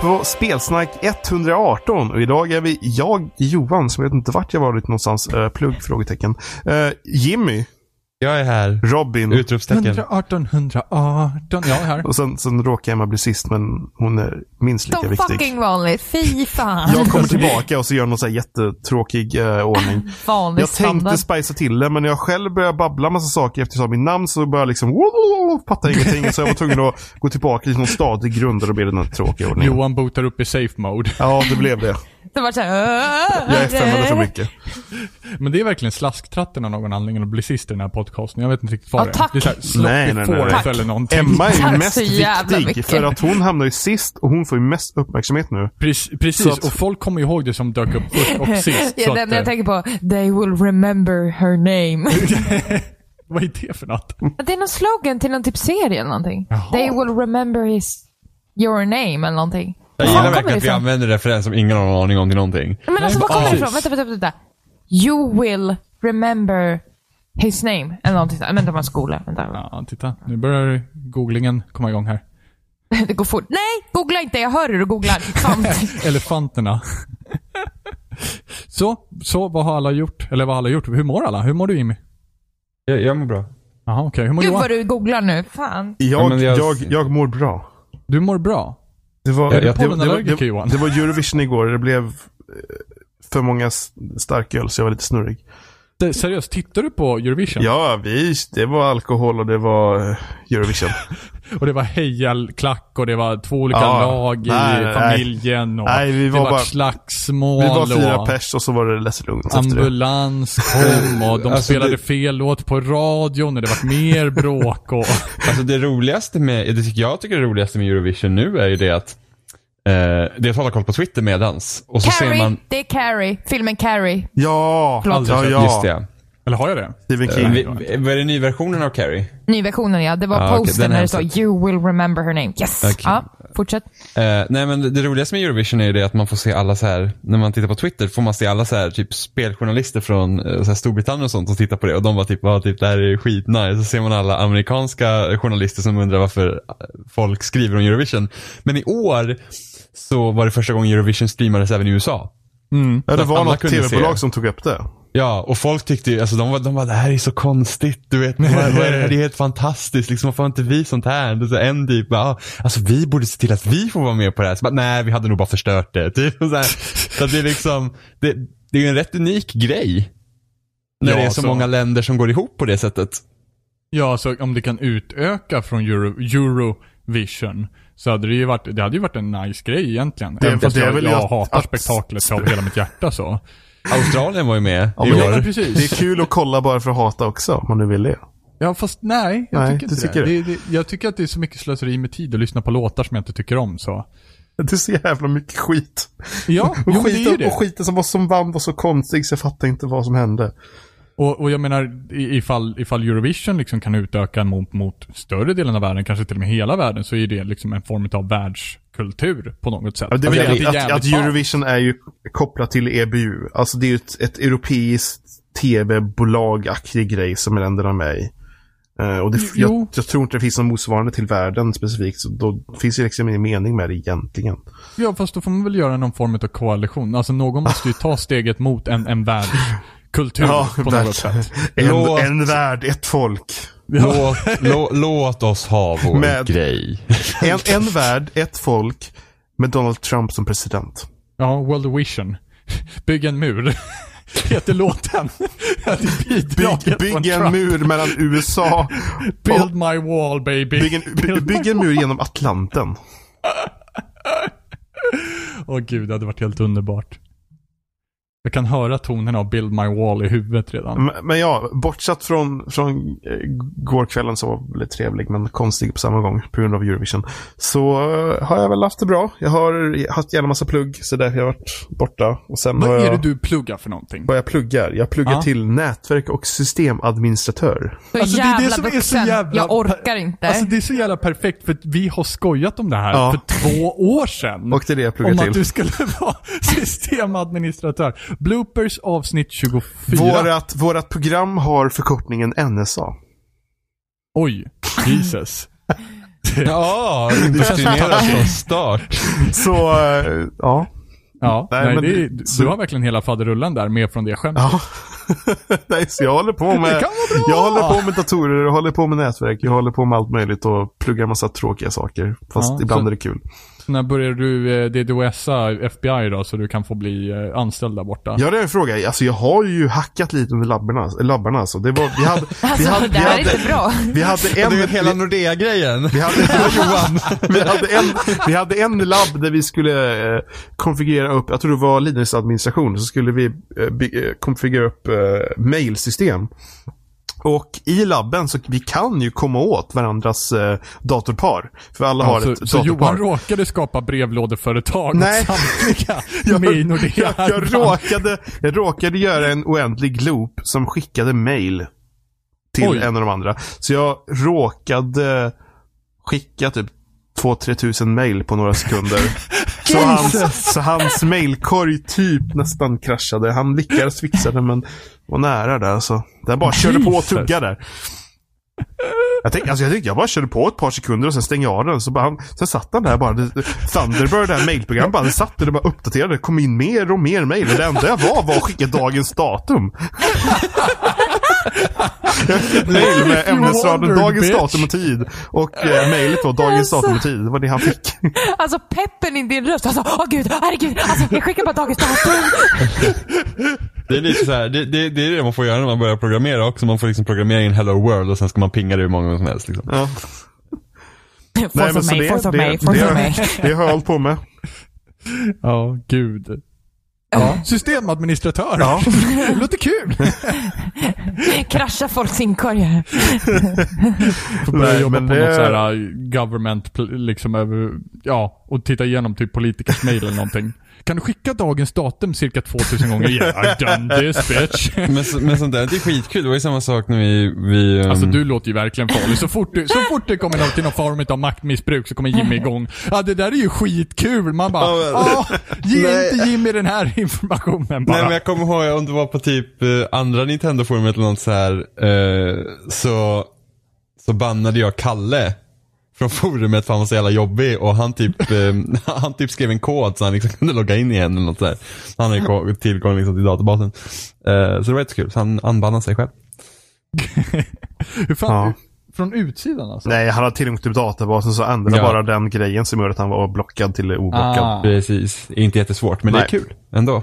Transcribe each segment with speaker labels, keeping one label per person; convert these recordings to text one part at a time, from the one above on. Speaker 1: på Spelsnack 118 och idag är vi jag, Johan, som jag vet inte vart jag varit någonstans. Uh, plugg? Frågetecken. Eh, Jimmy,
Speaker 2: Jag är
Speaker 3: Mm.
Speaker 2: här.
Speaker 1: Robin.
Speaker 2: Utropstecken.
Speaker 4: 118, 118. Jag är här.
Speaker 1: Och sen, sen råkar Emma bli sist, men hon är minst lika
Speaker 3: Som
Speaker 1: viktig.
Speaker 3: fucking vanligt. Fy fan.
Speaker 1: Jag kommer tillbaka och så gör någon så här jättetråkig eh, ordning.
Speaker 3: Vanlig
Speaker 1: Jag tänkte
Speaker 3: standard.
Speaker 1: spicea till det, men när jag själv började babbla massa saker efter jag sa mitt namn så började jag liksom... Fattar ingenting. Så jag var tvungen att gå tillbaka till någon stadig grund och då blev det den tråkiga ordningen.
Speaker 4: Johan botar upp i safe mode.
Speaker 1: Ja, det blev det.
Speaker 3: Det var såhär...
Speaker 1: Jag fm för mycket.
Speaker 4: Men det är verkligen slasktratten av någon anledning att bli sist i den här podcasten. Jag vet inte riktigt vad
Speaker 3: Ja,
Speaker 4: det är.
Speaker 3: tack.
Speaker 4: Det är såhär
Speaker 1: Nej, nej, nej,
Speaker 4: sloppy
Speaker 1: nej.
Speaker 4: forest
Speaker 1: Tack.
Speaker 4: eller någonting.
Speaker 1: Emma är ju
Speaker 3: Tack
Speaker 1: mest
Speaker 3: så jävla
Speaker 1: viktig
Speaker 3: mycket.
Speaker 1: för att hon hamnar ju sist och hon får ju mest uppmärksamhet nu.
Speaker 4: Prec- Precis,
Speaker 1: Så att-
Speaker 4: och folk kommer ihåg det som dök upp först och sist.
Speaker 3: Ja,
Speaker 4: så
Speaker 3: den
Speaker 4: att, eh,
Speaker 3: jag tänker på, they will remember her name.
Speaker 4: Vad är det för något?
Speaker 3: Det är någon slogan till någon typ serie eller någonting.
Speaker 4: Jaha.
Speaker 3: They will remember his, your name eller någonting.
Speaker 2: Jag
Speaker 3: Var
Speaker 2: gillar
Speaker 3: kommer
Speaker 2: verkligen
Speaker 3: det
Speaker 2: att vi
Speaker 3: ifrån?
Speaker 2: använder referens som ingen har någon aning om till någonting.
Speaker 3: Men alltså
Speaker 4: Nej,
Speaker 3: var kommer det
Speaker 4: precis.
Speaker 3: ifrån? Vänta, vänta, vänta. You will remember his name eller någonting. sånt. Men det var en skola. Vänta.
Speaker 4: Ja, titta. Nu börjar googlingen komma igång här.
Speaker 3: Det går fort. Nej, googla inte. Jag hör hur du googlar. Fan.
Speaker 4: Elefanterna. så, så vad har alla gjort? Eller vad har alla gjort? Hur mår alla? Hur mår du Jimmy?
Speaker 2: Jag, jag mår bra.
Speaker 4: Jaha, okej. Hur mår
Speaker 3: Gud
Speaker 4: Johan?
Speaker 3: vad du googlar nu. Fan.
Speaker 1: Jag,
Speaker 2: men
Speaker 1: jag...
Speaker 2: jag-
Speaker 1: Jag, mår bra.
Speaker 4: Du mår bra?
Speaker 1: Det var,
Speaker 2: Jag- jag-
Speaker 1: det, var- det, var-
Speaker 4: pollenallergiker,
Speaker 1: det, var-
Speaker 4: Johan.
Speaker 1: det var Eurovision igår. Det blev eh, för många s- starköl så jag var lite snurrig.
Speaker 4: Se- Seriöst, tittar du på Eurovision?
Speaker 1: Ja, vi, det var alkohol och det var eh, Eurovision.
Speaker 4: Och det var hejalklack och det var två olika
Speaker 1: Ja.
Speaker 4: lag i
Speaker 1: Nej, nej.
Speaker 4: familjen och
Speaker 1: Nej, vi var
Speaker 4: det var
Speaker 1: bara-
Speaker 4: slagsmål
Speaker 1: Vi var fyra
Speaker 4: och
Speaker 1: pers och så var det Lasse Lugn efter det.
Speaker 4: ambulans kom och de
Speaker 2: Alltså,
Speaker 4: spelade
Speaker 2: det-
Speaker 4: fel låt på radion och det var mer bråk och...
Speaker 2: Alltså det roligaste med, det tycker jag tycker det roligaste med Eurovision nu är ju det att eh, det är att hålla koll på Twitter medans. Och så
Speaker 3: Carrie,
Speaker 2: ser man,
Speaker 3: det är Carrie. Filmen Carrie.
Speaker 1: Ja,
Speaker 3: Förlåt.
Speaker 1: ja,
Speaker 2: just
Speaker 1: ja.
Speaker 2: det.
Speaker 4: Eller har jag det?
Speaker 1: Stephen
Speaker 2: Eh,
Speaker 1: King.
Speaker 2: vi- Vad är det nyversionen av Carrie?
Speaker 3: Nyversionen ja. Det var
Speaker 2: Ja, okej,
Speaker 3: posten
Speaker 2: den
Speaker 3: där
Speaker 2: har
Speaker 3: det
Speaker 2: jag
Speaker 3: står
Speaker 2: sett.
Speaker 3: “You will remember her name”. Yes.
Speaker 2: Okej.
Speaker 3: Ja, fortsätt.
Speaker 2: Eh, nej men det- det roligaste med Eurovision är ju det att man får se alla så här, när man tittar på Twitter får man se alla så här typ speljournalister från eh, så här Storbritannien och sånt som tittar på det och de bara typ, ah, typ det här är skitnice. Så ser man alla amerikanska journalister som undrar varför eh, folk skriver om Eurovision. Men i år så var det första gången Eurovision streamades även i USA.
Speaker 1: Ja, det
Speaker 2: att
Speaker 1: var
Speaker 2: alla
Speaker 1: något
Speaker 2: kunde se
Speaker 1: tv-bolag
Speaker 2: det.
Speaker 1: som tog upp det.
Speaker 2: Ja, och folk tyckte ju, alltså de var, de var det här är så konstigt, du vet, vad, vad är det här? Det är helt fantastiskt, liksom varför har inte vi sånt här? Det är så en typ bara, ah, alltså vi borde se till att vi får vara med på det här. Så bara, nej, vi hade nog bara förstört det. Typ, och så här. så att det är liksom, det, det är ju en rätt unik grej. När
Speaker 4: Ja,
Speaker 2: det är så,
Speaker 4: så.
Speaker 2: många länder som går ihop på det sättet.
Speaker 4: Ja, så om det kan utöka från Euro, Eurovision så hade det ju varit, det hade ju varit en nice grej egentligen.
Speaker 1: är-
Speaker 4: Även fast
Speaker 1: det är
Speaker 4: jag,
Speaker 1: väl
Speaker 4: jag
Speaker 1: att-
Speaker 4: hatar
Speaker 1: att-
Speaker 4: spektaklet av hela mitt hjärta så.
Speaker 2: Australien var ju med i
Speaker 4: Ja, men
Speaker 2: år.
Speaker 1: Det är
Speaker 4: precis.
Speaker 1: kul att kolla bara för att hata också, om man nu vill det.
Speaker 4: Ja, fast nej. Jag
Speaker 1: Nej,
Speaker 4: tycker
Speaker 1: du
Speaker 4: inte
Speaker 1: tycker
Speaker 4: det.
Speaker 1: det.
Speaker 4: Det, det. Jag tycker att det är så mycket slöseri med tid att lyssna på låtar som jag inte tycker om så.
Speaker 1: Det är så jävla mycket skit.
Speaker 4: Ja,
Speaker 1: Och,
Speaker 4: jo, men det är ju
Speaker 1: skiten,
Speaker 4: det.
Speaker 1: och skiten som var som vann var så konstig så jag fattar inte vad som hände.
Speaker 4: Och, och jag menar, i- ifall, ifall Eurovision liksom kan utöka mot, mot större delen av världen, kanske till och med hela världen, så är det liksom en form av världskultur på något sätt.
Speaker 1: Ja, det
Speaker 4: Alltså,
Speaker 1: är
Speaker 4: det
Speaker 1: väl
Speaker 4: är
Speaker 1: att,
Speaker 4: jävligt
Speaker 1: att Eurovision är ju kopplat till EBU. Alltså det är ju ett, ett europeiskt tv-bolagaktig grej som länderna är med i. Eh, och det, jag,
Speaker 4: Jo.
Speaker 1: jag tror inte det finns någon motsvarande till världen specifikt. Så då finns det liksom ingen mening med det egentligen.
Speaker 4: Ja, fast då får man väl göra någon form av koalition. Alltså någon måste ju ta steget mot en, en världskultur på något sätt.
Speaker 1: en,
Speaker 2: Låt-
Speaker 1: en värld, ett folk.
Speaker 2: Låt, lå, låt oss ha vår
Speaker 1: Med-
Speaker 2: grej.
Speaker 1: En, en värld, ett folk. Med Donald Trump som president.
Speaker 4: Ja, World Vision. Bygg en mur. Heter låten. Ja, det är
Speaker 1: Bygg,
Speaker 4: bidraget från
Speaker 1: bygg en
Speaker 4: Trump.
Speaker 1: mur mellan USA
Speaker 4: Build my wall baby.
Speaker 1: Bygg en, by- bygg en mur genom Atlanten.
Speaker 4: Åh gud, det hade varit helt underbart. Jag kan höra tonen av Build My Wall i huvudet redan.
Speaker 1: M- Men ja, bortsett från, från eh, gårkvällen som var väldigt trevlig men konstig på samma gång på grund av Eurovision. Så eh, har jag väl haft det bra. Jag har haft jävla massa plugg så därför har jag varit borta. Och sen har
Speaker 4: Vad är det
Speaker 1: jag,
Speaker 4: du pluggar för någonting?
Speaker 1: vad jag pluggar? Jag pluggar
Speaker 4: Ja.
Speaker 1: till nätverk och systemadministratör.
Speaker 3: Så
Speaker 4: Alltså, det är det
Speaker 3: jävla
Speaker 4: som är så
Speaker 3: vuxen.
Speaker 4: jävla-
Speaker 3: Jag orkar inte.
Speaker 4: Alltså det är så jävla perfekt för att vi har skojat om det här
Speaker 1: Ja.
Speaker 4: för två år sedan.
Speaker 1: Och det är det jag pluggar
Speaker 4: Om
Speaker 1: till.
Speaker 4: att du skulle vara systemadministratör. Bloopers avsnitt 24.
Speaker 1: Vårat, vårat program har förkortningen NSA.
Speaker 4: Oj, Jesus.
Speaker 2: Ja, indoktrinerad från start.
Speaker 1: Så, eh, ja.
Speaker 4: Ja,
Speaker 1: Mm. Nej,
Speaker 4: nej,
Speaker 1: men
Speaker 4: det,
Speaker 1: det-
Speaker 4: är- du
Speaker 1: så-
Speaker 4: har verkligen hela faderullan där med från det skämtet.
Speaker 1: ja. Nej, så jag håller på med...
Speaker 4: Det kan vara bra!
Speaker 1: Jag håller på med datorer, jag håller på med nätverk, jag håller på med allt möjligt och pluggar massa tråkiga saker. Fast
Speaker 4: Ja,
Speaker 1: ibland
Speaker 4: så-
Speaker 1: är det kul.
Speaker 4: Så När börjar du eh, DDoSa FBI då så du kan få bli eh, anställd där borta?
Speaker 1: Ja, det är en fråga. Alltså, jag har ju hackat lite under labbarna. labbarna alltså. det var, vi hade, vi
Speaker 3: Alltså,
Speaker 1: hade,
Speaker 3: det
Speaker 1: vi
Speaker 3: här är
Speaker 1: hade,
Speaker 3: inte bra.
Speaker 1: vi hade en...
Speaker 2: Du vet hela
Speaker 1: vi-
Speaker 2: Nordea-grejen.
Speaker 1: Vi hade, vi, hade en, vi hade en labb där vi skulle eh, konfigurera upp, jag tror det var Linus administration, så skulle vi eh, by, eh, konfigurera upp eh, mailsystem. Och i labben så vi kan ju komma åt varandras eh, datorpar. För alla har
Speaker 4: så,
Speaker 1: ett
Speaker 4: Alltså, så
Speaker 1: datorpar.
Speaker 4: Johan råkade skapa brevlådeföretag
Speaker 1: Nej.
Speaker 4: åt samtliga
Speaker 1: Jag-
Speaker 4: med i Nordea.
Speaker 1: jag, jag, råkade, jag råkade göra en oändlig loop som skickade mail till
Speaker 4: Oj.
Speaker 1: en av de andra. Så jag råkade skicka typ 2-3 tusen mail på några sekunder. så, hans, så hans mailkorg typ nästan kraschade. Han lyckades fixa det men var nära där alltså. Den bara körde på och
Speaker 4: Jesus.
Speaker 1: tuggade där. Jag tänkte, alltså jag tänkte jag bara körde på ett par sekunder och sen stängde jag av den. Så bara, han, sen satt han där bara. Det, Thunderbird, det här mailprogrammet, bara, det satt där och bara uppdaterade. Det kom in mer och mer mail. Det enda jag var var att skicka dagens datum. Jag fick ett mail med ämnesraden
Speaker 4: wondered,
Speaker 1: dagens
Speaker 4: bitch."
Speaker 1: datum och tid. Och eh, mailet var dagens datum och tid. Det var det han fick.
Speaker 3: Alltså peppen i din röst. Alltså, åh gud, herregud. Alltså, jag skickar bara dagens datum.
Speaker 2: Det är lite så här, det, det, det är det man får göra när man börjar programmera också. Man får liksom programmera in hello world och sen ska man pinga det hur många gånger som helst. Liksom.
Speaker 1: Ja.
Speaker 3: Force of mig, force of mig, force of mig.
Speaker 1: det, det har jag hållit på med.
Speaker 4: Ja, gud. Ja, systemadministratör.
Speaker 1: Ja.
Speaker 4: Det låter kul.
Speaker 3: Krascha folks inkorgar.
Speaker 4: Får börja
Speaker 1: Nej,
Speaker 4: jobba
Speaker 1: men
Speaker 4: på
Speaker 1: det-
Speaker 4: något så här eh, government, pl- liksom över, ja, och titta igenom typ politikers mail eller någonting. Kan du skicka dagens datum cirka 2000 gånger? Yeah, I've done this bitch.
Speaker 2: Men, så- men sånt där, det är skitkul. Det var ju samma sak när vi... vi ehm,
Speaker 4: Alltså du låter ju verkligen farlig. Så fort, du, så fort det kommer något till någon form av maktmissbruk så kommer Jimmy igång. Ja, det där är ju skitkul. Man bara,
Speaker 2: Ja, men-
Speaker 4: ja, ge
Speaker 2: Nej.
Speaker 4: inte Jimmy den här informationen bara.
Speaker 2: Nej men jag kommer ihåg om det var på typ eh, andra Nintendo-forumet eller något så här. Eh, så, så bannade jag Kalle från forumet för han var så jävla jobbig och han typ, eh, han typ skrev en kod så han liksom kunde logga in igen eller något så här. Han har ju ko- tillgång liksom till databasen. Eh, så det var jättekul, så han anbannade sig själv.
Speaker 4: Hur fan,
Speaker 1: Ja.
Speaker 4: från utsidan alltså?
Speaker 1: Nej, han hade tillgång till databasen så ändrade
Speaker 2: Ja.
Speaker 1: bara den grejen som gjorde att han var blockad till oblockad.
Speaker 4: Ah.
Speaker 2: Precis, inte jättesvårt men
Speaker 1: Nej.
Speaker 2: det är kul ändå.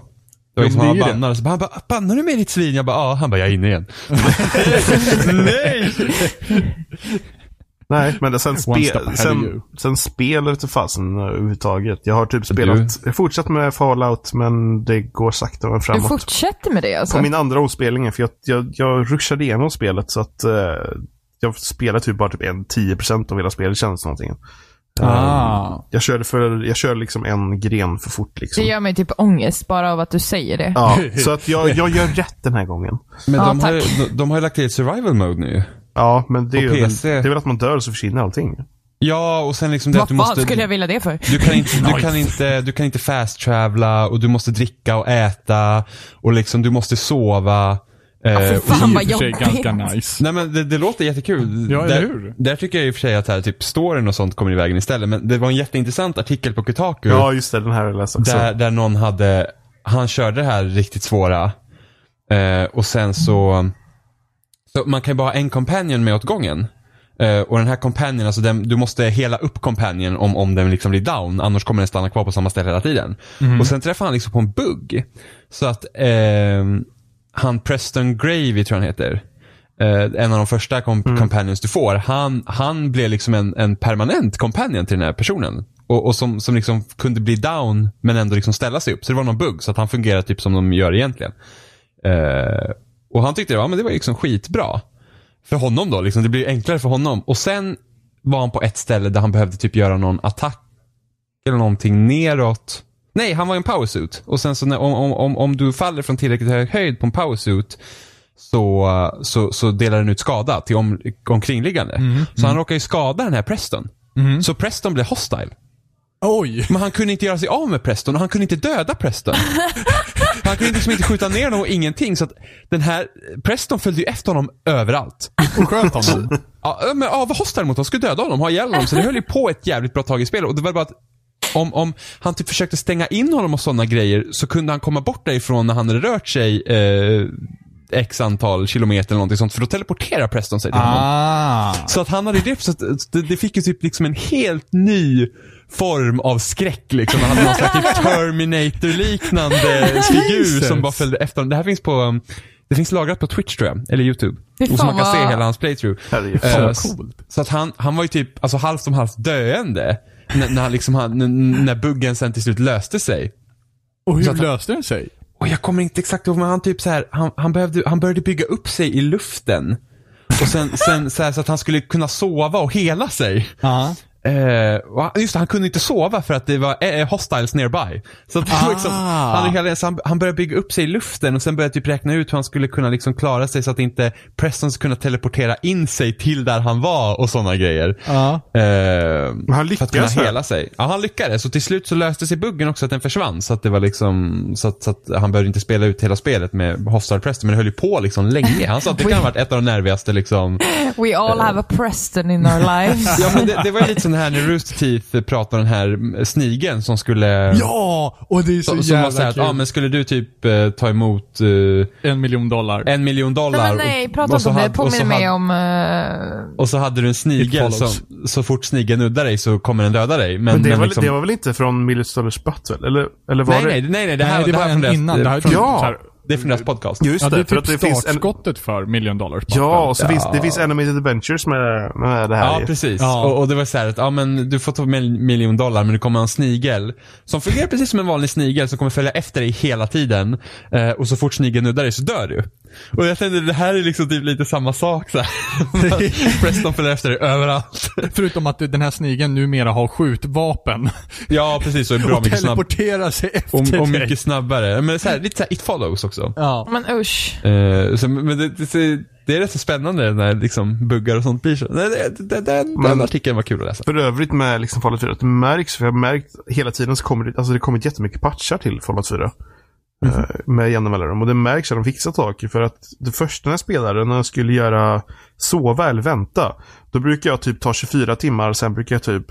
Speaker 2: Det
Speaker 1: Ja,
Speaker 2: var liksom
Speaker 1: men
Speaker 2: han
Speaker 1: det är ju
Speaker 2: bannar, så bara, han bara, bannar du mig ditt svin? Jag bara, ja. Han bara, jag är inne igen. Nej!
Speaker 1: Nej, men det- sen,
Speaker 4: One step
Speaker 1: spe,
Speaker 4: ahead of you.
Speaker 1: sen, sen spelar det till fasen eh, överhuvudtaget. Jag har typ spelat,
Speaker 2: du?
Speaker 1: jag har fortsatt med Fallout men det går sakta men
Speaker 3: Du
Speaker 1: framåt.
Speaker 3: fortsätter med det alltså?
Speaker 1: På min andra omspelning, för jag, jag, jag rushade igenom spelet så att eh, jag spelade typ bara typ en 10% av hela spelet kändes det någonting. Eh,
Speaker 4: Ah.
Speaker 1: Jag körde, för, jag körde liksom en gren för fort
Speaker 3: Det
Speaker 1: liksom.
Speaker 3: gör mig typ ångest bara av att du säger det.
Speaker 1: Ja, så att jag, jag gör rätt den här gången.
Speaker 2: Men
Speaker 3: Ja,
Speaker 2: de, har, ju-
Speaker 3: tack.
Speaker 2: de, de har ju lagt till survival mode nu ju.
Speaker 1: Ja, men det är,
Speaker 2: Och
Speaker 1: ju, väl- det
Speaker 2: PC.
Speaker 1: är väl att man dör så försvinner allting.
Speaker 2: Ja, och sen liksom det
Speaker 3: Vad
Speaker 2: att du
Speaker 3: fan
Speaker 2: måste...
Speaker 3: skulle jag vilja det för?
Speaker 2: Du kan, inte, du, kan inte, du kan inte fast travela och du måste dricka och äta och liksom du måste sova. Eh, och-
Speaker 3: fan,
Speaker 4: I och
Speaker 3: vad
Speaker 4: för sig
Speaker 3: jobbigt.
Speaker 4: ganska nice.
Speaker 2: nej men det, det låter jättekul.
Speaker 4: Ja, eller
Speaker 2: där,
Speaker 4: hur?
Speaker 2: där tycker jag i och för sig att här, typ, storyn och sånt kommer i vägen istället. Men det var en jätteintressant artikel på Kotaku
Speaker 1: Ja, just det. Den här har jag läst också.
Speaker 2: där, där någon hade, han körde det här riktigt svåra. Eh, och sen så, så, man kan ju bara ha en companion med åt gången. Eh, och den här companion, alltså den, du måste hela upp companion om, om den liksom blir down. Annars kommer den stanna kvar på samma ställe hela tiden. Och sen träffar han liksom på en bugg. Så att ehm, han Preston Gravy tror jag han heter. Eh, en av de första komp- companions du får. Han, han blev liksom en, en permanent companion till den här personen. Och, och som, som liksom kunde bli down men ändå liksom ställa sig upp. Så det var någon bugg. Så att han fungerar typ som de gör egentligen. Eh, och han tyckte det var, ja, men det var liksom skitbra. För honom då, liksom, det blir enklare för honom. Och sen var han på ett ställe där han behövde typ göra någon attack eller någonting neråt. Nej, han var i en powersuit. Och sen så när, om, om, om, om du faller från tillräckligt hög höjd på en powersuit så, så, så delar den ut skada till om, omkringliggande. så han råkar ju skada den här Preston. Så Preston blev hostile.
Speaker 4: Oj!
Speaker 2: Men han kunde inte göra sig av med Preston och han kunde inte döda Preston. Han han kunde liksom inte skjuta ner dem och ingenting. Så att den här Preston följde ju efter honom överallt.
Speaker 4: Och sköt honom.
Speaker 2: Ja, men avhost däremot, han skulle döda honom, ha ihjäl honom. Så det höll ju på ett jävligt bra tag i spelet. Och det var bara att om, om han typ försökte stänga in honom och sådana grejer så kunde han komma bort därifrån när han hade rört sig eh, x antal kilometer eller någonting sånt. För då teleporterar Preston sig till honom.
Speaker 4: ah.
Speaker 2: Så att han hade ju det, så att eh, det, det fick ju typ liksom en helt ny form av skräck liksom. Han hade någon slags typ Terminator-liknande figur
Speaker 4: Jesus.
Speaker 2: som bara följde efter honom. Det här finns på, um, det finns lagrat på Twitch tror jag, eller YouTube.
Speaker 3: Fy
Speaker 2: Och så
Speaker 3: fan
Speaker 2: man kan se
Speaker 3: vad-
Speaker 2: hela hans playthrough.
Speaker 1: Herregud.
Speaker 2: Eh,
Speaker 1: Fan vad
Speaker 2: s-
Speaker 4: coolt.
Speaker 2: Så att han, han var ju typ, alltså halvt om halvt döende. När, när, han liksom, han, när- när buggen sen till slut löste sig.
Speaker 4: Och
Speaker 2: Så
Speaker 4: hur
Speaker 2: att han-
Speaker 4: löste den sig?
Speaker 2: Och jag kommer inte exakt ihåg, men han typ så här, han, han, behövde, han började bygga upp sig i luften. Och sen, sen så, här, så att han skulle kunna sova och hela sig.
Speaker 4: Ja.
Speaker 2: Eh, och han, just det, han kunde inte sova för att det var eh, hostiles nearby. Så att
Speaker 4: Ah.
Speaker 2: liksom, han, hela- så han, han började bygga upp sig i luften och sen började typ räkna ut hur han skulle kunna liksom klara sig så att inte Preston skulle kunna teleportera in sig till där han var och sådana grejer.
Speaker 4: Ja.
Speaker 2: Eh,
Speaker 1: han
Speaker 2: för att kunna
Speaker 1: lyckades väl?
Speaker 2: hela sig. Ja, han lyckades. Och till slut så löste sig buggen också att den försvann. Så att det var liksom, så att, så att han behövde inte spela ut hela spelet med Hostile Preston. Men det höll ju på liksom länge. Han sa att det kan ha varit ett av de nervigaste liksom.
Speaker 3: We all have a Preston in our lives.
Speaker 2: Ja, men det, det var ju lite sån här när Rooster Teeth pratade om den här mm, snigeln som skulle...
Speaker 4: ja! Och det är så,
Speaker 2: som- Som var
Speaker 4: jävla
Speaker 2: såhär att,
Speaker 4: kul.
Speaker 2: ja men skulle du typ eh, ta emot eh,
Speaker 4: En miljon dollar.
Speaker 2: en miljon dollar?
Speaker 3: Nej, men nej,
Speaker 2: och-
Speaker 3: prata
Speaker 2: och så
Speaker 3: inte om det.
Speaker 2: hade- och så
Speaker 3: Påminner
Speaker 2: hade-
Speaker 3: mig om... eh,
Speaker 2: Och så hade du en snigel
Speaker 4: It
Speaker 2: som,
Speaker 4: follows.
Speaker 2: så fort snigeln nuddar dig så kommer den döda dig. Men,
Speaker 1: Men det,
Speaker 2: men
Speaker 1: var,
Speaker 2: liksom,
Speaker 1: det var väl inte från Millers Battle? Eller, eller var
Speaker 2: nej,
Speaker 1: det?
Speaker 2: nej, nej, nej, det här,
Speaker 4: Nej, det
Speaker 2: det här är
Speaker 4: var
Speaker 2: från
Speaker 4: en
Speaker 2: deras,
Speaker 4: innan. Det här är
Speaker 2: från,
Speaker 4: typ
Speaker 1: Ja.
Speaker 4: så här-
Speaker 2: det är från deras podcast.
Speaker 1: Just
Speaker 4: Ja, det är
Speaker 1: det, för att
Speaker 4: typ
Speaker 1: det finns en,
Speaker 4: startskottet för Million Dollars.
Speaker 1: Ja, och så
Speaker 2: Ja.
Speaker 1: finns det finns Animated Adventures med, med det här
Speaker 2: Ja,
Speaker 1: i.
Speaker 2: precis.
Speaker 4: Ja.
Speaker 2: Och, och det var så här att, ja men du får ta med en miljon dollar men det kommer en snigel. Som fungerar precis som en vanlig snigel som kommer följa efter dig hela tiden. Eh, och så fort snigeln nuddar dig så dör du. Och jag tänkte det här är liksom typ lite samma sak så här. Preston följer efter dig överallt.
Speaker 4: Förutom att den här snigeln numera har skjutvapen.
Speaker 2: Ja, precis. Och är bra
Speaker 4: och
Speaker 2: mycket snabbare.
Speaker 4: teleporterar sig efter
Speaker 2: Och, och
Speaker 4: dig.
Speaker 2: mycket snabbare. Men så här, lite så här, it follows också.
Speaker 4: Ja.
Speaker 3: Men usch.
Speaker 2: Eh, så, men det, det, det är rätt så spännande när liksom buggar och sånt blir så. Nej, det, det, den, den
Speaker 1: Men-
Speaker 2: artikeln var kul att läsa.
Speaker 1: För övrigt med liksom Fallout 4, att det märks, för jag har märkt hela tiden så kommer det, alltså det har kommit jättemycket patchar till Fallout 4. eh, Med jämna mellanrum. Och det märks att de fixat saker. För att det första när jag spelade, när jag skulle göra sova eller vänta. Då brukar jag typ ta 24 timmar, sen brukar jag typ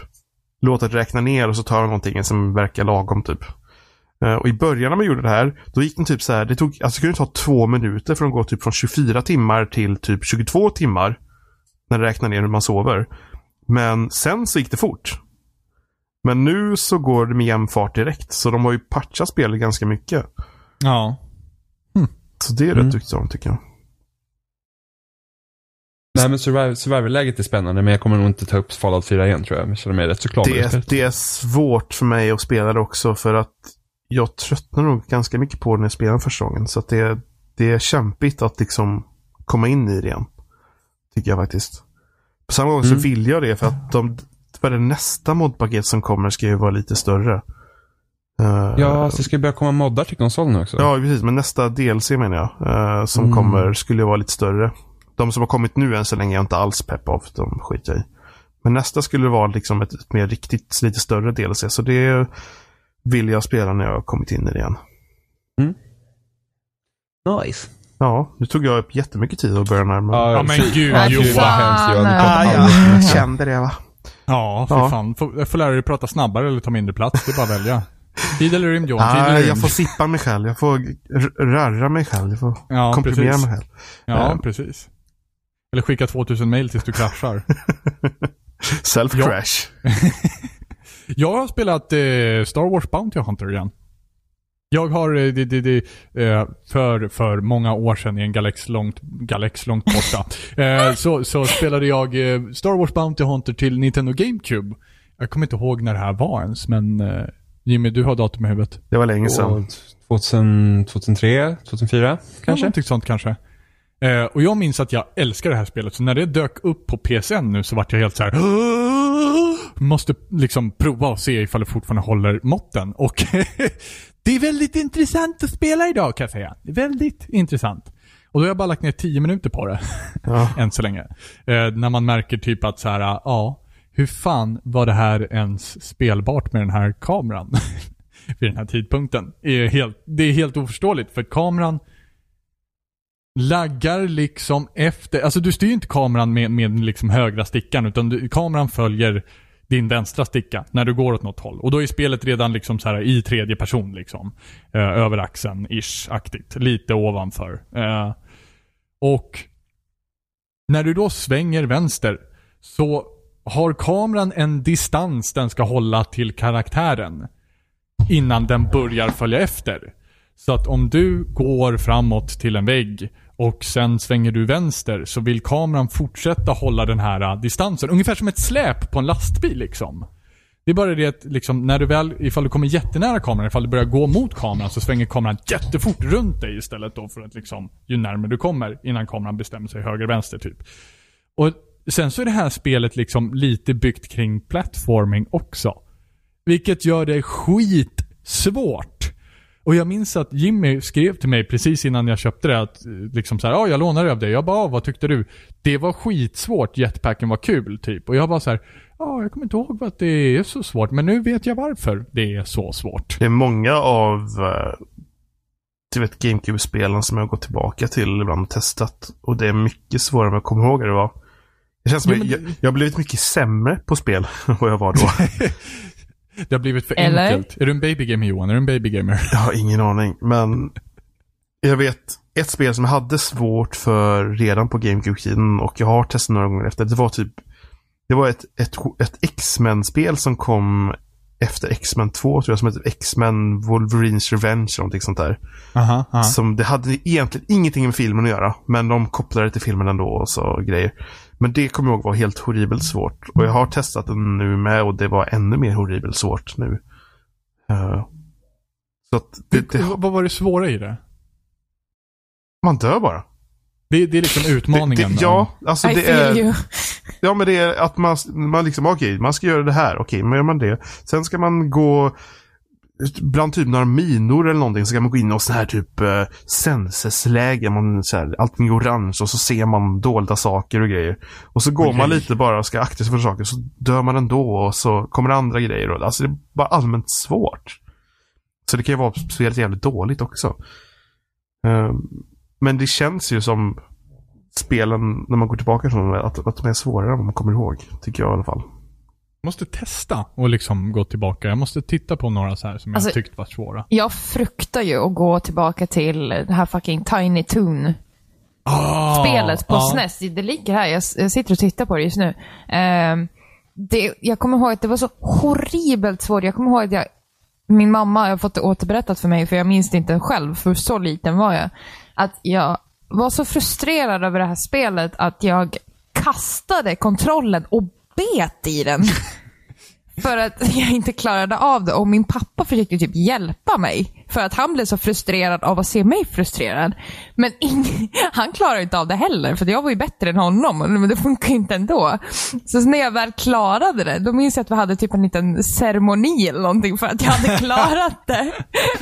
Speaker 1: låta det räkna ner och så tar jag någonting som verkar lagom typ. Eh, Och i början när man gjorde det här, då gick den typ så här, det tog, alltså det kunde ta två minuter från att gå typ från 24 timmar till typ 22 timmar. När det räknar ner hur man sover. Men sen så gick det fort. Men nu så går det med jämn fart direkt. Så de har ju patchat spelet ganska mycket.
Speaker 4: ja.
Speaker 1: Så det är
Speaker 2: Mm.
Speaker 1: rätt duktigt av dem tycker jag.
Speaker 2: Nej men survival- survival-läget är spännande men jag kommer nog inte ta upp Fallout 4 igen tror jag. Jag känner mig rätt så klar med
Speaker 1: Det är,
Speaker 2: spelet.
Speaker 1: det är svårt för mig att spela det också för att jag tröttnar nog ganska mycket på det när jag spelar den första gången. Så att det, det är kämpigt att liksom komma in i det igen. Tycker jag faktiskt. På samma gång så
Speaker 2: Mm.
Speaker 1: vill jag det för att de, för det nästa modpaket som kommer ska ju vara lite större. Eh,
Speaker 2: Ja, så det ska ju börja komma moddar till konsolen också.
Speaker 1: Ja, precis. Men nästa DLC menar jag. eh, som
Speaker 2: Mm.
Speaker 1: kommer skulle ju vara lite större. De som har kommit nu än så länge är jag inte alls pepp av. för De skiter jag i. Men nästa skulle vara liksom ett, ett mer riktigt, lite större DLC. Så det vill jag spela när jag har kommit in i det igen.
Speaker 2: Nice.
Speaker 1: Ja, nu tog jag upp jättemycket tid att börja närma mig.
Speaker 2: Ja,
Speaker 4: Ja, men
Speaker 2: fy-
Speaker 4: gud,
Speaker 2: ja,
Speaker 3: Johan.
Speaker 2: fy vad hemskt, Johan. Du pratar
Speaker 3: Ah, ja.
Speaker 2: aldrig.
Speaker 1: jag kände det va.
Speaker 4: Ja, för
Speaker 1: Ja.
Speaker 4: fan. Får, jag får lära dig prata snabbare eller ta mindre plats. Det är bara att välja. Tid eller rymd, Johan. Tid
Speaker 1: Ah,
Speaker 4: eller rymd.
Speaker 1: jag får sippa mig själv. Jag får r- röra mig själv. Jag får
Speaker 4: Ja,
Speaker 1: komprimera
Speaker 4: precis.
Speaker 1: mig själv.
Speaker 4: Ja,
Speaker 1: Eh.
Speaker 4: precis. Eller skicka 2000 mail tills du kraschar.
Speaker 1: Self-crash.
Speaker 4: Jag har spelat eh, Star Wars Bounty Hunter igen. Jag har eh, det, det, det, eh, för, för många år sedan i en galax långt, galax långt borta. eh, så, så spelade jag eh, Star Wars Bounty Hunter till Nintendo GameCube. Jag kommer inte ihåg när det här var ens, men eh, Jimmy, du har datum i huvudet.
Speaker 1: Det var länge sedan.
Speaker 2: Och 2000, 2003, 2004
Speaker 4: Kanske.
Speaker 2: kanske?
Speaker 4: Någonting sånt kanske. Eh, och jag minns att jag älskar det här spelet, så när det dök upp på PSN nu så vart jag helt så här. "Åh!" Måste liksom prova och se ifall det fortfarande håller måtten. Och det är väldigt intressant att spela idag kan jag säga. Det är väldigt intressant. Och då har jag bara lagt ner 10 minuter på det.
Speaker 1: Ja.
Speaker 4: Än så länge. Eh, när man märker typ att så här, ja, hur fan var det här ens spelbart med den här kameran? vid den här tidpunkten. Är helt, det är helt oförståeligt för kameran laggar liksom efter. Alltså du styr ju inte kameran med, med liksom högra stickan utan du, kameran följer din vänstra sticka när du går åt något håll. Och då är spelet redan liksom så här i tredje person. liksom. Eh, över axeln-ish-aktigt. Lite ovanför. Eh, och när du då svänger vänster så har kameran en distans den ska hålla till karaktären innan den börjar följa efter. Så att om du går framåt till en vägg och sen svänger du vänster så vill kameran fortsätta hålla den här eh, distansen. Ungefär som ett släp på en lastbil liksom. Det är bara det att liksom, när du väl, ifall du kommer jättenära kameran, ifall du börjar gå mot kameran så svänger kameran jättefort runt dig istället då för att liksom, ju närmare du kommer innan kameran bestämmer sig höger, vänster typ. Och sen så är det här spelet liksom lite byggt kring platforming också. Vilket gör det skitsvårt. Och jag minns att Jimmy skrev till mig precis innan jag köpte det att eh, liksom så här, ja jag lånar det av dig. Jag bara, "Ah, vad tyckte du? Det var skitsvårt, jetpacken var kul typ. Och jag bara så här, ja jag kommer inte ihåg att det är så svårt. Men nu vet jag varför det är så svårt.
Speaker 1: Det är många av eh, du vet, GameCube-spelen som jag går tillbaka till ibland och testat. Och det är mycket svårare än jag kommer ihåg hur det var. Det känns som
Speaker 4: Ja, men
Speaker 1: jag,
Speaker 4: det-
Speaker 1: jag, jag har blivit mycket sämre på spel än vad jag var då.
Speaker 4: Det har blivit för
Speaker 3: Eller?
Speaker 4: enkelt. Är du en babygamer Johan? Är du en babygamer?
Speaker 1: Jag har ingen aning, men jag vet ett spel som jag hade svårt för redan på GameCube-tiden och jag har testat några gånger efter. Det var typ Det var ett, ett, ett X-Men-spel som kom efter X-Men 2 tror jag, som hette X-Men Wolverines Revenge eller någonting sånt där.
Speaker 4: Aha, aha.
Speaker 1: Som det hade egentligen ingenting med filmen att göra. Men de kopplade det till filmen ändå och så grejer. Men det kommer jag ihåg var helt horribelt svårt. Och jag har testat den nu med och det var ännu mer horribelt svårt nu. Eh, så att det, det,
Speaker 4: Vad var det svåra i det?
Speaker 1: man dör bara.
Speaker 4: Det, det är liksom
Speaker 1: Det, det,
Speaker 4: utmaningen.
Speaker 1: ja, alltså
Speaker 3: I
Speaker 1: det
Speaker 3: feel
Speaker 1: är,
Speaker 3: you.
Speaker 1: ja, men det är att man, man liksom, okej, man ska göra det här, okej, men gör man det. Sen ska man gå bland typ några minor eller någonting så kan man gå in och sån här typ eh, sensesläge. Man, så här, allting är orange och så ser man dolda saker och grejer. Och så går man lite bara och ska akta sig för saker så dör man ändå och så kommer det andra grejer. Och, alltså det är bara allmänt svårt. Så det kan ju vara spelet jävligt dåligt också. Eh, men det känns ju som spelen när man går tillbaka från dem att, att de är svårare än vad man kommer ihåg. Tycker jag i alla fall.
Speaker 4: måste testa och liksom gå tillbaka. Jag måste titta på några så här som
Speaker 3: Alltså-
Speaker 4: jag tyckt var svåra.
Speaker 3: Jag fruktar ju att gå tillbaka till det här fucking Tiny Toon. spelet
Speaker 4: Ah,
Speaker 3: på SNES. Det ligger här. Jag, s- jag sitter och tittar på det just nu. Ehm, det, jag kommer ihåg att det var så horribelt svårt. Jag kommer ihåg att jag, min mamma har fått det återberättat för mig, för jag minns det inte själv, för så liten var jag. Att jag var så frustrerad över det här spelet att jag kastade kontrollen och bet i den. För att jag inte klarade av det och min pappa försökte typ hjälpa mig. För att han blev så frustrerad av att se mig frustrerad. Men ing- han klarade inte av det heller, för jag var ju bättre än honom. Men det funkar ju inte ändå. Så när jag väl klarade det, då minns jag att vi hade typ en liten ceremoni eller någonting för att jag hade klarat det.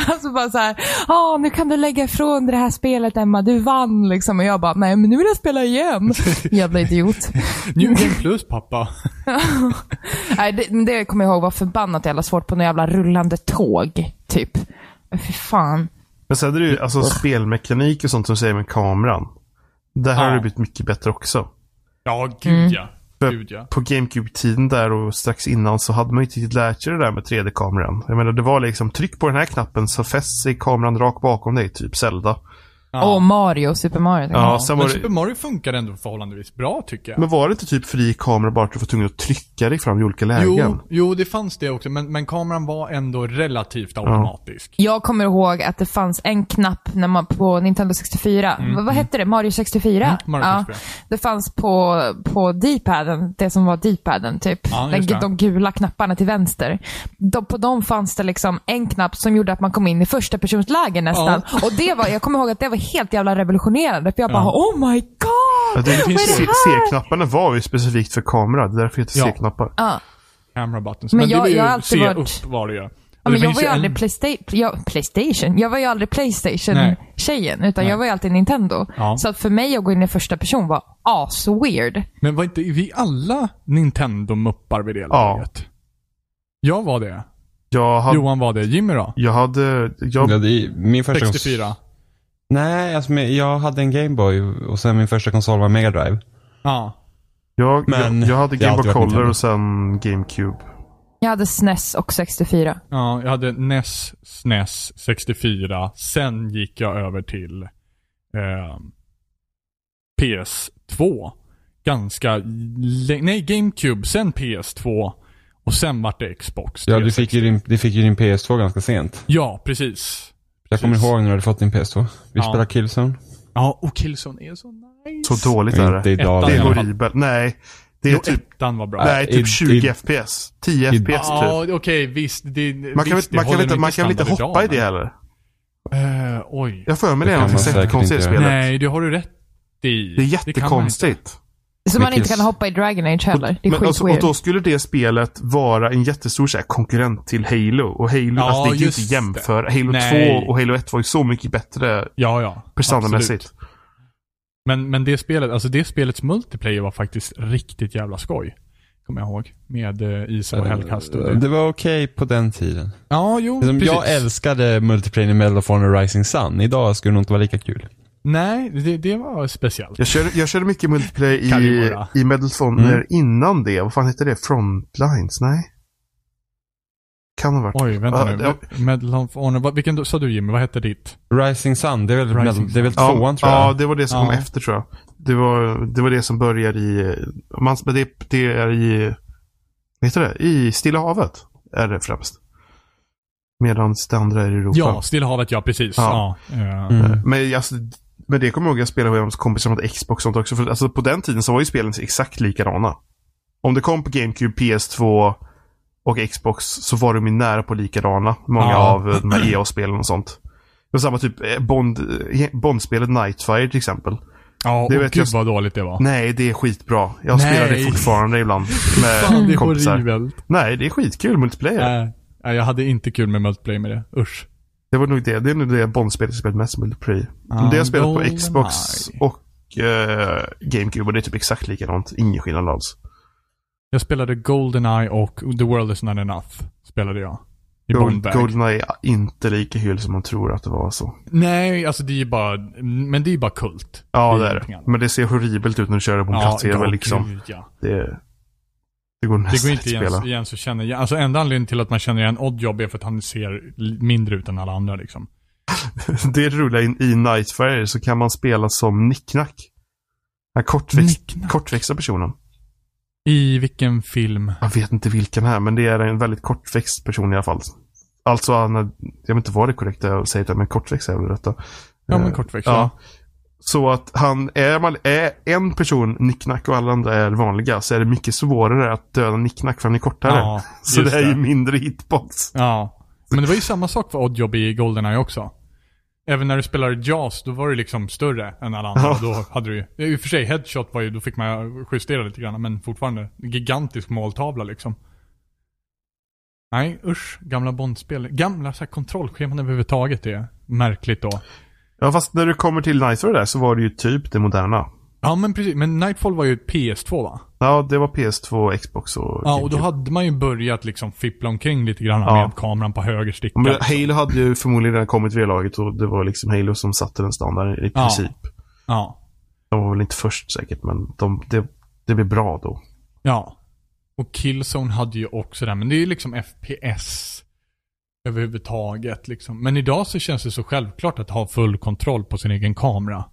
Speaker 3: Alltså bara så här, ja nu kan du lägga ifrån dig det här spelet Emma, du vann liksom. Och jag bara, nej men nu vill jag spela igen. Jävla idiot.
Speaker 4: ah. New Game Plus pappa.
Speaker 3: Nej, det, men det kommer jag ihåg var förbannat jävla svårt på några jävla rullande tåg. Typ. Fy fan.
Speaker 1: Men sen är det ju alltså, spelmekanik och sånt som du säger med kameran. Det här
Speaker 4: Ja.
Speaker 1: har det blivit mycket bättre också.
Speaker 4: Ja,
Speaker 3: Mm.
Speaker 4: gud ja.
Speaker 1: För
Speaker 4: Gud ja.
Speaker 1: På GameCube-tiden där och strax innan så hade man ju inte riktigt lärt sig det där med 3D-kameran. Jag menar det var liksom tryck på den här knappen så fäst sig kameran rakt bakom dig, typ Zelda.
Speaker 3: Åh, Mario. Super Mario. tänker jag.
Speaker 1: Ja, sen var
Speaker 4: Men typ-
Speaker 1: det,
Speaker 4: Super Mario funkar ändå förhållandevis bra tycker jag.
Speaker 1: men var det inte typ fri kamera bara att du var tvungen att trycka dig fram i olika lägen?
Speaker 4: Jo, jo, det fanns det också, men, men kameran var ändå relativt automatisk.
Speaker 3: Jag kommer ihåg att det fanns en knapp när man, på Nintendo 64. Vad, vad hette det? Mario 64?
Speaker 4: Mm, Mario 64.
Speaker 3: det fanns på, på D-paden, det som var D-paden typ.
Speaker 4: Ja,
Speaker 3: Den,
Speaker 4: just det.
Speaker 3: de gula knapparna till vänster. De, på dem fanns det liksom en knapp som gjorde att man kom in i första personsläge nästan. Och det var, jag kommer ihåg att det var helt jävla revolutionerande. För jag bara, oh my god!
Speaker 1: Ja, det,
Speaker 3: vad är det
Speaker 1: C-
Speaker 3: här?
Speaker 1: C-knapparna var ju specifikt för kamera. Det är därför det heter
Speaker 4: Ja.
Speaker 1: C-knappar.
Speaker 4: Camera buttons.
Speaker 3: Men
Speaker 4: Men,
Speaker 3: jag-
Speaker 4: det var ju
Speaker 3: jag har alltid
Speaker 4: se
Speaker 3: varit-
Speaker 4: upp var det ju.
Speaker 3: Ja,
Speaker 4: Det
Speaker 3: men jag
Speaker 4: finns
Speaker 3: var ju
Speaker 4: en-
Speaker 3: aldrig Playsta- ja, Playstation. Jag var ju aldrig
Speaker 4: Nej.
Speaker 3: Playstation-tjejen, utan
Speaker 4: Nej.
Speaker 3: jag var ju alltid Nintendo.
Speaker 4: Ja.
Speaker 3: Så att för mig att gå in i första person var as-weird.
Speaker 4: Men var inte vi alla Nintendo-muppar vid det
Speaker 1: Ja.
Speaker 4: laget? Jag var det.
Speaker 1: Jag hade...
Speaker 4: Johan var det. Jimmy då?
Speaker 1: Jag hade... Jag,
Speaker 2: Ja, det är min första kons-
Speaker 4: 64?
Speaker 2: Nej, alltså, men jag hade en Gameboy och sen min första konsol var Mega Drive.
Speaker 4: Ja.
Speaker 1: jag,
Speaker 2: Men
Speaker 1: jag, jag hade
Speaker 2: jag
Speaker 1: Game
Speaker 2: har
Speaker 1: Boy
Speaker 2: alltid varit
Speaker 1: Color
Speaker 2: Nintendo.
Speaker 1: och sen GameCube.
Speaker 3: Jag hade SNES och 64.
Speaker 4: Ja, jag hade E NES, SNES, 64. Sen gick jag över till eh, PS2. Ganska länge. Nej, GameCube, sen PS2. Och sen vart det Xbox.
Speaker 2: Ja, du
Speaker 4: 360.
Speaker 2: fick, ju din, du fick ju din PS2 ganska sent.
Speaker 4: ja precis.
Speaker 2: Jag kommer
Speaker 4: Precis.
Speaker 2: ihåg när du hade fått din PS2. Vi
Speaker 4: Ja.
Speaker 2: spelade Killzone.
Speaker 4: Ja, och Killzone är så nice.
Speaker 1: Så dåligt är
Speaker 2: Inte
Speaker 1: det.
Speaker 2: idag.
Speaker 1: Det är
Speaker 4: Ettan.
Speaker 2: längre.
Speaker 1: horribelt. Nej. Det är
Speaker 4: Jo,
Speaker 1: typ,
Speaker 4: ettan var bra.
Speaker 1: nej,
Speaker 2: i-
Speaker 1: typ 20
Speaker 2: i-
Speaker 1: FPS. 10
Speaker 2: i-
Speaker 1: FPS typ.
Speaker 4: Ja, okej, visst. Det,
Speaker 1: Man kan, väl-
Speaker 4: visst, det
Speaker 1: man kan,
Speaker 4: håller
Speaker 1: väl inte,
Speaker 4: nog
Speaker 1: man kan väl inte
Speaker 4: standard
Speaker 1: hoppa i
Speaker 4: idag,
Speaker 1: det heller?
Speaker 4: men- Eh, oj.
Speaker 1: Jag har för mig
Speaker 2: Det
Speaker 1: det är
Speaker 2: kan
Speaker 1: någonting
Speaker 2: man säkert
Speaker 1: jättekonstigt i
Speaker 2: inte
Speaker 1: spelet.
Speaker 2: göra.
Speaker 4: Nej, det har du rätt i.
Speaker 1: Det är
Speaker 4: kan man inte.
Speaker 1: jättekonstigt.
Speaker 3: Så man inte
Speaker 2: Vilken-
Speaker 3: kan hoppa i Dragon Age heller. Det är
Speaker 1: Men, alltså, och
Speaker 3: skitweird.
Speaker 1: då skulle det spelet vara en jättestor så här, konkurrent till Halo. Och Halo,
Speaker 4: Ja,
Speaker 1: alltså, det är ju
Speaker 4: just
Speaker 1: inte jämför. Halo
Speaker 4: Nej.
Speaker 1: 2 och Halo 1 var ju så mycket bättre
Speaker 4: Ja, ja. absolut.
Speaker 1: prestandamässigt.
Speaker 4: Men, men det spelet, alltså det spelets multiplayer var faktiskt riktigt jävla skoj. Kommer jag ihåg. Med eh, is och hällkast och det.
Speaker 2: Det var okej på den tiden.
Speaker 4: Ja, jo,
Speaker 2: Liksom,
Speaker 4: precis.
Speaker 2: jag älskade multiplayer i Medal of Honor Rising Sun. Idag skulle det nog inte vara lika kul.
Speaker 4: Nej, det, det var speciellt.
Speaker 1: Jag körde, jag körde mycket multiplayer i,
Speaker 4: Kalimura.
Speaker 1: i Medalsoner innan det. Vad fan hette det? Frontlines? Nej? Kan ha varit.
Speaker 4: Oj, vänta
Speaker 1: Ja,
Speaker 4: nu.
Speaker 1: det-
Speaker 4: Medal of Honor. Vad- Vilken sa du Jimmy? Vad hette ditt?
Speaker 2: Rising Sun, det är väl,
Speaker 4: Rising
Speaker 2: Medal- det är väl
Speaker 1: Ja,
Speaker 2: tvåan tror jag?
Speaker 1: ja, det var det som kom
Speaker 4: Ja.
Speaker 1: efter tror jag. Det var det, var det som börjar i... Man, men det, det är i... Vad heter det? I Stilla havet. Är det främst. Medan det andra är i Europa.
Speaker 4: Ja, Stilla havet ja, precis. Ja.
Speaker 1: Ja.
Speaker 4: eh,
Speaker 2: Mm.
Speaker 1: Men, alltså, men det kommer jag ihåg jag spelade med hans kompisar från Xbox och sånt också. För, alltså, på den tiden så var ju spelen exakt likadana. Om det kom på GameCube, PS2 och Xbox så var de ju nära på likadana. Många
Speaker 4: Ja.
Speaker 1: av eh, de här EA-spelen och sånt. Det var samma typ eh, Bond, eh, Bond-spelet Nightfire till exempel.
Speaker 4: Ja,
Speaker 1: Det
Speaker 4: och
Speaker 1: vet
Speaker 4: gud
Speaker 1: jag-
Speaker 4: vad dåligt det var.
Speaker 1: Nej, det är skitbra. Jag
Speaker 4: Nej.
Speaker 1: spelar det fortfarande ibland med
Speaker 4: Fan, det är
Speaker 1: kompisar.
Speaker 4: horribelt.
Speaker 1: Nej, det är skitkul multiplayer.
Speaker 4: Nej, nej, jag hade inte kul med multiplayer med det. Usch.
Speaker 1: Det var nog det. Det är nog det Bond-spelet jag spelat mest multiplayer.
Speaker 4: Ah,
Speaker 1: det har jag spelat på
Speaker 4: Goldeneye.
Speaker 1: Xbox och eh, GameCube och det är typ exakt likadant. Ingen skillnad alls.
Speaker 4: Jag spelade Goldeneye och The World Is Not Enough. Spelade jag. I
Speaker 1: Gold,
Speaker 4: Bondbag.
Speaker 1: Goldeneye är inte lika hyll som man tror att det var så.
Speaker 4: Nej, alltså det är ju bara, men det är ju bara kult.
Speaker 1: Ja,
Speaker 4: är
Speaker 1: det är
Speaker 4: ingenting
Speaker 1: det.
Speaker 4: annat.
Speaker 1: Men det ser horribelt ut när du kör det på en platt-tv
Speaker 4: gud,
Speaker 1: liksom.
Speaker 4: ja.
Speaker 1: Det, det går
Speaker 4: Det går
Speaker 1: nästan inte att
Speaker 4: inte igen,
Speaker 1: spela.
Speaker 4: igen så känner jag. Alltså enda anledningen till att man känner igen Oddjob är för att han ser l- mindre ut än alla andra liksom.
Speaker 1: Det roliga i, i Nightfire så kan man spela som Nicknack. Den här kortväxt,
Speaker 4: Nicknack.
Speaker 1: kortväxta personen.
Speaker 4: I vilken film?
Speaker 1: Jag vet inte vilken här, men det är en väldigt kortväxt person i alla fall. Alltså, han är, jag vet inte vad det korrekta är att säga, det, men kortväxt är väl detta.
Speaker 4: Ja men kortväxt.
Speaker 1: Eh, Ja. Så att han, är man är en person nicknack och alla andra är vanliga så är det mycket svårare att döda nicknack för han är kortare.
Speaker 4: Ja,
Speaker 1: så
Speaker 4: just
Speaker 1: det är ju
Speaker 4: det.
Speaker 1: mindre hitbox.
Speaker 4: Ja. Men det var ju samma sak för Oddjob i Goldeneye också. Även när du spelade Jaws, då var du liksom större än alla andra.
Speaker 1: Ja.
Speaker 4: Då hade du ju, i och för sig headshot var ju, då fick man justera lite grann, men fortfarande gigantisk måltavla liksom. Nej, usch. Gamla Bondspel. Gamla så här, kontrollscheman överhuvudtaget är märkligt då.
Speaker 1: Ja, fast när du kommer till Nightfire där så var det ju typ det moderna.
Speaker 4: Ja men precis, men Nightfall var ju ett PS2 va?
Speaker 1: Ja, det var PS2, Xbox och
Speaker 4: Ja, och då
Speaker 1: GameCube.
Speaker 4: hade man ju börjat liksom fippla omkring lite grann
Speaker 1: Typ. Ja.
Speaker 4: med kameran på höger sticka.
Speaker 1: Men Halo hade ju förmodligen redan kommit vid det laget och det var liksom Halo som satte den standarden i
Speaker 4: Ja.
Speaker 1: princip.
Speaker 4: Ja.
Speaker 1: De var väl inte först säkert, men de, det, det blev bra då.
Speaker 4: Ja. Och Killzone hade ju också det, här, men det är ju liksom FPS överhuvudtaget liksom. Men idag så känns det så självklart att ha full kontroll på sin egen kamera.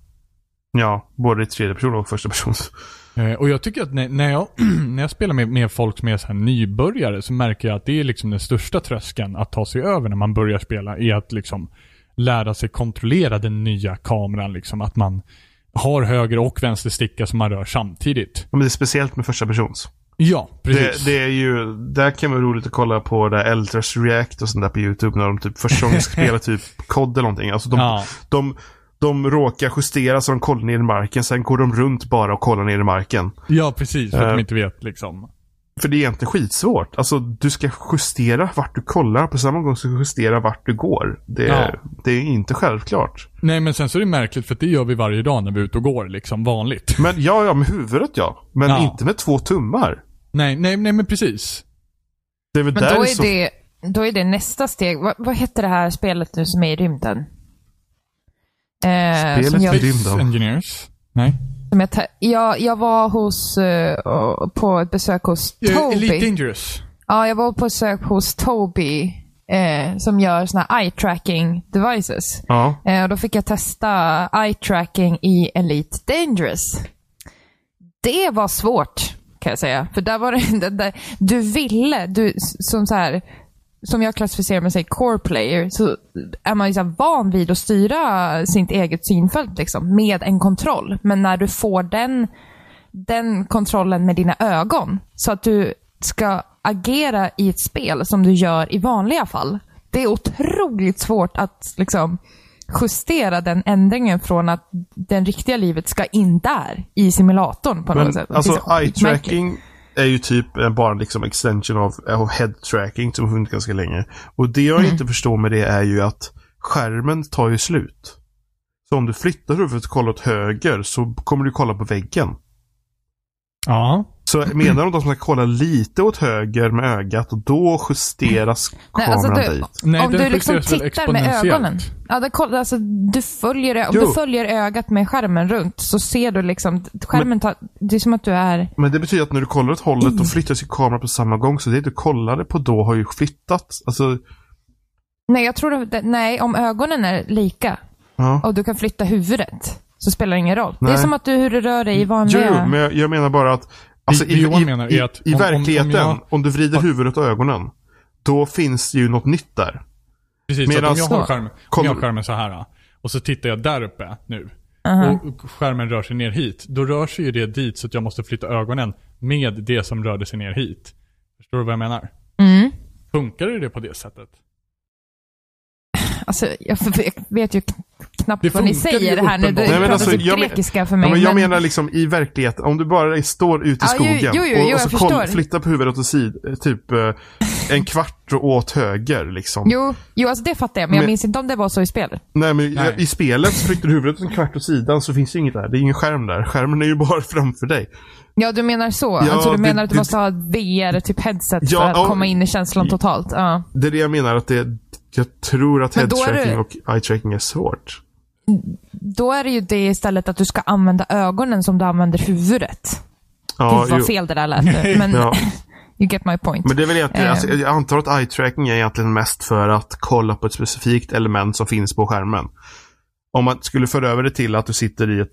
Speaker 1: Ja, både i tredje person och första person.
Speaker 4: Eh, och jag tycker att när, när, jag, när jag spelar med, med folk som är så här nybörjare så märker jag att det är liksom den största tröskeln att ta sig över när man börjar spela är att liksom lära sig kontrollera den nya kameran. Liksom, att man har höger och vänster sticka som man rör samtidigt.
Speaker 1: Men det är speciellt med första persons.
Speaker 4: Ja,
Speaker 1: Det,
Speaker 4: precis.
Speaker 1: det är ju, där kan det vara roligt att kolla på det här Elders React och sånt där på YouTube när de typ första gången ska spela typ kod eller någonting. Alltså de,
Speaker 4: Ja.
Speaker 1: de, de råkar justera så de kollar ner i marken, sen går de runt bara och kollar ner i marken.
Speaker 4: ja, precis. För att de
Speaker 1: Eh.
Speaker 4: inte vet liksom.
Speaker 1: För det är egentligen skitsvårt. Alltså du ska justera vart du kollar, på samma gång ska du justera vart du går. Det,
Speaker 4: Ja.
Speaker 1: det är inte självklart.
Speaker 4: Nej, men sen så är det märkligt för att det gör vi varje dag när vi är ute och går liksom vanligt.
Speaker 1: Men ja, ja, med huvudet ja. Men
Speaker 4: Ja.
Speaker 1: inte med två tummar.
Speaker 4: Nej, nej, nej men precis.
Speaker 1: Det är väl
Speaker 3: Men
Speaker 1: där
Speaker 3: då
Speaker 1: det
Speaker 3: är
Speaker 1: så-
Speaker 3: det då är det nästa steg. Va, vad heter det här spelet nu som är i rymden? Eh,
Speaker 1: Spelet
Speaker 3: som jag,
Speaker 1: i rymden.
Speaker 4: Engineers? Nej.
Speaker 3: som jag, ta- jag, jag var hos, eh, och- på ett besök hos
Speaker 4: Eh, Elite
Speaker 3: Toby.
Speaker 4: Dangerous.
Speaker 3: Ja, jag var på besök hos Toby eh, som gör såna här eye tracking devices.
Speaker 1: Ja.
Speaker 3: Eh, och då fick jag testa eye tracking i Elite Dangerous. Det var svårt kan jag säga. För där var det, där- där, du ville, du, som så här, som jag klassificerar mig som core player, så är man ju så här van vid att styra sitt eget synfält liksom, med en kontroll. Men när du får den, den kontrollen med dina ögon, så att du ska agera i ett spel som du gör i vanliga fall. Det är otroligt svårt att liksom, justera den ändringen från att den riktiga livet ska in där, i simulatorn på något
Speaker 1: Men
Speaker 3: sätt. Liksom Det
Speaker 1: alltså
Speaker 3: är så
Speaker 1: eye
Speaker 3: skitmärkligt.
Speaker 1: tracking är ju typ eh, bara en liksom extension av, av head tracking som har funnits ganska länge. Och det
Speaker 3: Mm.
Speaker 1: jag inte förstår med det är ju att skärmen tar ju slut. Så om du flyttar huvudet och kollar åt höger så kommer du kolla på väggen.
Speaker 4: Ja.
Speaker 1: Så menar de att man ska kolla lite åt höger med ögat och då justeras
Speaker 3: Nej,
Speaker 1: kameran
Speaker 3: alltså du-
Speaker 1: dit.
Speaker 4: Nej,
Speaker 3: om
Speaker 4: den
Speaker 3: du liksom
Speaker 4: justeras väl
Speaker 3: tittar med
Speaker 4: exponentiellt.
Speaker 3: ögonen. Ja, det, koll- alltså, du följer, om
Speaker 1: Jo.
Speaker 3: du följer ögat med skärmen runt så ser du liksom, skärmen tar, det är som att du är,
Speaker 1: Men det betyder att när du kollar åt
Speaker 3: Mm.
Speaker 1: hållet då flyttas ju kameran på samma gång. Så det du kollade på då har ju flyttat. Alltså,
Speaker 3: nej jag tror, det- nej om ögonen är lika
Speaker 1: ja.
Speaker 3: och du kan flytta huvudet så spelar det ingen roll. Det är
Speaker 1: Nej.
Speaker 3: som att du hur du rör dig i
Speaker 1: Jo,
Speaker 3: vanliga...
Speaker 1: jo, men jag, jag menar bara att alltså,
Speaker 4: Det-
Speaker 1: i,
Speaker 4: det Johan
Speaker 1: i,
Speaker 4: menar
Speaker 1: i,
Speaker 4: är att
Speaker 1: i
Speaker 4: om- om- om
Speaker 1: verkligheten, om,
Speaker 4: jag-
Speaker 1: du vrider huvudet och ögonen, då finns det ju något nytt där.
Speaker 4: Precis, så att
Speaker 1: Medan-
Speaker 4: om jag har skärmen, om
Speaker 1: Kommer-
Speaker 4: jag har skärmen så här och så tittar jag där uppe nu och skärmen rör sig ner hit. Då rör sig ju det dit så att jag måste flytta ögonen med det som rörde sig ner hit. Förstår du vad jag menar?
Speaker 3: Mm.
Speaker 4: Funkar det på det sättet?
Speaker 3: Alltså, jag vet ju kn-
Speaker 4: Det
Speaker 3: knappt vad ni
Speaker 4: funkar
Speaker 3: säger
Speaker 4: ju
Speaker 3: det här nu. Det
Speaker 4: uppenbarligen.
Speaker 1: Nej, men
Speaker 3: pratas
Speaker 1: alltså,
Speaker 3: typ
Speaker 1: jag men-
Speaker 3: grekiska för mig.
Speaker 1: Ja, men jag
Speaker 3: men-
Speaker 1: menar liksom i verkligheten, om du bara står ute i
Speaker 3: Ja, jo,
Speaker 1: skogen
Speaker 3: jo, jo,
Speaker 1: och,
Speaker 3: jo,
Speaker 1: och
Speaker 3: jag
Speaker 1: så
Speaker 3: förstår.
Speaker 1: flyttar på huvudet åt sidan, typ eh, en kvart och åt höger liksom.
Speaker 3: Jo, jo alltså det fattar jag, men, jag
Speaker 1: Men-
Speaker 3: minns inte om det var så i spelet.
Speaker 1: Nej, men
Speaker 4: Nej.
Speaker 1: i spelet så flyttar du huvudet en kvart åt sidan så finns ju inget där. Det är ingen skärm där. Skärmen är ju bara framför dig.
Speaker 3: Ja, du menar så.
Speaker 1: Ja,
Speaker 3: alltså, du
Speaker 1: det-
Speaker 3: menar att du
Speaker 1: det-
Speaker 3: måste ha ett VR, typ headset,
Speaker 1: Ja,
Speaker 3: för att
Speaker 1: ja.
Speaker 3: komma in i känslan totalt. Ja.
Speaker 1: Det är det jag menar att det, jag tror att
Speaker 3: Men då är
Speaker 1: headtracking
Speaker 3: det-
Speaker 1: och eye tracking är svårt.
Speaker 3: Då är det ju det istället att du ska använda ögonen som du använder huvudet.
Speaker 1: Ja,
Speaker 3: Gud vad
Speaker 1: jo.
Speaker 3: fel det där lät nu, Men
Speaker 1: Ja.
Speaker 3: you get my point.
Speaker 1: Men det är väl egentligen,
Speaker 3: Eh.
Speaker 1: alltså, jag antar att eye-tracking är egentligen mest för att kolla på ett specifikt element som finns på skärmen. Om man skulle föra över det till att du sitter i ett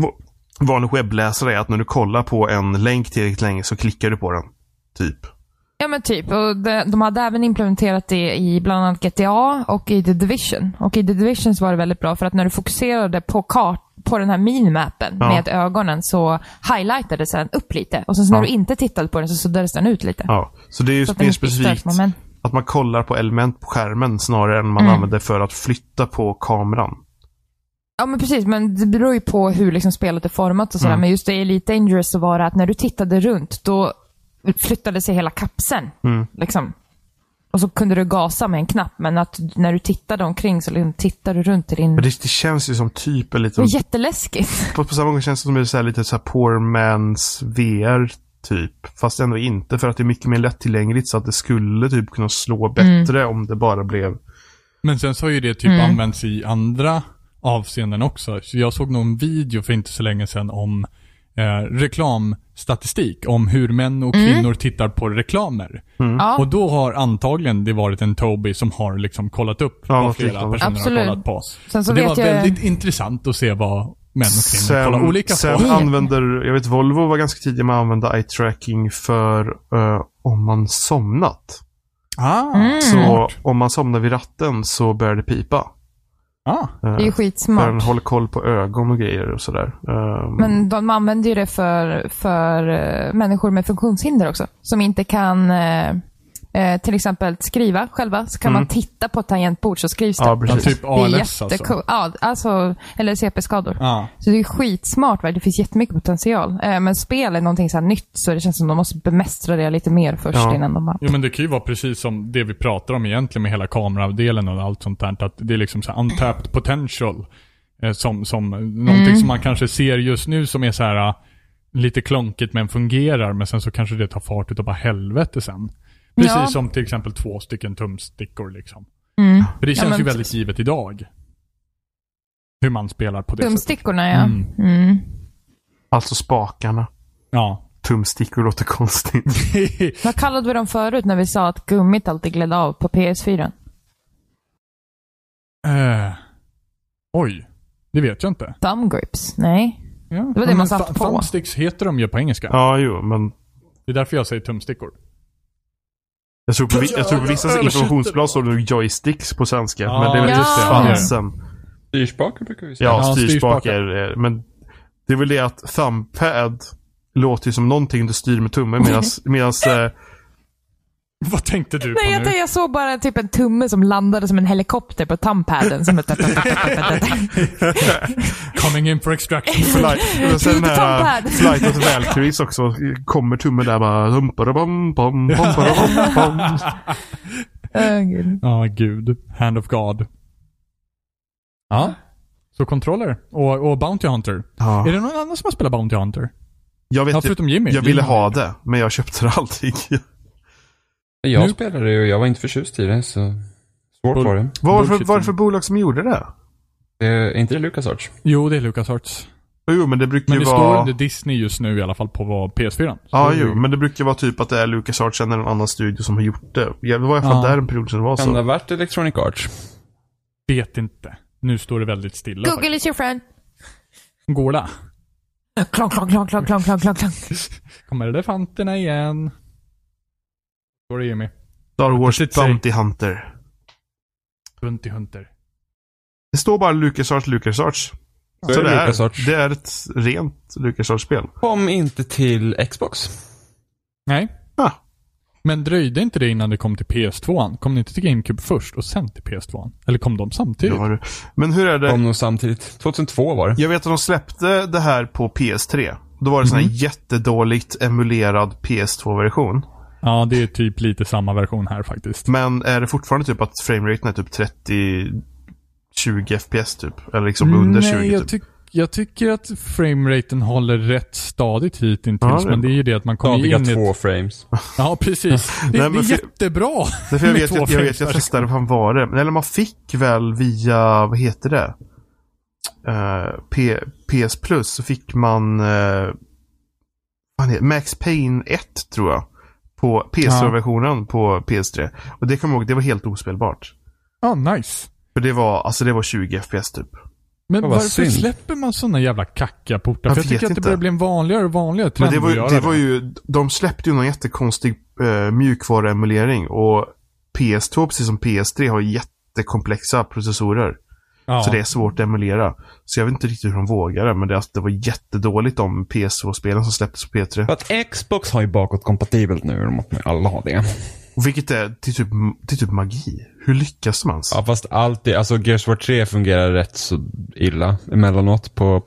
Speaker 1: va- vanlig webbläsare är att när du kollar på en länk tillräckligt länge så klickar du på den. Typ.
Speaker 3: Ja men typ. Och de, de hade även implementerat det i bland annat GTA och i The Division. Och i The Division så var det väldigt bra för att när du fokuserade på kart på den här minimappen
Speaker 1: Ja.
Speaker 3: med ögonen så highlightades den upp lite. Och sen så när
Speaker 1: Ja.
Speaker 3: du inte tittade på den så suddades den ut lite.
Speaker 1: Ja. Så det är ju
Speaker 3: Så att den
Speaker 1: mer
Speaker 3: inte blir
Speaker 1: specifikt
Speaker 3: stötmoment.
Speaker 1: att man kollar på element på skärmen snarare än
Speaker 3: Mm.
Speaker 1: man använder för att flytta på kameran.
Speaker 3: Ja men precis, men det beror ju på hur liksom spelet är format och sådär. Men just i Elite Dangerous så var det att när du tittade runt då flyttade sig hela kapseln. Liksom. Och så kunde du gasa med en knapp, men att när du tittade omkring så liksom tittade du runt i din...
Speaker 1: Men
Speaker 3: Det
Speaker 1: det, Mm. det känns ju som typ en liten...
Speaker 3: var jätteläskigt.
Speaker 1: På, på samma gång känns det som det är så här lite så här poor man's VR typ. Fast ändå inte för att det är mycket mer lättillgängligt så att det skulle typ kunna slå
Speaker 3: Mm.
Speaker 1: bättre om det bara blev.
Speaker 4: Men sen så har ju det typ
Speaker 3: Mm.
Speaker 4: använts i andra avseenden också. Så jag såg någon video för inte så länge sedan om eh, reklamstatistik. Om hur män och kvinnor tittar på reklamer.
Speaker 3: Mm. Ja.
Speaker 4: Och då har antagligen det varit en Toby som har liksom kollat upp
Speaker 1: Ja,
Speaker 4: vad
Speaker 1: något
Speaker 4: flera
Speaker 1: liknande.
Speaker 4: personer
Speaker 3: Absolut.
Speaker 4: har kollat på.
Speaker 3: Sen så
Speaker 4: det
Speaker 3: vet
Speaker 4: var
Speaker 3: jag-
Speaker 4: väldigt intressant att se vad män och kvinnor kollar olika
Speaker 1: sen
Speaker 4: på.
Speaker 3: Mm.
Speaker 1: använder, jag vet Volvo var ganska tidiga med att använda eye tracking för eh, om man somnat.
Speaker 4: Ah,
Speaker 3: Mm.
Speaker 1: Så om man somnar vid ratten så börjar det pipa.
Speaker 4: ah.
Speaker 1: Eh,
Speaker 3: Det är ju
Speaker 1: för den
Speaker 3: skitsmart.
Speaker 1: håller koll på ögon och grejer och sådär. Ehm,
Speaker 3: Men de använder ju det för, för eh, människor med funktionshinder också. Som inte kan eh, eh, till exempel skriva själva. Så kan man titta på ett tangentbord så skrivs det.
Speaker 1: ja,
Speaker 4: Ja,
Speaker 1: precis.
Speaker 4: typ
Speaker 3: det är
Speaker 4: ALS alltså.
Speaker 3: jättecool. Ja, alltså, eller CP-skador.
Speaker 4: Ah.
Speaker 3: Så det är skitsmart. Va? Det finns jättemycket potential. Eh, men spel är någonting så här nytt, så det känns som de måste bemästra det lite mer först
Speaker 1: Ja.
Speaker 3: innan de bara...
Speaker 4: Jo men det kan ju vara precis som det vi pratar om egentligen med hela kameravdelen och allt sånt där. Att det är liksom så här untapped potential. eh, Som, som
Speaker 3: Mm.
Speaker 4: någonting som man kanske ser just nu som är så här eh, lite klonkigt men fungerar. Men sen så kanske det tar fart utav bara helvete sen. Precis
Speaker 3: Ja.
Speaker 4: som till exempel två stycken tumstickor liksom.
Speaker 3: Mm.
Speaker 4: För det
Speaker 3: Ja,
Speaker 4: känns
Speaker 3: men
Speaker 4: ju väldigt givet idag. Hur man spelar på det sättet.
Speaker 3: Tumstickorna ja.
Speaker 4: Mm.
Speaker 3: Mm.
Speaker 1: Alltså spakarna.
Speaker 4: Ja.
Speaker 1: Tumstickor låter konstigt.
Speaker 3: Vad kallade vi dem förut när vi sa att gummit alltid gled av på PS4?
Speaker 4: Eh, oj. Det vet jag inte.
Speaker 3: Thumb grips? Nej.
Speaker 4: Ja. Det
Speaker 3: man satt på.
Speaker 4: Thumbsticks heter de ju på engelska.
Speaker 1: ja, jo, men
Speaker 4: Det är därför jag säger tumstickor.
Speaker 1: jag tror på, vi- jag tror på vissa
Speaker 4: översätter
Speaker 1: informationsblad står det joysticks på svenska.
Speaker 4: Ja,
Speaker 1: men det är väl typ
Speaker 3: just det.
Speaker 1: fansen.
Speaker 2: Styrspakar brukar vi säga.
Speaker 1: Ja,
Speaker 4: Ja,
Speaker 1: styrspakar.
Speaker 4: styrspakar.
Speaker 1: är- Men det är väl det att thumbpad låter ju som någonting du styr med tummen medan eh,
Speaker 4: Vad tänkte du på
Speaker 3: Nej, jag,
Speaker 4: nu?
Speaker 3: tänkte- jag såg bara typ en tumme som landade som en helikopter på thumbpaden. Som ett...
Speaker 4: Coming in for extraction.
Speaker 1: flight, och sen den här eh,
Speaker 3: Thumbpad.
Speaker 1: flight of the Valkyries också kommer tummen där bara humparabam, bam, humparabam, bam.
Speaker 3: Åh, gud.
Speaker 4: Ja, gud. Hand of God.
Speaker 2: Ja.
Speaker 4: Så controller och, och Bounty Hunter.
Speaker 1: Ja.
Speaker 4: Är det någon annan som har spelat Bounty Hunter?
Speaker 1: Jag vet
Speaker 4: Ja,
Speaker 1: ju-
Speaker 4: förutom Jimmy.
Speaker 1: Jag ville
Speaker 4: Jimmy.
Speaker 1: ha det, men jag köpte det aldrig.
Speaker 2: Jag
Speaker 4: Nu-
Speaker 2: spelade det och jag var inte förtjust i det, så svårt
Speaker 4: Bull-
Speaker 2: var det.
Speaker 1: Varför,
Speaker 4: Bullshit.
Speaker 1: varför bolag som gjorde det?
Speaker 2: det är inte det LucasArts?
Speaker 4: Jo, det är LucasArts.
Speaker 1: Jo, men det brukar
Speaker 4: Men
Speaker 1: ju
Speaker 4: det står
Speaker 1: vara...
Speaker 4: under Disney just nu i alla fall på vad PS4. Så
Speaker 1: Ja,
Speaker 4: det-
Speaker 1: jo, men det brukar vara typ att det är LucasArts eller en annan studio som har gjort det. Jag var i alla fall
Speaker 4: Ja.
Speaker 1: där en period som det var
Speaker 2: Kan det ha
Speaker 1: så.
Speaker 2: varit Electronic Arts?
Speaker 4: Vet inte. Nu står det väldigt stilla.
Speaker 3: Google is your friend.
Speaker 4: faktiskt. Går det?
Speaker 3: Klong, klong, klong, klong, klong, klong, klong. klong.
Speaker 4: Kommer elefanterna igen? Står det Jimmy?
Speaker 1: Star Wars
Speaker 4: Precis, säg.
Speaker 1: Bounty Hunter.
Speaker 4: Bunty Hunter.
Speaker 1: Det står bara LucasArts, LucasArts.
Speaker 2: Så är det LucasArts.
Speaker 1: det är ett rent LucasArts-spel.
Speaker 2: Kom inte till Xbox.
Speaker 4: Nej.
Speaker 1: Ah.
Speaker 4: Men dröjde inte det innan det kom till PS2? Kom det inte till GameCube först och sen till PS2? Eller kom de samtidigt?
Speaker 1: Då har du- Men hur är det?
Speaker 2: Kom nog samtidigt. 2002 var det.
Speaker 1: Jag vet att de släppte det här på PS3. Då var det sån här
Speaker 4: Mhm.
Speaker 1: jättedåligt emulerad PS2-version.
Speaker 4: Ja, det är typ lite samma version här faktiskt.
Speaker 1: Men är det fortfarande typ att frameraten är typ 30, 20 FPS typ? Eller liksom under 20
Speaker 4: Mm, Nej, jag,
Speaker 1: typ?
Speaker 4: tyck- jag tycker att frameraten håller rätt stadigt hittills.
Speaker 1: Ja, det är
Speaker 4: men det är ju det att man kommer
Speaker 2: Stadiga
Speaker 4: in i
Speaker 2: två
Speaker 4: ett...
Speaker 2: frames.
Speaker 4: Ja, precis. Det,
Speaker 1: Nej, men
Speaker 4: det är
Speaker 1: för-
Speaker 4: jättebra.
Speaker 1: Därför jag
Speaker 4: med
Speaker 1: vet,
Speaker 4: två
Speaker 1: jag, jag vet,
Speaker 4: frames.
Speaker 1: jag testade fan var det. Eller man fick väl via, vad heter det? Eh, P, PS Plus så fick man eh, vad heter, Max Payne 1 tror jag. På PS4-versionen på PS3. Och det kommer jag ihåg, det var helt ospelbart.
Speaker 4: Ja, nice.
Speaker 1: För det var, alltså det var 20 FPS typ.
Speaker 4: Men
Speaker 2: Vad
Speaker 4: varför
Speaker 2: synd.
Speaker 4: släpper man sådana jävla kackaportar?
Speaker 1: Jag
Speaker 4: För jag
Speaker 1: vet
Speaker 4: tycker att
Speaker 1: inte.
Speaker 4: det börjar bli en vanligare och vanligare trend
Speaker 1: Men det var,
Speaker 4: att göra
Speaker 1: ju- det var ju, de släppte ju någon jättekonstig eh, mjukvaruemulering. Och PS2, precis som PS3, har jättekomplexa processorer.
Speaker 4: ja.
Speaker 1: Så det är svårt att emulera. Så jag vet inte riktigt hur de vågade, men det, alltså, det var jättedåligt om PS2-spelen som släpptes på P3.
Speaker 2: För att Xbox har ju bakåtkompatibelt nu. De måste ju alla ha det.
Speaker 1: Och vilket är till typ, till typ magi. Hur lyckas man?
Speaker 2: Ja, fast alltid. Alltså Gears of War 3 fungerar rätt så illa emellanåt på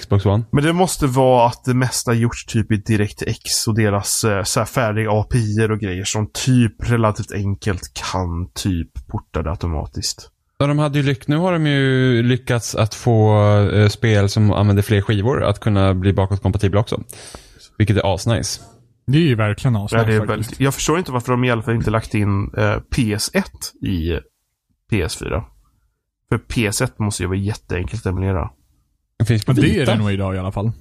Speaker 2: Xbox One.
Speaker 1: Men det måste vara att det mesta gjorts typ i DirectX och deras eh, så här färdiga api och grejer som typ relativt enkelt kan typ porta det automatiskt.
Speaker 2: Ja, de hade ju lyck- nu har de ju lyckats att få eh, spel som använder fler skivor att kunna bli bakåtkompatibla också. Vilket är asnice.
Speaker 4: Det är ju verkligen
Speaker 1: Ja,
Speaker 4: asnice
Speaker 1: det är
Speaker 4: faktiskt.
Speaker 1: väldigt, jag förstår inte varför de i alla fall inte lagt in eh, PS1 i eh, PS4. För PS1 måste ju vara jätteenkelt att emulera.
Speaker 2: Det finns på
Speaker 4: Men det är
Speaker 2: Vita.
Speaker 4: det nog idag i alla fall.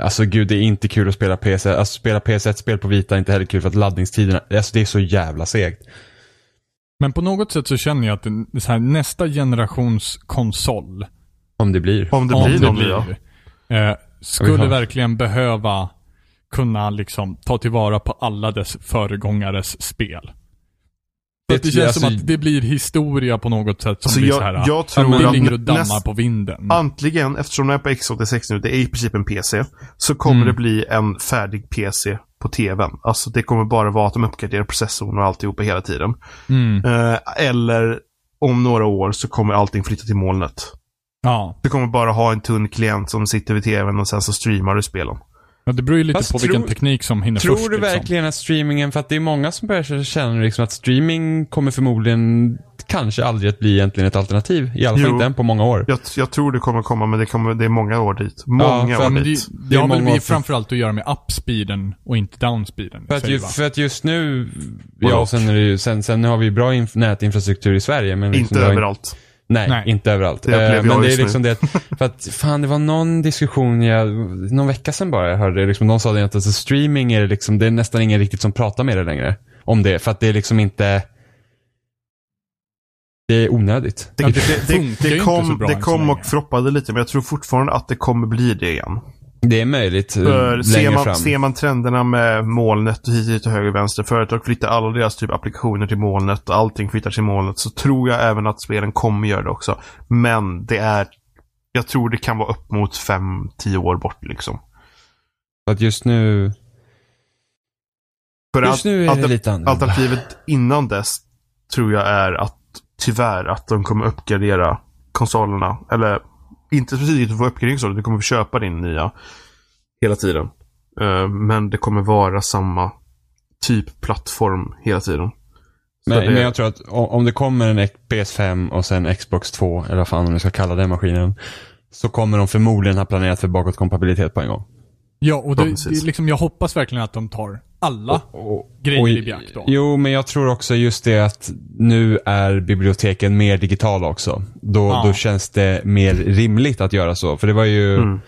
Speaker 2: Alltså gud, det är inte kul att spela PS1. Alltså spela PS1-spel på Vita är inte heller kul för att laddningstiderna, alltså det är så jävla segt.
Speaker 4: Men på något sätt så känner jag att det, så här, nästa generations konsol
Speaker 2: Om det blir.
Speaker 1: Om det
Speaker 4: om
Speaker 1: blir
Speaker 4: det
Speaker 1: någon
Speaker 4: blir,
Speaker 1: ja.
Speaker 4: eh,
Speaker 2: Jag vill
Speaker 4: skulle
Speaker 2: ha.
Speaker 4: verkligen behöva kunna liksom ta tillvara på alla dess föregångares spel. Det,
Speaker 2: Det-
Speaker 4: det känns
Speaker 2: alltså-
Speaker 4: som att det blir historia på något sätt som
Speaker 1: Alltså,
Speaker 4: blir
Speaker 1: jag-
Speaker 4: så här.
Speaker 1: jag tror
Speaker 4: det
Speaker 1: att
Speaker 4: ligger och dammar
Speaker 1: näst-
Speaker 4: på vinden.
Speaker 1: Antligen, eftersom den är på X86 nu, det är i princip en PC, så kommer
Speaker 4: Mm.
Speaker 1: det bli en färdig PC på tvn. Alltså det kommer bara vara att de uppgraderar processorn och alltihopa hela tiden.
Speaker 4: Mm.
Speaker 1: Eh, eller om några år så kommer allting flytta till molnet.
Speaker 4: Ja.
Speaker 1: Du kommer bara ha en tunn klient som sitter vid tvn och sen så streamar du spelen.
Speaker 4: Men det beror ju lite
Speaker 2: Fast
Speaker 4: på vilken
Speaker 2: tror-
Speaker 4: teknik som hinner
Speaker 2: Tror
Speaker 4: först.
Speaker 2: du
Speaker 4: liksom.
Speaker 2: verkligen att streamingen, för att det är många som börjar känna liksom att streaming kommer förmodligen kanske aldrig att bli egentligen ett alternativ. I alla fall
Speaker 1: Jo.
Speaker 2: inte än på många år.
Speaker 1: Jag, jag tror det kommer komma, men det, kommer, det är många år dit. Många
Speaker 2: för
Speaker 1: år
Speaker 2: att
Speaker 4: Men
Speaker 1: dit.
Speaker 4: det,
Speaker 2: Det
Speaker 4: det
Speaker 2: är
Speaker 4: har väl
Speaker 2: många
Speaker 4: vi
Speaker 2: för-
Speaker 4: framförallt att göra med upspeeden och inte downspeeden.
Speaker 2: För att,
Speaker 4: säger
Speaker 2: ju,
Speaker 4: vi, va?
Speaker 2: för att just nu,
Speaker 1: Både
Speaker 2: ja,
Speaker 1: och.
Speaker 2: och sen, är det ju, sen, sen har vi bra inf- nätinfrastruktur i Sverige. Men liksom
Speaker 1: Inte
Speaker 2: det har
Speaker 1: överallt.
Speaker 2: Nej,
Speaker 4: Nej.
Speaker 2: inte överallt.
Speaker 1: Det upplever
Speaker 2: Eh, men
Speaker 1: jag
Speaker 2: det är
Speaker 1: just nu.
Speaker 2: liksom det att, för att, fan det var någon diskussion, jag, någon vecka sedan bara jag hörde, det, liksom, någon sa det att alltså, streaming är det liksom, det är nästan ingen riktigt som pratar med det längre. Om det, för att det är liksom inte, det är onödigt.
Speaker 1: Det,
Speaker 4: Ja,
Speaker 1: det,
Speaker 4: det
Speaker 1: det,
Speaker 4: funkar ju
Speaker 1: det,
Speaker 4: inte så
Speaker 1: kom,
Speaker 4: bra
Speaker 1: det
Speaker 4: än så
Speaker 1: kom
Speaker 4: länge.
Speaker 1: och floppade lite, men jag tror fortfarande att det kommer bli det igen.
Speaker 2: Det är möjligt
Speaker 4: Mm,
Speaker 2: eh,
Speaker 1: För ser
Speaker 2: längre
Speaker 1: man,
Speaker 2: fram.
Speaker 1: ser man trenderna med molnet och hit, hit och höger och vänster. Företag flyttar alla deras typ applikationer till molnet och allting flyttar till molnet. Så tror jag även att spelen kommer göra det också. Men det är, jag tror det kan vara upp mot 5-10 år bort liksom.
Speaker 2: För att just nu,
Speaker 1: För
Speaker 2: just nu är det
Speaker 1: alter-
Speaker 2: lite annorlunda.
Speaker 1: alternativet innan dess tror jag är att tyvärr att de kommer uppgradera konsolerna. Eller inte specifikt för uppgradering så, du kommer köpa din nya hela tiden. Eh, men det kommer vara samma typ plattform hela tiden. Så
Speaker 2: Men,
Speaker 1: det-
Speaker 2: men jag tror att o- om det kommer en PS5 och sen Xbox 2, eller vad fan om ni ska kalla den maskinen, så kommer de förmodligen ha planerat för bakåtkompatibilitet på en gång.
Speaker 4: Ja, och det, det,
Speaker 1: Precis.
Speaker 4: är liksom, jag hoppas verkligen att de tar alla grejer
Speaker 2: Och-
Speaker 4: i beakt då.
Speaker 2: Jo, men jag tror också just det att nu är biblioteken mer digitala också. Då,
Speaker 4: Ja.
Speaker 2: då känns det mer rimligt att göra så. För det var ju,
Speaker 1: Mm.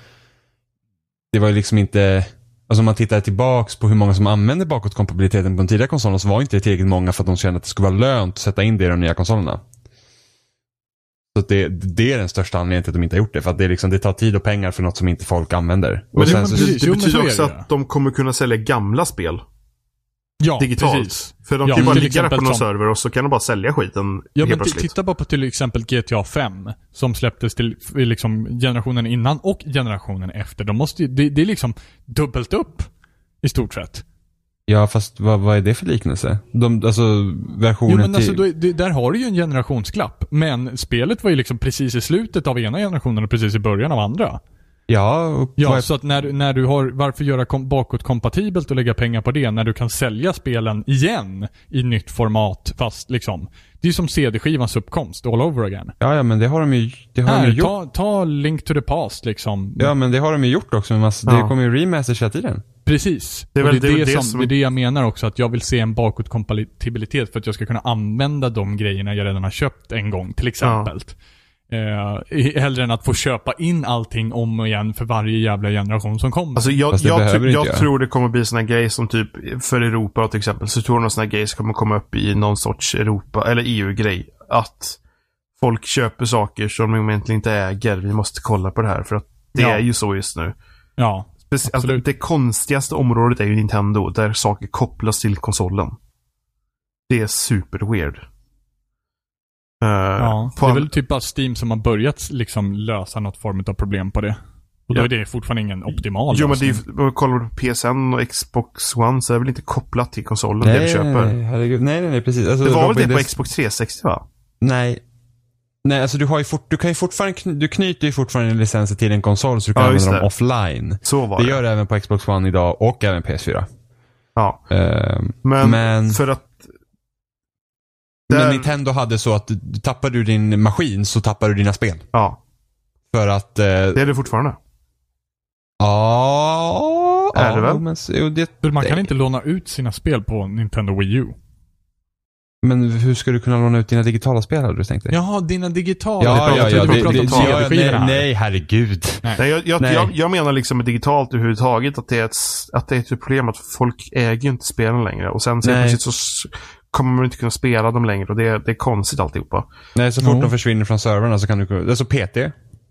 Speaker 2: det var ju liksom inte, alltså om man tittar tillbaks på hur många som använde bakåtkompatibiliteten på de tidiga konsolerna så var inte det tillräckligt många för att de kände att det skulle vara lönt att sätta in det i de nya konsolerna. Så att det, det är den största anledningen till att de inte har gjort det. För att det, är liksom, det tar tid och pengar för något som inte folk använder.
Speaker 1: Men
Speaker 2: Och
Speaker 1: det,
Speaker 2: sen
Speaker 1: det,
Speaker 2: så,
Speaker 4: precis.
Speaker 1: det
Speaker 4: Jo, men så
Speaker 1: betyder
Speaker 4: är
Speaker 1: också
Speaker 4: det ju.
Speaker 1: att de kommer kunna sälja gamla spel
Speaker 4: ja,
Speaker 1: digitalt.
Speaker 4: precis.
Speaker 1: För de
Speaker 4: Ja,
Speaker 1: kan ju bara
Speaker 4: till
Speaker 1: ligga där på
Speaker 4: exempel
Speaker 1: någon
Speaker 4: som-
Speaker 1: server och så kan de bara sälja skiten
Speaker 4: Ja,
Speaker 1: helt
Speaker 4: men t-
Speaker 1: plötsligt.
Speaker 4: titta bara på till exempel GTA 5 som släpptes till f- liksom, generationen innan och generationen efter. De måste, ju- det, det är liksom dubbelt upp i stort sett.
Speaker 2: ja, fast vad, vad är det för liknelse? De, alltså versionen
Speaker 4: Jo, men alltså,
Speaker 2: till...
Speaker 4: då, är- det, där har du ju en generationsklapp. Men spelet var ju liksom precis i slutet av ena generationen och precis i början av andra.
Speaker 2: Ja, och
Speaker 4: Ja,
Speaker 2: vad är-
Speaker 4: så att när, när du har, varför göra kom, bakåtkompatibelt och lägga pengar på det när du kan sälja spelen igen i nytt format fast liksom. Det är ju som CD-skivans uppkomst all over again.
Speaker 2: ja, ja, men det har de ju, det har de
Speaker 4: Här,
Speaker 2: ju gjort.
Speaker 4: ta, ta Link to the Past liksom.
Speaker 2: Ja, men det har de ju gjort också. Men alltså,
Speaker 1: Ja.
Speaker 2: Det kommer ju remasters hela tiden.
Speaker 4: Precis.
Speaker 1: Det är
Speaker 4: Det är,
Speaker 1: väl-
Speaker 4: och det, är det, som,
Speaker 1: som-
Speaker 4: det är det jag menar också, att jag vill se en bakåtkompatibilitet för att jag ska kunna använda de grejerna jag redan har köpt en gång, till exempel. Eh, i- hellre än att få köpa in allting om och igen för varje jävla generation som kommer.
Speaker 1: Alltså jag,
Speaker 2: Fast det
Speaker 1: jag,
Speaker 2: behöver
Speaker 1: tr-
Speaker 2: inte
Speaker 1: jag
Speaker 2: göra.
Speaker 1: tror det kommer bli såna grejer som typ för Europa till exempel. Så tror jag någon sån här grej som kommer komma upp i någon sorts Europa eller EU-grej. Att folk köper saker som de egentligen inte äger. Vi måste kolla på det här för att det
Speaker 4: Ja.
Speaker 1: är ju så just nu.
Speaker 4: ja.
Speaker 1: Speci- alltså,
Speaker 4: Absolut.
Speaker 1: det konstigaste området är ju Nintendo där saker kopplas till konsolen. Det är super weird. Eh,
Speaker 4: ja.
Speaker 1: på
Speaker 4: Det är
Speaker 1: an-
Speaker 4: väl typ bara Steam som har börjat liksom lösa något form av problem på det. Och då
Speaker 1: Ja.
Speaker 4: är det fortfarande ingen optimal
Speaker 1: Jo men det är
Speaker 4: lösning.
Speaker 1: ju, om kollar du på PSN och Xbox One så är det väl inte kopplat till konsolen det vi köper.
Speaker 2: nej, herregud. nej, nej, nej, precis. Alltså,
Speaker 1: Det var väl
Speaker 2: Robin,
Speaker 1: det på Xbox 360 va?
Speaker 2: Nej. Nej, alltså du, har ju fort, du kan ju fortfarande, kny- du knyter ju fortfarande licenser till en konsol så du kan
Speaker 1: Ja, just
Speaker 2: använda dem
Speaker 1: det.
Speaker 2: offline.
Speaker 1: Så var
Speaker 2: Det
Speaker 1: det.
Speaker 2: gör det även på Xbox One idag och även PS4.
Speaker 1: Ja.
Speaker 2: Ehm,
Speaker 1: Men,
Speaker 2: Men-
Speaker 1: för att...
Speaker 2: men
Speaker 1: Där-
Speaker 2: Nintendo hade så att du- tappar du din maskin så tappar du dina spel.
Speaker 1: Ja,
Speaker 2: För att... eh,
Speaker 1: det är det fortfarande.
Speaker 2: Ja...
Speaker 1: Är
Speaker 2: ja,
Speaker 1: det väl?
Speaker 2: Men, s- jo, det,
Speaker 4: För Man kan inte låna ut sina spel på Nintendo Wii U.
Speaker 2: men hur ska du kunna låna ut dina digitala spel hade du tänkt dig?
Speaker 4: Jaha, dina digitala. typ
Speaker 2: ja, ja.
Speaker 1: pratar-
Speaker 2: ja,
Speaker 1: vi
Speaker 2: det,
Speaker 1: pratar
Speaker 2: det,
Speaker 1: om
Speaker 2: ja nej,
Speaker 4: CD-skivor här.
Speaker 2: nej, herregud.
Speaker 1: Nej, jag, jag,
Speaker 2: Nej.
Speaker 1: Jag, jag menar liksom digitalt överhuvudtaget att det är ett, s- att det är ett problem att folk äger ju inte spelen längre. Och sen så
Speaker 2: Nej.
Speaker 1: plötsligt så s- kommer man inte kunna spela dem längre och det, är- det är konstigt alltihopa.
Speaker 2: Nej, så fort
Speaker 4: Jo.
Speaker 2: de försvinner från servrarna så kan du... Alltså PT.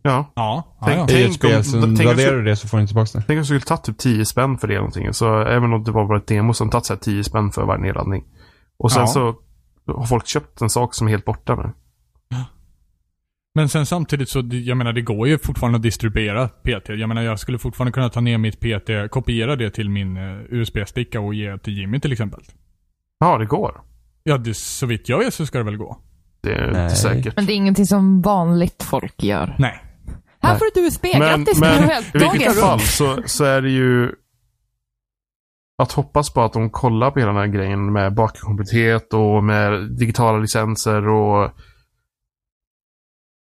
Speaker 1: Ja.
Speaker 4: Ja, ja,
Speaker 1: Tänk-
Speaker 4: ja.
Speaker 2: I ett
Speaker 1: om-
Speaker 2: spel, så
Speaker 1: tänk om-
Speaker 2: raderar du det så får du inte tillbaka det.
Speaker 1: Tänk om du skulle tagit typ 10 spänn för det eller någonting. Så även om det var bara ett demo som tagit så här 10 spänn för varje nedladdning. Och sen
Speaker 4: Ja.
Speaker 1: så har folk köpt en sak som är helt borta nu.
Speaker 4: Men sen samtidigt så, jag menar det går ju fortfarande att distribuera PT. Jag menar jag skulle fortfarande kunna ta ner mitt PT, kopiera det till min eh, USB-sticka och ge till Jimmy till exempel.
Speaker 1: Ja, det går.
Speaker 4: Ja, det, så vitt jag vet så ska det väl gå?
Speaker 1: Det är
Speaker 2: Nej.
Speaker 1: säkert.
Speaker 3: Men det är ingenting som vanligt folk gör.
Speaker 4: Nej.
Speaker 3: Här får du ett USB,
Speaker 1: Men,
Speaker 3: grattis!
Speaker 1: men
Speaker 3: du har
Speaker 1: i
Speaker 3: helt
Speaker 1: vilket
Speaker 3: dagen.
Speaker 1: fall så, så är det ju att hoppas på att de kollar på hela den här grejen med bakgrundskompatibilitet och med digitala licenser och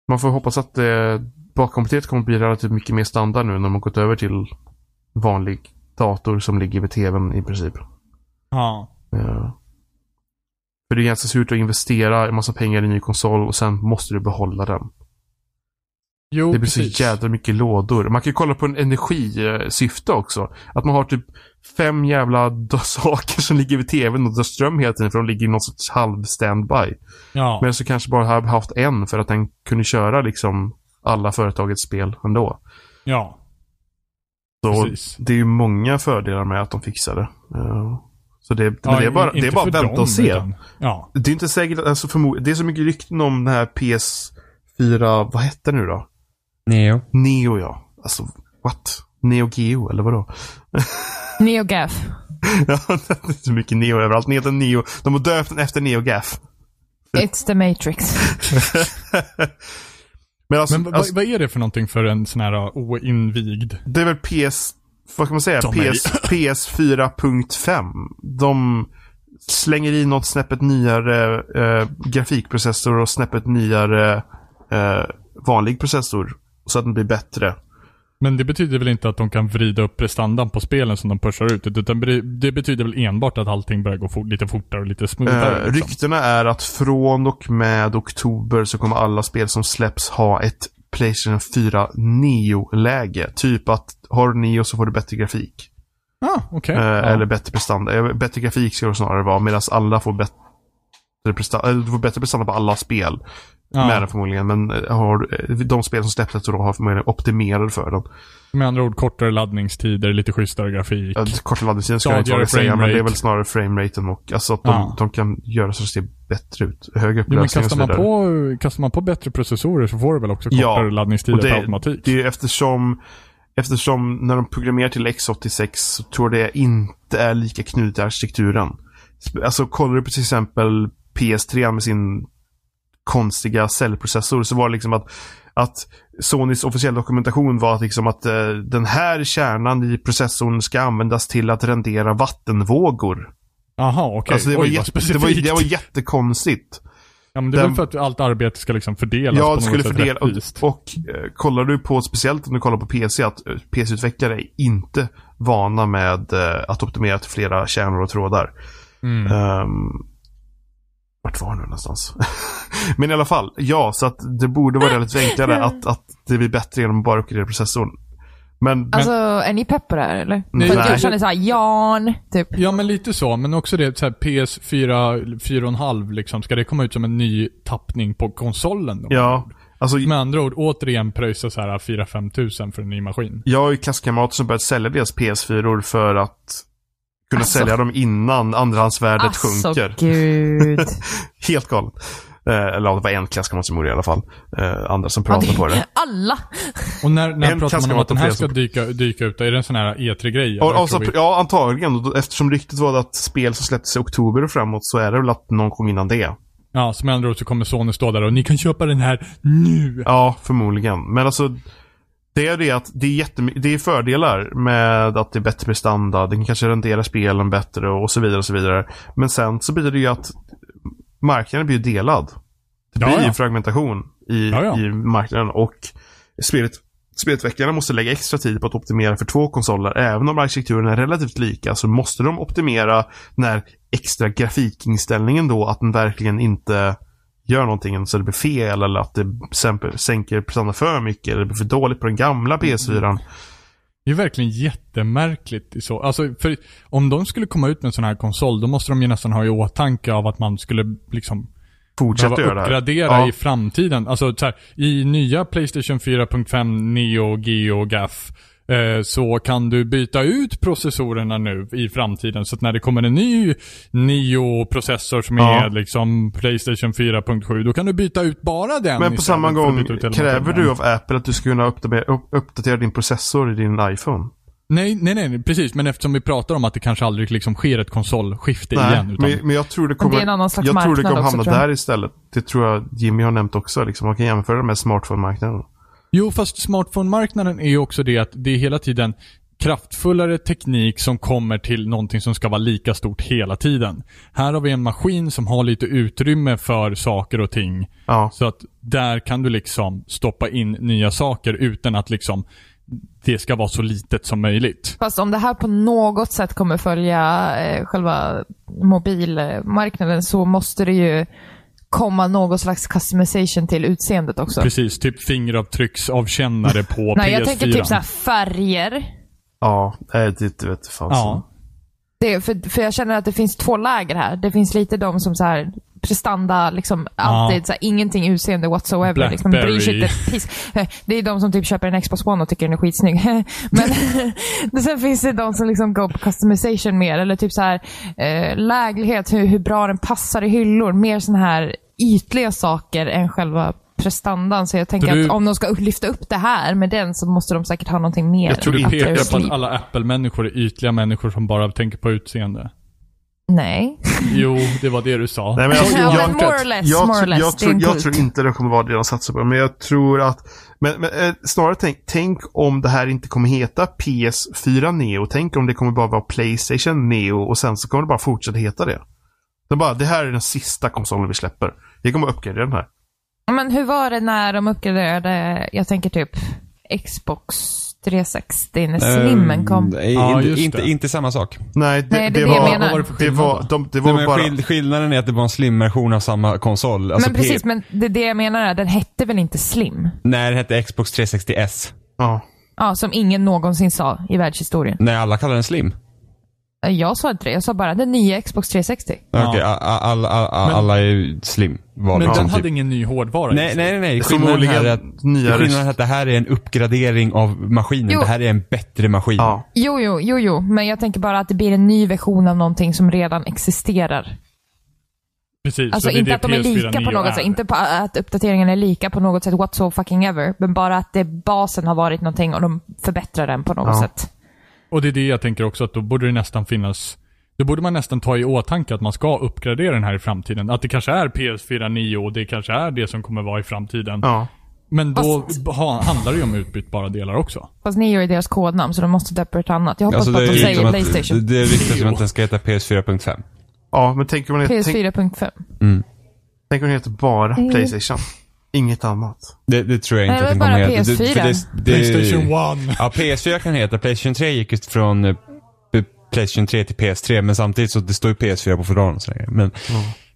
Speaker 1: man får hoppas att eh, bakgrundskompatibilitet kommer bli relativt mycket mer standard nu när de har gått över till vanlig dator som ligger vid tvn i princip.
Speaker 4: Ja.
Speaker 1: Eh, För det är ganska surt att investera en massa pengar i en ny konsol och sen måste du behålla den.
Speaker 4: Jo,
Speaker 1: Det blir
Speaker 4: precis.
Speaker 1: så jävla mycket lådor. Man kan ju kolla på en energisyfte också. Att man har typ fem jävla d- saker som ligger vid tvn och drar ström hela tiden för de ligger i någon sorts halv standby.
Speaker 4: Ja.
Speaker 1: Men så kanske bara har haft en för att den kunde köra liksom alla företagets spel ändå.
Speaker 4: ja.
Speaker 1: Så
Speaker 4: Precis.
Speaker 1: det är ju många fördelar med att de fixar det. Eh, Så det, men det är
Speaker 4: Ja,
Speaker 1: bara,
Speaker 4: inte
Speaker 1: det är bara
Speaker 4: för
Speaker 1: att vänta
Speaker 4: dem,
Speaker 1: och se.
Speaker 4: utan- ja.
Speaker 1: Det är inte säkert, alltså förmodligen, det är så mycket rykten om den här PS4, vad hette det nu då?
Speaker 2: Neo.
Speaker 1: Neo ja. Alltså, what? Neo Geo eller vadå?
Speaker 3: NeoGaf.
Speaker 1: Ja, det är så mycket Neo överallt. Den heter Neo. De har döpt den efter Neo Gaff.
Speaker 3: It's the Matrix.
Speaker 1: Men alltså,
Speaker 4: Men vad-
Speaker 1: alltså
Speaker 4: vad är det för någonting för en sån här uh, oinvigd?
Speaker 1: det är väl PS... Vad kan man säga?
Speaker 4: De är-
Speaker 1: PS, PS4.5. De slänger i något snäppet nyare eh, grafikprocessor och snäppet nyare eh, vanlig processor. Så att den blir bättre.
Speaker 4: Men det betyder väl inte att de kan vrida upp prestandan på spelen som de pushar ut? Utan det- det betyder väl enbart att allting börjar gå fort, lite fortare och lite smoothare?
Speaker 1: Eh,
Speaker 4: liksom.
Speaker 1: ryktena är att från och med oktober så kommer alla spel som släpps ha ett Playstation 4 Neo-läge. Typ att har du Neo så får du bättre grafik.
Speaker 4: Ah, okej.
Speaker 1: Eh,
Speaker 4: ja.
Speaker 1: Eller bättre prestanda. eh, Bättre grafik ska det snarare vara. Medan alla får bättre prestanda. Eller du får bättre prestanda på alla spel.
Speaker 4: Ja.
Speaker 1: Med den förmodligen. Men eh, har, du- eh, de spel som släpptes då har förmodligen optimerade för dem.
Speaker 4: Med andra ord, kortare laddningstider, lite schysstare grafik.
Speaker 1: Eh, Korta laddningstiden ska jag inte
Speaker 4: Stadigare
Speaker 1: våga säga. Men det är
Speaker 4: framerate.
Speaker 1: väl snarare frameraten och alltså att de,
Speaker 4: Ja.
Speaker 1: de kan göra så att det ser bättre ut. Högre
Speaker 4: Jo, men
Speaker 1: upplösning och
Speaker 4: kastar
Speaker 1: så
Speaker 4: man,
Speaker 1: vidare.
Speaker 4: på, eh, kastar man på bättre processorer så får du väl också
Speaker 1: Ja,
Speaker 4: kortare laddningstider
Speaker 1: Och det-
Speaker 4: per automatik?
Speaker 1: Det är ju eftersom, eftersom när de programmerar till X86 så tror jag det inte är lika knutet till arkitekturen. Sp- Alltså kollar du på till exempel PS3 med sin konstiga cellprocessor så var det liksom att, att Sonys officiella dokumentation var att, liksom att eh, den här kärnan i processorn ska användas till att rendera vattenvågor.
Speaker 4: Jaha, okej.
Speaker 1: Alltså det, var
Speaker 4: Oj, vad
Speaker 1: jätte, det,
Speaker 4: specifikt.
Speaker 1: var, det var jättekonstigt.
Speaker 4: ja, men det är väl
Speaker 1: den-
Speaker 4: för att allt arbete ska liksom fördelas på
Speaker 1: Ja,
Speaker 4: något
Speaker 1: det skulle
Speaker 4: sätt
Speaker 1: fördela. Och,
Speaker 4: rättvist.
Speaker 1: och eh, kollar du på, speciellt om du kollar på PC, att eh, PC-utvecklare är inte vana med eh, att optimera till flera kärnor och trådar.
Speaker 4: Mm.
Speaker 1: Ehm, vart var jag nu någonstans? Men i alla fall, ja, så att det borde vara relativt enklare att, att det blir bättre genom att bara uppgradera processorn. Men,
Speaker 3: Alltså, är ni pepp på det här eller?
Speaker 1: Nej.
Speaker 3: För
Speaker 1: Nej.
Speaker 3: att jag känner såhär, Jan, typ.
Speaker 4: Ja, men lite så. Men också det, så här PS4, 4,5 liksom. Ska det komma ut som en ny tappning på konsolen då?
Speaker 1: ja, alltså
Speaker 4: Med andra ord, återigen pröjsa så här 4-5 tusen för en ny maskin.
Speaker 1: jag har ju klasskamrater som börjat sälja deras PS4 för att kunna
Speaker 3: Alltså.
Speaker 1: sälja dem innan andrahandsvärdet
Speaker 3: Alltså
Speaker 1: sjunker.
Speaker 3: gud.
Speaker 1: Helt galet. Eh, eller ja, det var en klasskamrat som gjorde det i alla fall. Eh, andra som pratade på det.
Speaker 3: Alla!
Speaker 4: Och när, när
Speaker 1: En
Speaker 4: pratar man om
Speaker 1: kassaapparat
Speaker 4: att den
Speaker 1: och
Speaker 4: här
Speaker 1: flera
Speaker 4: ska
Speaker 1: som-
Speaker 4: dyka, dyka ut? då? Är det en sån här E3-grej? eller?
Speaker 1: Och, och så,
Speaker 4: Tror vi-
Speaker 1: ja, antagligen. Och då- Eftersom ryktet var att spel som släpptes i oktober och framåt så är det väl att någon gång innan det.
Speaker 4: ja, så med andra ord så kommer Sony stå där och ni kan köpa den här nu.
Speaker 1: Ja, förmodligen. Men alltså, det är det att det är, jättemy- det är fördelar med att det är bättre prestanda. Den kanske renderar spelen bättre och så vidare och så vidare. Men sen så blir det ju att marknaden blir delad. Det
Speaker 4: Ja,
Speaker 1: blir
Speaker 4: ja.
Speaker 1: ju fragmentation i,
Speaker 4: Ja, ja.
Speaker 1: i marknaden och spelet Spelutvecklarna måste lägga extra tid på att optimera för två konsoler. Även om arkitekturen är relativt lika så måste de optimera när extra grafikinställningen då att den verkligen inte gör någonting så det blir fel eller att det sämper- sänker prestanda för mycket eller det blir för dåligt på den
Speaker 4: Mm.
Speaker 1: gamla PS4.
Speaker 4: Det är verkligen jättemärkligt. i Så. Alltså, för om de skulle komma ut med en sån här konsol, då måste de ju nästan ha i åtanke av att man skulle liksom
Speaker 1: Fortsätt
Speaker 4: behöva
Speaker 1: göra det här.
Speaker 4: uppgradera
Speaker 1: Ja.
Speaker 4: i framtiden. Alltså så här, i nya Playstation 4.5 Neo Geo GAF eh, så kan du byta ut processorerna nu i framtiden. Så att när det kommer en ny Neo-processor som
Speaker 1: Ja.
Speaker 4: är liksom Playstation 4.7, då kan du byta ut bara den.
Speaker 1: Men på
Speaker 4: istället
Speaker 1: samma
Speaker 4: för att
Speaker 1: gång
Speaker 4: byta ut hela
Speaker 1: kräver
Speaker 4: maskinen.
Speaker 1: du av Apple att du ska kunna uppdatera, upp- uppdatera din processor i din iPhone.
Speaker 4: Nej, nej, nej, nej, precis. Men eftersom vi pratar om att det kanske aldrig liksom sker ett konsolskifte igen. Utan,
Speaker 1: men, men jag tror det
Speaker 3: det är
Speaker 1: kommer,
Speaker 3: en annan slags
Speaker 1: jag tror det
Speaker 3: marknad
Speaker 1: kommer
Speaker 3: också,
Speaker 1: hamna
Speaker 3: tror jag.
Speaker 1: där istället. Det tror jag Jimmy har nämnt också. Liksom. Man kan jämföra det med smartphone-marknaden.
Speaker 4: Jo, fast smartphone-marknaden är ju också det att det är hela tiden kraftfullare teknik som kommer till någonting som ska vara lika stort hela tiden. Här har vi en maskin som har lite utrymme för saker och ting.
Speaker 1: Ja.
Speaker 4: Så att där kan du liksom stoppa in nya saker utan att liksom det ska vara så litet som möjligt.
Speaker 3: Fast om det här på något sätt kommer följa eh, själva mobilmarknaden så måste det ju komma någon slags customization till utseendet också.
Speaker 4: Precis, typ fingeravtrycksavkännare på
Speaker 3: Nej,
Speaker 4: PS4.
Speaker 3: jag tänker typ så här färger.
Speaker 1: Ja, nej, det, det vet fan.
Speaker 4: Ja.
Speaker 3: Det, för, för jag känner att det finns två läger här. Det finns lite de som så här prestanda, liksom alltid så här, ingenting utseende whatsoever. Liksom, bryr sig inte ett piss. Eh, Det är de som typ köper en Xbox One och tycker den är skitsnygg. Men men sen finns det de som liksom går på customization mer. Eller typ så här eh, läglighet, hur, hur bra den passar i hyllor. Mer sådana här ytliga saker än själva prestandan. Så jag tänker
Speaker 4: Du-
Speaker 3: att om de ska lyfta upp det här med den så måste de säkert ha någonting mer.
Speaker 1: Jag tror
Speaker 4: Du
Speaker 1: Inte
Speaker 4: pekar på
Speaker 3: slip.
Speaker 4: att alla Apple-människor är ytliga människor som bara tänker på utseende.
Speaker 3: Nej.
Speaker 4: Jo, det var det du sa.
Speaker 1: Nej, men jag,
Speaker 3: Ja,
Speaker 1: jag,
Speaker 3: men more or less,
Speaker 1: jag,
Speaker 3: more or less.
Speaker 1: jag,
Speaker 3: Det är
Speaker 1: tror,
Speaker 3: en
Speaker 1: jag
Speaker 3: kult.
Speaker 1: tror inte det kommer vara det de satsar på. Men jag tror att... Men, men eh, snarare tänk, tänk om det här inte kommer heta PS4 Neo. Tänk om det kommer bara vara Playstation Neo och sen så kommer det bara fortsätta heta det. De bara, det här är den sista konsolen vi släpper. Vi kommer att uppgradera den här.
Speaker 3: Men hur var det när de uppgraderade, jag tänker typ Xbox 360 när slimmen kom?
Speaker 2: Eh,
Speaker 4: Ja,
Speaker 2: inte-
Speaker 4: just det.
Speaker 2: inte, inte samma sak.
Speaker 1: Nej, det,
Speaker 3: Nej,
Speaker 1: det,
Speaker 3: det är det jag
Speaker 1: var...
Speaker 3: menar.
Speaker 4: Vad var det för
Speaker 1: Det
Speaker 4: skillnad
Speaker 1: var,
Speaker 4: då?
Speaker 1: de, det var
Speaker 2: Nej, men
Speaker 1: bara...
Speaker 2: skill skillnaden är att det var en slimversion av samma konsol. Alltså
Speaker 3: men precis,
Speaker 2: P-
Speaker 3: men det är det jag menar är, den hette väl inte slim?
Speaker 2: Nej, den hette Xbox 360S.
Speaker 1: Ja.
Speaker 3: Ja, som ingen någonsin sa i världshistorien.
Speaker 2: Nej, alla kallar den slim.
Speaker 3: Eh, Jag sa inte det, jag sa bara den nya Xbox 360.
Speaker 2: Okej,
Speaker 4: Ja.
Speaker 2: a- a- alla- a-
Speaker 4: Men-
Speaker 2: alla är ju slim. Var
Speaker 4: Men
Speaker 2: liksom,
Speaker 4: den hade
Speaker 2: typ.
Speaker 4: ingen ny hårdvara.
Speaker 2: Nej, nej, nej. nej. Skillnaden
Speaker 1: Förmodligen
Speaker 2: här är att,
Speaker 1: nyare-
Speaker 2: skillnaden är att det här är en uppgradering av maskinen.
Speaker 3: Jo.
Speaker 2: Det här är en bättre maskin.
Speaker 1: ja.
Speaker 3: Jo, jo, jo, jo, men jag tänker bara att det blir en ny version av någonting som redan existerar.
Speaker 4: Precis,
Speaker 3: Alltså
Speaker 4: så det
Speaker 3: inte
Speaker 4: det
Speaker 3: att de är
Speaker 4: PS4
Speaker 3: lika på
Speaker 4: Neo
Speaker 3: något sätt.
Speaker 4: är.
Speaker 3: Inte på att uppdateringen är lika på något sätt what so fucking ever. Men bara att det, basen har varit någonting och de förbättrar den på något
Speaker 1: Ja.
Speaker 3: sätt.
Speaker 4: Och det är det jag tänker också att då borde det nästan finnas då borde man nästan ta i åtanke att man ska uppgradera den här i framtiden. Att det kanske är PS4 Neo och det kanske är det som kommer vara i framtiden.
Speaker 1: ja.
Speaker 4: Men då ha, handlar det ju om utbytbara delar också.
Speaker 3: Fast Neo är deras kodnamn så de måste döpa det till annat. Jag hoppas
Speaker 2: Alltså,
Speaker 3: på
Speaker 2: det
Speaker 3: att
Speaker 2: är
Speaker 3: de
Speaker 2: ju som
Speaker 3: säger
Speaker 2: att-
Speaker 3: Playstation.
Speaker 2: Det, det ryktas om att den ska heta PS4.5.
Speaker 1: Ja, men tänk om den heter, tänk,
Speaker 3: PS4.5.
Speaker 1: tänk om den heter bara Playstation. Inget annat.
Speaker 2: Det, det tror jag
Speaker 3: Nej,
Speaker 2: inte att
Speaker 3: det
Speaker 2: den
Speaker 3: var
Speaker 2: kommer
Speaker 3: bara
Speaker 2: heta. Det-
Speaker 3: PS4.
Speaker 2: för det- det-
Speaker 4: Playstation 1.
Speaker 2: Ja, PS4 kan heta. Playstation 3 gick just från eh, P- Playstation 3 till PS3, men samtidigt så det står ju PS4 på fodralen och sådär. Men,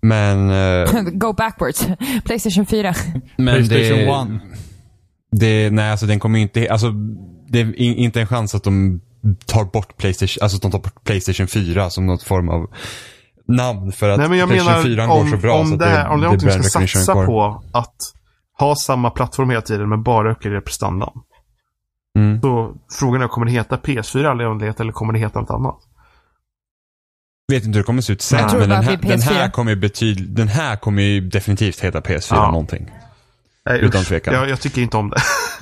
Speaker 2: men, eh,
Speaker 3: Go backwards. Playstation 4.
Speaker 2: men
Speaker 4: Playstation 1.
Speaker 2: det, det, nej alltså den kommer ju inte, alltså det är in, inte en chans att de tar bort Playstation, alltså att de tar bort Playstation 4 som något form av namn för att
Speaker 1: Nej, men jag
Speaker 2: Playstation 4
Speaker 1: menar
Speaker 2: går
Speaker 1: om,
Speaker 2: så bra
Speaker 1: om,
Speaker 2: så att
Speaker 1: det, här, om det är någonting
Speaker 2: brand
Speaker 1: vi ska
Speaker 2: recognition
Speaker 1: satsa
Speaker 2: kvar.
Speaker 1: på att ha samma plattform hela tiden men bara uppgradera prestandan.
Speaker 2: Mm.
Speaker 1: Så frågan är, kommer det heta PS4 all evighet eller kommer det heta något annat?
Speaker 2: Vet inte hur det kommer se ut sen,
Speaker 3: Jag tror
Speaker 2: men
Speaker 3: bara
Speaker 2: den här,
Speaker 3: att det är
Speaker 2: den
Speaker 3: PS4.
Speaker 2: här kommer ju betyd, den här kommer ju definitivt heta PS4
Speaker 1: Ja.
Speaker 2: någonting.
Speaker 1: Nej,
Speaker 2: Utan
Speaker 1: usch.
Speaker 2: tvekan.
Speaker 1: Jag, jag tycker inte om det.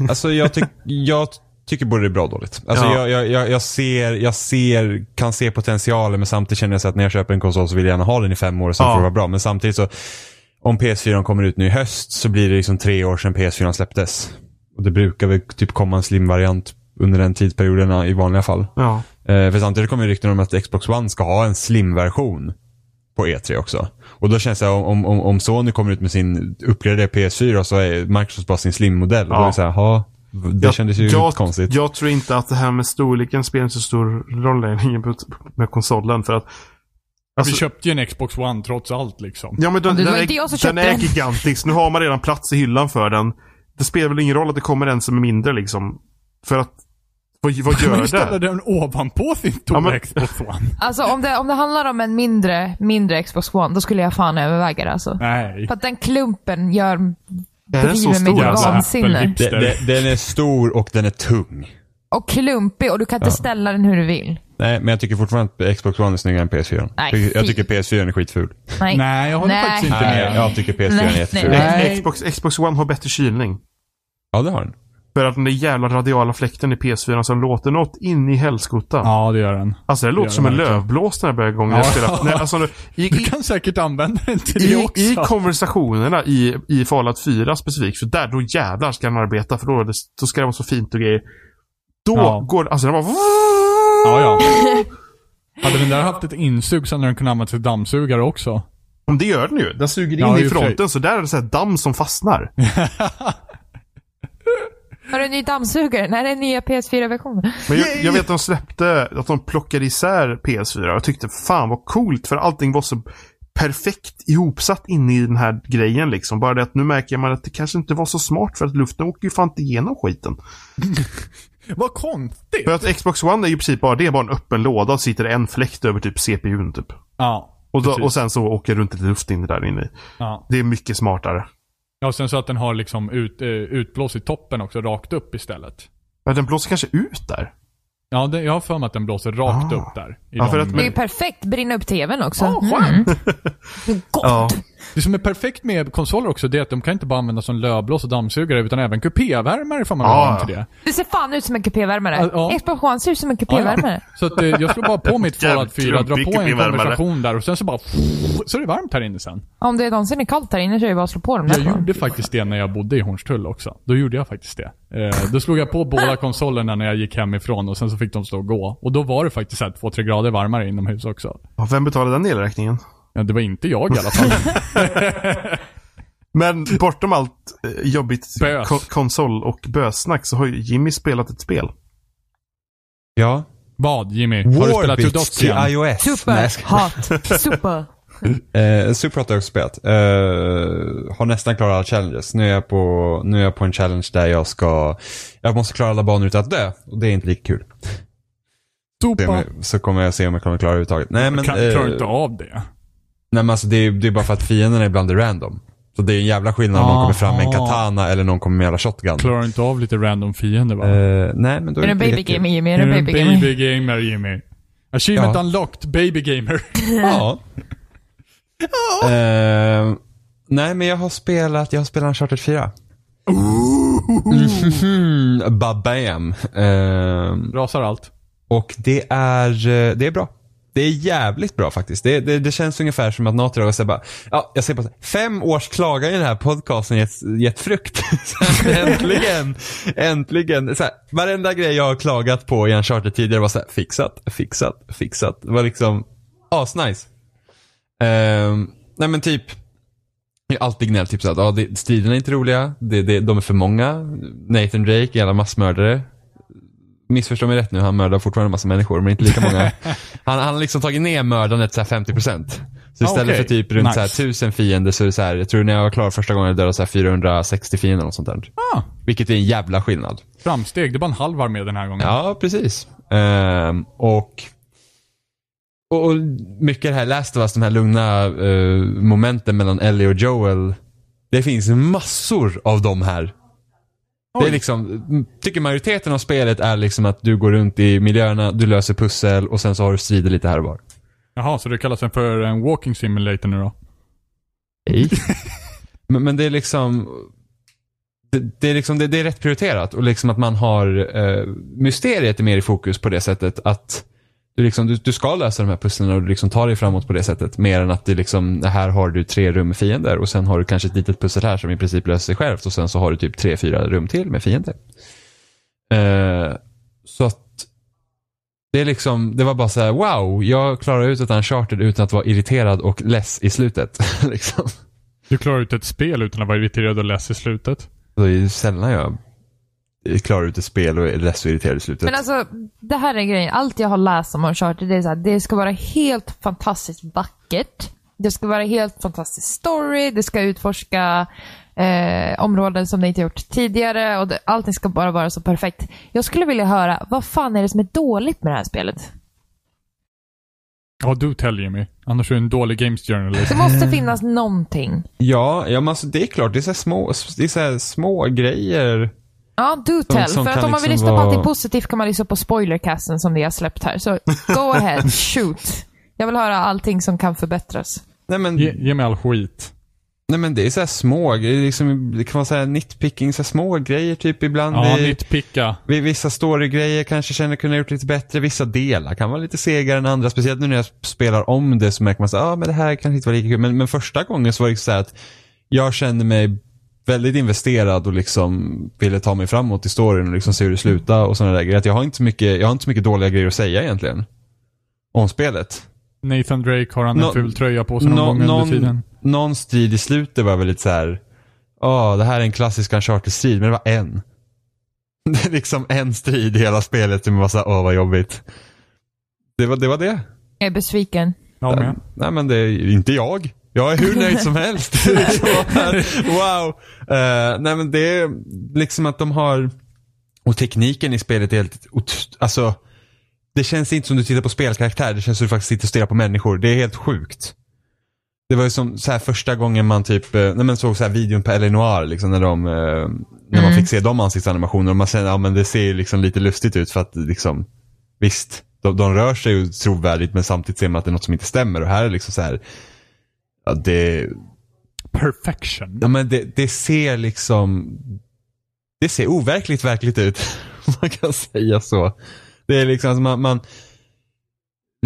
Speaker 2: Alltså jag, tyck, jag tycker både det är bra och dåligt. Alltså
Speaker 1: Ja.
Speaker 2: jag, jag, jag, jag, ser, jag ser, kan se potentialen men samtidigt känner jag så att när jag köper en konsol så vill jag gärna ha den i fem år och sen
Speaker 1: Ja.
Speaker 2: får det vara bra. Men samtidigt så, om PS4 kommer ut nu i höst så blir det liksom tre år sedan PS4 släpptes. Och det brukar väl typ komma en slim-variant under den tidsperioden ja, i vanliga fall.
Speaker 1: ja.
Speaker 2: Eh, för samtidigt kommer ju rykten om att Xbox One ska ha en slim-version på E3 också. Och då känns det här, om, om, om Sony kommer ut med sin uppgraderade PS4 och så är Microsoft bara sin slim-modell. Och då är det
Speaker 1: Ja.
Speaker 2: så här, ha, det kändes ju
Speaker 1: jag,
Speaker 2: konstigt.
Speaker 1: Jag tror inte att det här med storleken spelar så stor roll längre på- med konsolen. För att, alltså-
Speaker 4: Vi köpte ju en Xbox One trots allt liksom.
Speaker 1: ja, men den,
Speaker 3: Det var
Speaker 1: den,
Speaker 3: inte jag som
Speaker 1: är, den
Speaker 3: köpte
Speaker 1: är
Speaker 3: den.
Speaker 1: gigantisk. Nu har man redan plats i hyllan för den. Det spelar väl ingen roll att det kommer en som är mindre liksom. För att, vad, vad gör
Speaker 4: Men
Speaker 1: det?
Speaker 4: ställer den ovanpå sin stora
Speaker 1: men-
Speaker 4: Xbox One.
Speaker 3: Alltså om det, om det handlar om en mindre, mindre Xbox One, då skulle jag fan överväga det alltså.
Speaker 4: Nej.
Speaker 3: För att den klumpen gör,
Speaker 1: Är den så
Speaker 3: driver mig
Speaker 1: stor,
Speaker 3: till
Speaker 1: alltså?
Speaker 3: vansinne.
Speaker 4: Apple-hipster.
Speaker 2: Den, den, den är stor och den är tung.
Speaker 3: Och klumpig och du kan inte ställa den hur du vill.
Speaker 2: Nej, men jag tycker fortfarande att Xbox One är snyggare än PS4.
Speaker 3: Nej,
Speaker 2: jag, jag
Speaker 3: fy.
Speaker 2: tycker PS4 är skitful.
Speaker 3: Nej.
Speaker 4: Nej, jag håller
Speaker 3: Nej.
Speaker 4: faktiskt inte
Speaker 2: Nej,
Speaker 4: med.
Speaker 2: jag tycker PS4
Speaker 3: Nej,
Speaker 2: är
Speaker 3: nej,
Speaker 2: jätteful.
Speaker 3: nej.
Speaker 4: Nej.
Speaker 1: Xbox, Xbox One har bättre kylning.
Speaker 2: Ja, det har den.
Speaker 1: För att den där jävla radiala fläkten i PS4 som låter något in i helskotta.
Speaker 4: Ja, det gör den.
Speaker 1: Alltså det låter
Speaker 4: gör
Speaker 1: som
Speaker 4: den
Speaker 1: en
Speaker 4: verkligen.
Speaker 1: lövblås när jag börjar igång. när
Speaker 4: Ja.
Speaker 1: Jag spelar, nej, alltså, i,
Speaker 4: Du
Speaker 1: i,
Speaker 4: kan säkert använda den till det
Speaker 1: i,
Speaker 4: också.
Speaker 1: I konversationerna i, i Fallout 4 specifikt, för där då jävlar ska man arbeta för då, är det, då ska det vara så fint och grejer. Då
Speaker 4: Ja.
Speaker 1: går Alltså den bara...
Speaker 4: Ja, ja. Hade den där haft ett insug så hade den kunnat använda till dammsugare också.
Speaker 1: Om det gör den ju. Den suger in
Speaker 4: Ja, i
Speaker 1: i
Speaker 4: och för sig.
Speaker 1: fronten så där är det så här damm som fastnar.
Speaker 3: Har du en ny dammsugare? Nej, det är nya PS4-versionen.
Speaker 1: Men jag, jag vet att de släppte, att de plockade isär PS4. Jag tyckte fan vad coolt för allting var så perfekt ihopsatt inne i den här grejen liksom. Bara det att nu märker man att det kanske inte var så smart för att luften åker ju fan inte igenom skiten.
Speaker 4: Vad konstigt!
Speaker 1: För att Xbox One är ju i princip bara, det är bara en öppen låda och sitter en fläkt över typ CPUn typ.
Speaker 4: Ja.
Speaker 1: Och, då,
Speaker 4: Precis.
Speaker 1: och sen så åker runt lite luft in där inne i.
Speaker 4: Ja.
Speaker 1: Det är mycket smartare.
Speaker 4: ja, och sen så att den har liksom ut, eh, utblås i toppen också, rakt upp istället.
Speaker 1: Men den blåser kanske ut där.
Speaker 4: Ja, det, jag har för mig att den blåser rakt
Speaker 1: Ah.
Speaker 4: upp där. i
Speaker 1: Ja, för att-
Speaker 3: Det är ju perfekt. Brinna upp tvn också.
Speaker 4: Ja, skönt.
Speaker 3: Mm. Gott.
Speaker 1: Ja.
Speaker 4: Det som är perfekt med konsoler också, det är att de kan inte bara användas som lövblås och dammsugare, utan även kupévärmare får man
Speaker 1: Ja,
Speaker 4: ha
Speaker 1: ja.
Speaker 4: till det.
Speaker 3: Det ser fan ut som en kupévärmare.
Speaker 4: Ja, ja.
Speaker 3: Xbox One ser ut som en
Speaker 4: Ja,
Speaker 3: kupévärmare.
Speaker 4: ja. Så att, eh, jag slår bara på mitt Fallout 4, drar
Speaker 1: Jävligt
Speaker 4: på en
Speaker 1: kupévärmare.
Speaker 4: konversation där och sen så bara... Så är det varmt här inne sen.
Speaker 3: Om det någonsin är kallt här inne så är det bara att slå på dem.
Speaker 4: Jag
Speaker 3: där.
Speaker 4: gjorde faktiskt det när jag bodde i Hornstull också. Då gjorde jag faktiskt det. Eh, då slog jag på båda konsolerna när jag gick hemifrån och sen så fick de stå och gå. Och då var det faktiskt så här 2-3 grader varmare inomhus också.
Speaker 1: Ja, Vem betalar den elräkningen?
Speaker 4: Ja, det var inte jag i alla fall.
Speaker 1: Men bortom allt eh, jobbigt
Speaker 4: Bös.
Speaker 1: ko- konsol och bösnack så har ju Jimmy spelat ett spel.
Speaker 2: Ja.
Speaker 4: Vad Jimmy? Har du spelat
Speaker 2: Warbits
Speaker 4: Tudotsk
Speaker 2: till
Speaker 4: igen?
Speaker 2: iOS. Nej, jag
Speaker 3: Super
Speaker 2: ska-
Speaker 3: hot. Super.
Speaker 2: Eh, Super Hot har jag spelat. Eh, har nästan klarat alla challenges. Nu är, jag på, nu är jag på en challenge där jag ska, jag måste klara alla banor utan att dö. Och det är inte lika kul. Se om
Speaker 4: Sopa.
Speaker 2: jag- Så kommer jag se om jag kommer klara överhuvudtaget. Nej men,
Speaker 4: Kan,
Speaker 2: eh,
Speaker 4: klarar du inte av det?
Speaker 2: nej, men alltså, det, är, det är bara för att fienderna ibland är random. Så det är en jävla skillnad om någon kommer fram
Speaker 3: Ah.
Speaker 2: med en
Speaker 4: Aha.
Speaker 2: katana eller någon kommer med en jävla shotgun.
Speaker 4: Klarar du inte av lite random fiender va?
Speaker 2: Eh, nej men då är det
Speaker 3: Är du en
Speaker 2: inte
Speaker 3: baby
Speaker 2: lika kul.
Speaker 3: gamer, Jimmy? Är
Speaker 4: Är
Speaker 3: du
Speaker 4: du
Speaker 3: en
Speaker 4: en
Speaker 3: baby gamer?
Speaker 4: baby gamer Jimmy? Achievement
Speaker 2: Ja.
Speaker 4: unlocked, baby gamer.
Speaker 2: Ja. Eh, nej, men jag har spelat, jag har spelat Uncharted 4. Mhm, Babam. Eh,
Speaker 4: Rasar allt.
Speaker 2: och det är, eh, det är bra. Det är jävligt bra faktiskt. Det, det, det känns ungefär som att Natria och bara, ja, jag ser på fem års klagan i den här podcasten gett, gett frukt. Så här, äntligen, äntligen. Så här, varenda grej jag har klagat på i Uncharted tidigare var så här, fixat, fixat, fixat. Det var liksom asnice. Ehm, nej men typ, jag har alltid gnällt typ så att ja, det, striderna är inte roliga, det, det, de är för många, Nathan Drake är jävla massmördare. Missförstå mig rätt nu, han mördar fortfarande en massa människor, men inte lika många. Han, han har liksom tagit ner mördandet så här 50%. Så
Speaker 4: Ah,
Speaker 2: istället
Speaker 4: okej.
Speaker 2: för typ runt så här
Speaker 4: Nice.
Speaker 2: 1000 fiender så är det så här, jag tror när jag var klar första gången jag dödade så här 460 fiender eller något sånt där.
Speaker 4: Ah,
Speaker 2: Vilket är en jävla skillnad.
Speaker 4: framsteg. Det var en halv armé den här gången.
Speaker 2: Ja, precis. Ehm, och, och, och mycket det här Last of Us, de här lugna eh, momenten mellan Ellie och Joel. Det finns massor av de här. Det är liksom, m- tycker majoriteten av spelet är liksom att du går runt i miljöerna, du löser pussel och sen så har du strider lite här och var.
Speaker 4: Jaha, så det kallas den för en walking simulator nu då?
Speaker 2: Nej. men, men det är liksom det, det är liksom det, det är rätt prioriterat och liksom att man har eh, mysteriet är mer i fokus på det sättet att du, liksom, du, du ska lösa de här pusslen och du liksom tar dig framåt på det sättet. Mer än att det liksom, här har du tre rum med fiender och sen har du kanske ett litet pussel här som i princip löser sig självt och sen så har du typ tre, fyra rum till med fiender. Eh, så att det är liksom, det var bara så här: wow, jag klarar ut ett Uncharted utan att vara irriterad och less i slutet. liksom.
Speaker 4: Du klarar ut ett spel utan att vara irriterad och less i slutet.
Speaker 2: Det är ju sällan jag klarar ut ett spel och är less och irriterad i slutet.
Speaker 3: Men alltså, det här är grejen. Allt jag har läst om Uncharted, det är så här, det ska vara helt fantastiskt vackert. Det ska vara helt fantastisk story. Det ska utforska eh, områden som det inte gjort tidigare. Och det, allting ska bara vara så perfekt. Jag skulle vilja höra, vad fan är det som är dåligt med det här spelet?
Speaker 4: Ja, du tell Jimmy. Annars är du en dålig games journalist.
Speaker 3: Det måste finnas någonting.
Speaker 2: Ja, ja men alltså, det är klart, det är så här små, det är så här små grejer.
Speaker 3: Ja, do tell.
Speaker 2: som
Speaker 3: För att
Speaker 2: kan
Speaker 3: om man
Speaker 2: liksom
Speaker 3: vill lyssna på
Speaker 2: vara-
Speaker 3: allting positivt kan man lyssna på spoilercasten som vi har släppt här. Så go ahead, shoot. Jag vill höra allting som kan förbättras.
Speaker 2: Nej men,
Speaker 4: Ge, ge mig all skit.
Speaker 2: nej, men det är så här små grejer, liksom, det kan vara så här nitpicking, så här små grejer typ ibland.
Speaker 4: Ja,
Speaker 2: i,
Speaker 4: nitpicka.
Speaker 2: vi- vissa storygrejer kanske känner kunna gjort lite bättre, vissa delar kan vara lite segare än andra. Speciellt nu när jag spelar om det så märker man att ah, men det här kanske inte var lika kul. Men, men första gången så var det så här att jag kände mig väldigt investerad och liksom ville ta mig framåt i storyn och liksom se hur det slutar och sådana där grejer. Att jag, har inte så mycket, jag har inte så mycket dåliga grejer att säga egentligen. Om spelet.
Speaker 4: Nathan Drake har han en
Speaker 2: Nå-
Speaker 4: ful tröja på sig någon
Speaker 2: Nå-
Speaker 4: gång under
Speaker 2: någon-
Speaker 4: tiden.
Speaker 2: Någon strid i slutet var väl lite så här. Ja, det här är en klassisk Uncharted-strid, men det var en. Det är liksom en strid i hela spelet som var såhär, åh vad jobbigt. Det var det. Var det.
Speaker 3: Jag är besviken.
Speaker 4: Ja, men.
Speaker 2: Nej men det är ju inte jag. Jag är hur nöjd som helst. Det är liksom bara, wow. Eh, nej men det är liksom att de har, och tekniken i spelet är helt, ot- alltså det känns inte som du tittar på spelkaraktär, det känns som du faktiskt sitter och stirrar på människor. Det är helt sjukt. Det var ju som så här första gången man typ, eh, när man såg så här videon på Eleanor, liksom när de, eh, när man fick se de ansiktsanimationerna och man säger, ja men det ser ju liksom lite lustigt ut för att liksom, visst, de, de rör sig ju trovärdigt men samtidigt ser man att det är något som inte stämmer och här är liksom så här, ja det,
Speaker 4: Perfection.
Speaker 2: ja, men det, det ser liksom, det ser overkligt verkligt ut. om man kan säga så. Det är liksom, alltså man, man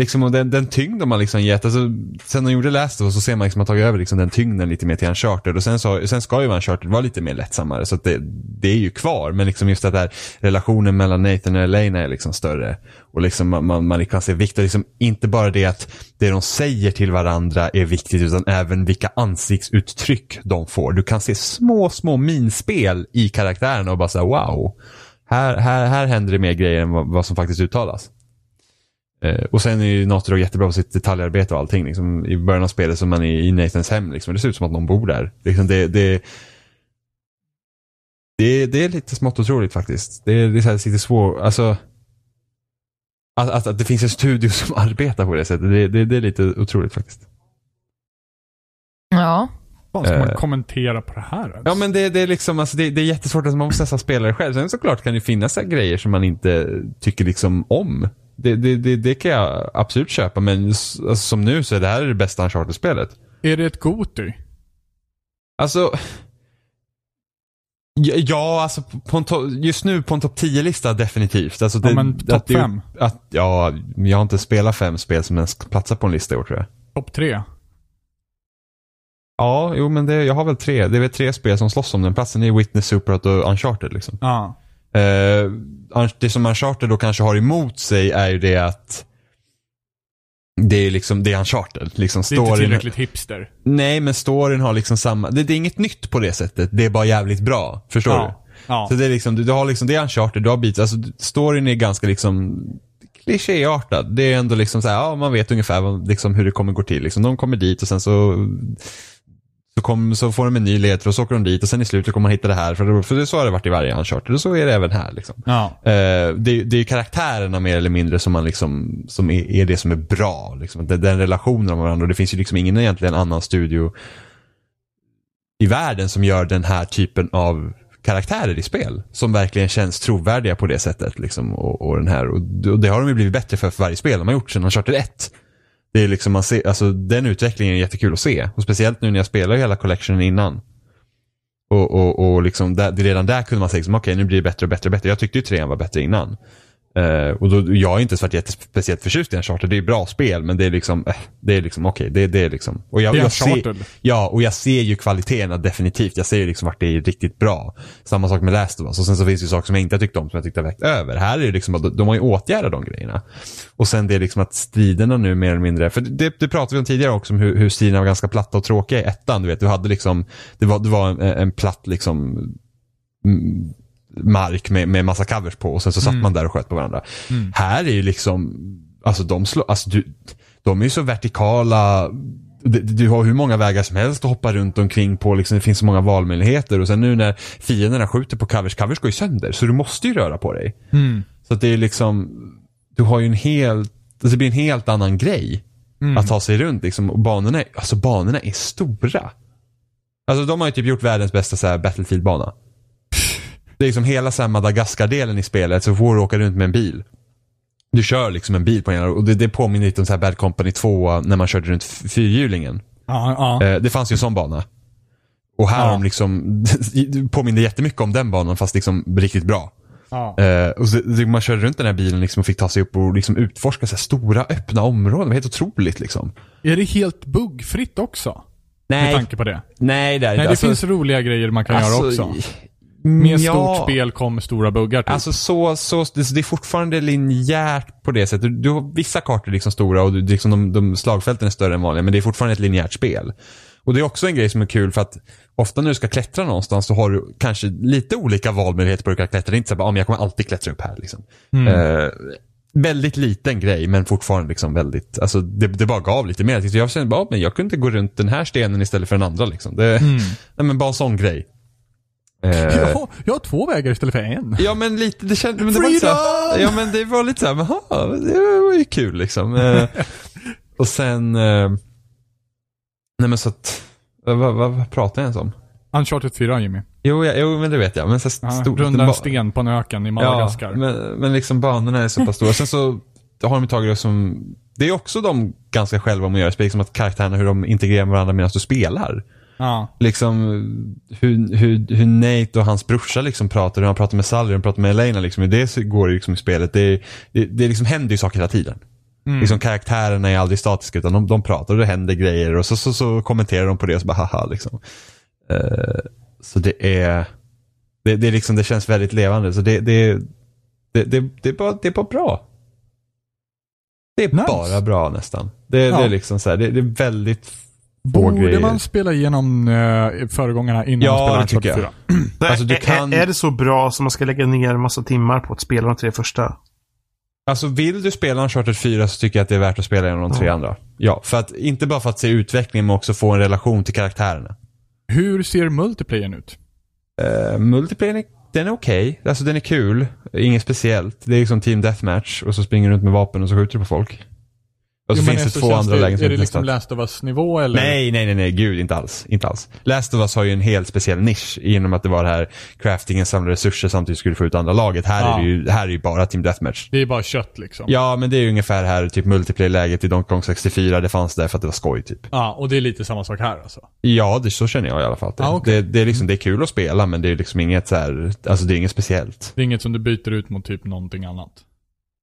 Speaker 2: liksom och den, den tyngd de har liksom gett, alltså, sen de gjorde Last of Us så ser man liksom att de har tagit över liksom den tyngden lite mer till Uncharted och sen, så, sen ska ju Uncharted vara lite mer lättsammare så att det, det är ju kvar men liksom just att där relationen mellan Nathan och Elena är liksom större och liksom man, man, man kan se vikt och liksom inte bara det att det de säger till varandra är viktigt utan även vilka ansiktsuttryck de får. Du kan se små, små minspel i karaktärerna och bara säga wow. Här, här, här händer det mer grejer än vad, vad som faktiskt uttalas. Eh, och sen är ju Naughty Dog jättebra på sitt detaljarbete och allting. Liksom, I början av spelet som man är i Nathans hem. Liksom, det ser ut som att någon bor där. Liksom, det, det, det, det är lite smått otroligt faktiskt. Det, det är så här lite svårt. Alltså, att, att, att det finns en studio som arbetar på det sättet. Det, det, det är lite otroligt faktiskt.
Speaker 3: Ja.
Speaker 4: Fan, ska man
Speaker 2: Eh.
Speaker 4: kommentera på det här? ens?
Speaker 2: Ja men det, det är liksom, alltså det, det är jättesvårt att man måste nästan spela det själv. Sen såklart kan det finnas så här grejer som man inte tycker liksom om. Det, det, det, det kan jag absolut köpa men s- alltså, som nu så är det här det bästa Uncharted-spelet.
Speaker 4: Är det ett Goti?
Speaker 2: Alltså, ja, ja alltså på en to- just nu på en topp 10-lista definitivt. Alltså, det,
Speaker 4: Ja, men topp
Speaker 2: att det-
Speaker 4: fem?
Speaker 2: Att, ja, jag har inte spelat fem spel som ens platsar på en lista i år tror jag.
Speaker 4: Topp tre?
Speaker 2: Ja, jo men det, jag har väl tre. Det är väl tre spel som slåss om den platsen. Det är Witness, Superhot och Uncharted liksom.
Speaker 4: Ja.
Speaker 2: Eh, un- det som Uncharted då kanske har emot sig är ju det att det är liksom, det är Uncharted. Liksom
Speaker 4: Det är inte
Speaker 2: storyn,
Speaker 4: tillräckligt hipster.
Speaker 2: nej men storyn har liksom samma, det, det är inget nytt på det sättet. Det är bara jävligt bra. Förstår du?
Speaker 4: Ja. ja.
Speaker 2: Så det är liksom, du, du har liksom, det är Uncharted, du har Beats, alltså storyn är ganska liksom klichéartad. Det är ändå liksom så här, ja man vet ungefär vad, liksom, hur det kommer gå till. Liksom. De kommer dit och sen så så, kom, så får de en ny ledtråd och så åker de dit och sen i slutet kommer man hitta det här. För, det- för det, så har det varit i varje Uncharted och så är det även här. Liksom.
Speaker 4: Ja.
Speaker 2: Eh, det, det är ju karaktärerna mer eller mindre som, man liksom, som är, är det som är bra. Liksom. Den, den relationen av varandra. Och det finns ju liksom ingen egentligen annan studio i världen som gör den här typen av karaktärer i spel. Som verkligen känns trovärdiga på det sättet. Liksom, och, och, den här. Och, d- och det har de ju blivit bättre för, för varje spel de har gjort sedan Uncharted 1. Det är liksom man ser, alltså, den utvecklingen är jättekul att se. Och speciellt nu när jag spelar hela collectionen innan. Och, och, och liksom där, det- redan där kunde man säga, liksom, okej nu blir det bättre och bättre och bättre. Jag tyckte ju trean var bättre innan. Eh, och då, jag har inte ens varit jättes- speciellt förtjust i Uncharted. Det är bra spel men det är liksom, eh, det är liksom okej. det, det är liksom. Och jag,
Speaker 4: Det är
Speaker 2: jag ser,
Speaker 4: Uncharted.
Speaker 2: ja, och jag ser ju kvaliteterna definitivt. Jag ser ju liksom vart det är riktigt bra. Samma sak med Last of Us. Och sen så finns det ju saker som jag inte har tyckt om som jag tyckte har vägt över. Här är det liksom, de, de har ju åtgärdat de grejerna. Och sen det är liksom att striderna nu mer eller mindre, för det, det pratade vi om tidigare också om hur, hur striderna var ganska platta och tråkiga i ettan. Du vet, du hade liksom, det var, det var en, en platt liksom mm, mark med, med massa covers på och sen så satt man där och sköt på varandra. Här är ju liksom, alltså de slår, alltså du, de är ju så vertikala. Du, du har hur många vägar som helst att hoppa runt omkring på. Liksom, det finns så många valmöjligheter. Och sen nu när fienderna skjuter på covers, covers går ju sönder. Så du måste ju röra på dig.
Speaker 4: Mm.
Speaker 2: Så att det är liksom, du har ju en helt, alltså det blir en helt annan grej. Att ta sig runt liksom. Och banorna, är- alltså banorna är stora. Alltså de har ju typ gjort världens bästa så här, Battlefield-bana. Det är liksom hela så här Madagaskar-delen i spelet, så får du åka runt med en bil. Du kör liksom en bil på en och det, det påminner lite om så här Bad Company 2 när man körde runt f- fyrhjulingen.
Speaker 4: Ja, ja.
Speaker 2: Eh, det fanns ju en sån bana. Och här
Speaker 4: Ja.
Speaker 2: har de liksom, påminner jättemycket om den banan fast liksom riktigt bra.
Speaker 4: ja.
Speaker 2: Eh, och så, så man körde runt den här bilen liksom och fick ta sig upp och liksom utforska så här stora öppna områden. Det var helt otroligt liksom.
Speaker 4: Är det helt buggfritt också? Med
Speaker 2: Nej,
Speaker 4: tanke på det.
Speaker 2: nej det är
Speaker 4: Nej, det
Speaker 2: alltså-
Speaker 4: finns roliga grejer man kan göra
Speaker 2: alltså,
Speaker 4: också. Med
Speaker 2: ja.
Speaker 4: stort spel kom stora buggar typ.
Speaker 2: Alltså så, så, det det är fortfarande linjärt på det sättet. Du, du har vissa kartor är liksom stora och du, liksom de, de slagfälten är större än vanliga, men det är fortfarande ett linjärt spel. Och det är också en grej som är kul för att ofta när du ska klättra någonstans så har du kanske lite olika valmöjligheter på hur du kan klättra. Det är inte så att ah, men jag kommer alltid klättra upp här. Liksom.
Speaker 4: Mm.
Speaker 2: Eh, väldigt liten grej, men fortfarande liksom väldigt, alltså det, det bara gav lite mer. Så jag kände bara, ah, men jag kunde inte gå runt den här stenen istället för den andra. Liksom. Det,
Speaker 4: Mm.
Speaker 2: nej, men bara en sån grej. Eh,
Speaker 4: ja, jag har två vägar istället för en.
Speaker 2: Ja men lite, det kändes, men det var lite såhär,
Speaker 4: Freedom!
Speaker 2: Ja men det var lite såhär, jaha, det var ju kul liksom. Eh, och sen, eh, nej men så att, vad, vad, vad pratar jag ens om?
Speaker 4: Uncharted 4 Jimmy.
Speaker 2: Jo, ja, jo men det vet jag, men så
Speaker 4: Ja,
Speaker 2: här stor,
Speaker 4: runda
Speaker 2: ba-
Speaker 4: en sten på en öken i
Speaker 2: Ja,
Speaker 4: Madagaskar.
Speaker 2: men, men liksom banorna är så pass stora. Sen så har de tagit det som, det är också de ganska själva om att göra spel, som att karaktärerna, hur de integrerar med varandra medan du spelar
Speaker 4: ja.
Speaker 2: liksom hur, hur, hur Nate och hans brorsa liksom pratar, hur han pratar med Sally, hur han pratar med Elena. Liksom, det så går ju liksom i spelet. Det, det, det liksom händer ju saker hela tiden.
Speaker 4: Mm.
Speaker 2: Liksom, karaktärerna är aldrig statiska utan de, de pratar och det händer grejer och så, så, så kommenterar de på det och så bara haha. Liksom. Eh, så det är, det, det, är liksom, det känns väldigt levande. Så det, det, det, det, det, är, bara, det är bara bra. Det är
Speaker 4: Nice.
Speaker 2: bara bra nästan. Det, det,
Speaker 4: Ja.
Speaker 2: är liksom så här, det, det är väldigt få
Speaker 4: Borde
Speaker 2: grejer.
Speaker 4: man spela igenom eh, föregångarna innan
Speaker 2: Ja,
Speaker 4: man spelar
Speaker 2: det tycker
Speaker 4: Uncharted
Speaker 2: jag.
Speaker 4: 4?
Speaker 1: Nej,
Speaker 2: Alltså, du
Speaker 1: är-
Speaker 2: kan-
Speaker 1: är, är det så bra som man ska lägga ner en massa timmar på att spela de tre första?
Speaker 2: Alltså vill du spela Uncharted 4 så tycker jag att det är värt att spela en av de tre andra. Ja, för att, inte bara för att se utvecklingen men också få en relation till karaktärerna.
Speaker 4: Hur ser multiplayern
Speaker 2: Alltså,
Speaker 4: ut?
Speaker 2: Uh, multiplayern, är- den är okej. Alltså den är kul. Inget speciellt. Det är liksom Team Deathmatch och så springer du runt med vapen och så skjuter du på folk. Och så
Speaker 4: Jo, men
Speaker 2: finns det
Speaker 4: efter
Speaker 2: två
Speaker 4: känns
Speaker 2: andra
Speaker 4: det-
Speaker 2: lägen som
Speaker 4: Är
Speaker 2: vi
Speaker 4: det liksom
Speaker 2: testat.
Speaker 4: Last of Us-nivå eller?
Speaker 2: Nej, nej, nej, nej, gud inte alls. Inte alls. Last of Us har ju en helt speciell nisch genom att det var det här craftingen samlar resurser samtidigt skulle du få ut andra laget. Här,
Speaker 4: Ja.
Speaker 2: är, det ju, här är ju bara Team Deathmatch.
Speaker 4: Det är bara kött liksom?
Speaker 2: Ja, men det är ju ungefär här, typ multiplayer-läget i Donkey Kong 64. Det fanns där för att det var skoj, typ.
Speaker 4: Ja, och det är lite samma sak här alltså?
Speaker 2: Ja, det, så känner jag i alla fall. att Det,
Speaker 4: Ah, okej.
Speaker 2: det, det, är liksom, det är kul att spela, men det är liksom inget så här, alltså det är inget speciellt.
Speaker 4: Det är inget som du byter ut mot typ någonting annat?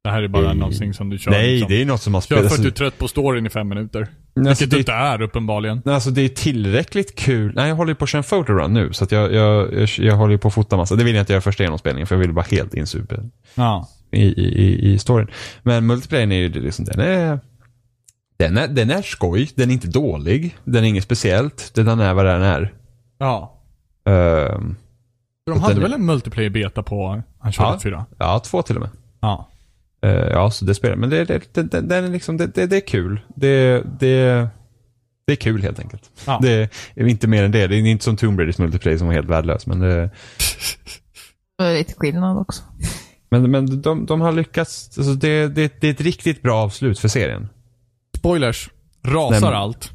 Speaker 4: Det här är bara
Speaker 2: Nej.
Speaker 4: någonting som du kör
Speaker 2: Nej,
Speaker 4: liksom.
Speaker 2: det är något som man
Speaker 4: Kör
Speaker 2: spelar.
Speaker 4: för att
Speaker 2: Alltså,
Speaker 4: du är trött på storyn i fem minuter.
Speaker 2: alltså,
Speaker 4: Vilket du
Speaker 2: det,
Speaker 4: inte är uppenbarligen.
Speaker 2: alltså det är tillräckligt kul. Nej, jag håller ju på att köra en photorun nu, så att jag, jag, jag, jag håller ju på att fota massa. Det vill jag inte göra första genomspelningen, för jag vill bara helt insupa
Speaker 4: Ja.
Speaker 2: i, i, i, i storyn. Men multiplayern är ju det liksom, den är... Den är, den är skoj, den är inte dålig, den är inget speciellt, den är vad den är.
Speaker 4: Ja.
Speaker 2: Ehm,
Speaker 4: För de hade
Speaker 2: Den-
Speaker 4: väl en multiplayer beta på Uncharted
Speaker 2: Ja.
Speaker 4: 4?
Speaker 2: ja, två till och med.
Speaker 4: Ja.
Speaker 2: Eh, ja, så det spelar. Men det, det, det, det, det, är liksom, det, det, det är kul. Det, det, det är kul helt enkelt.
Speaker 4: Ja.
Speaker 2: Det är inte mer än det. Det är inte som Tomb Raiders multiplayer som var helt värdelös. Men, det,
Speaker 3: Det är lite skillnad också.
Speaker 2: men, men de, de har lyckats. Alltså det, det, det är ett riktigt bra avslut för serien.
Speaker 4: Spoilers. Rasar
Speaker 2: Nej, men-
Speaker 4: allt?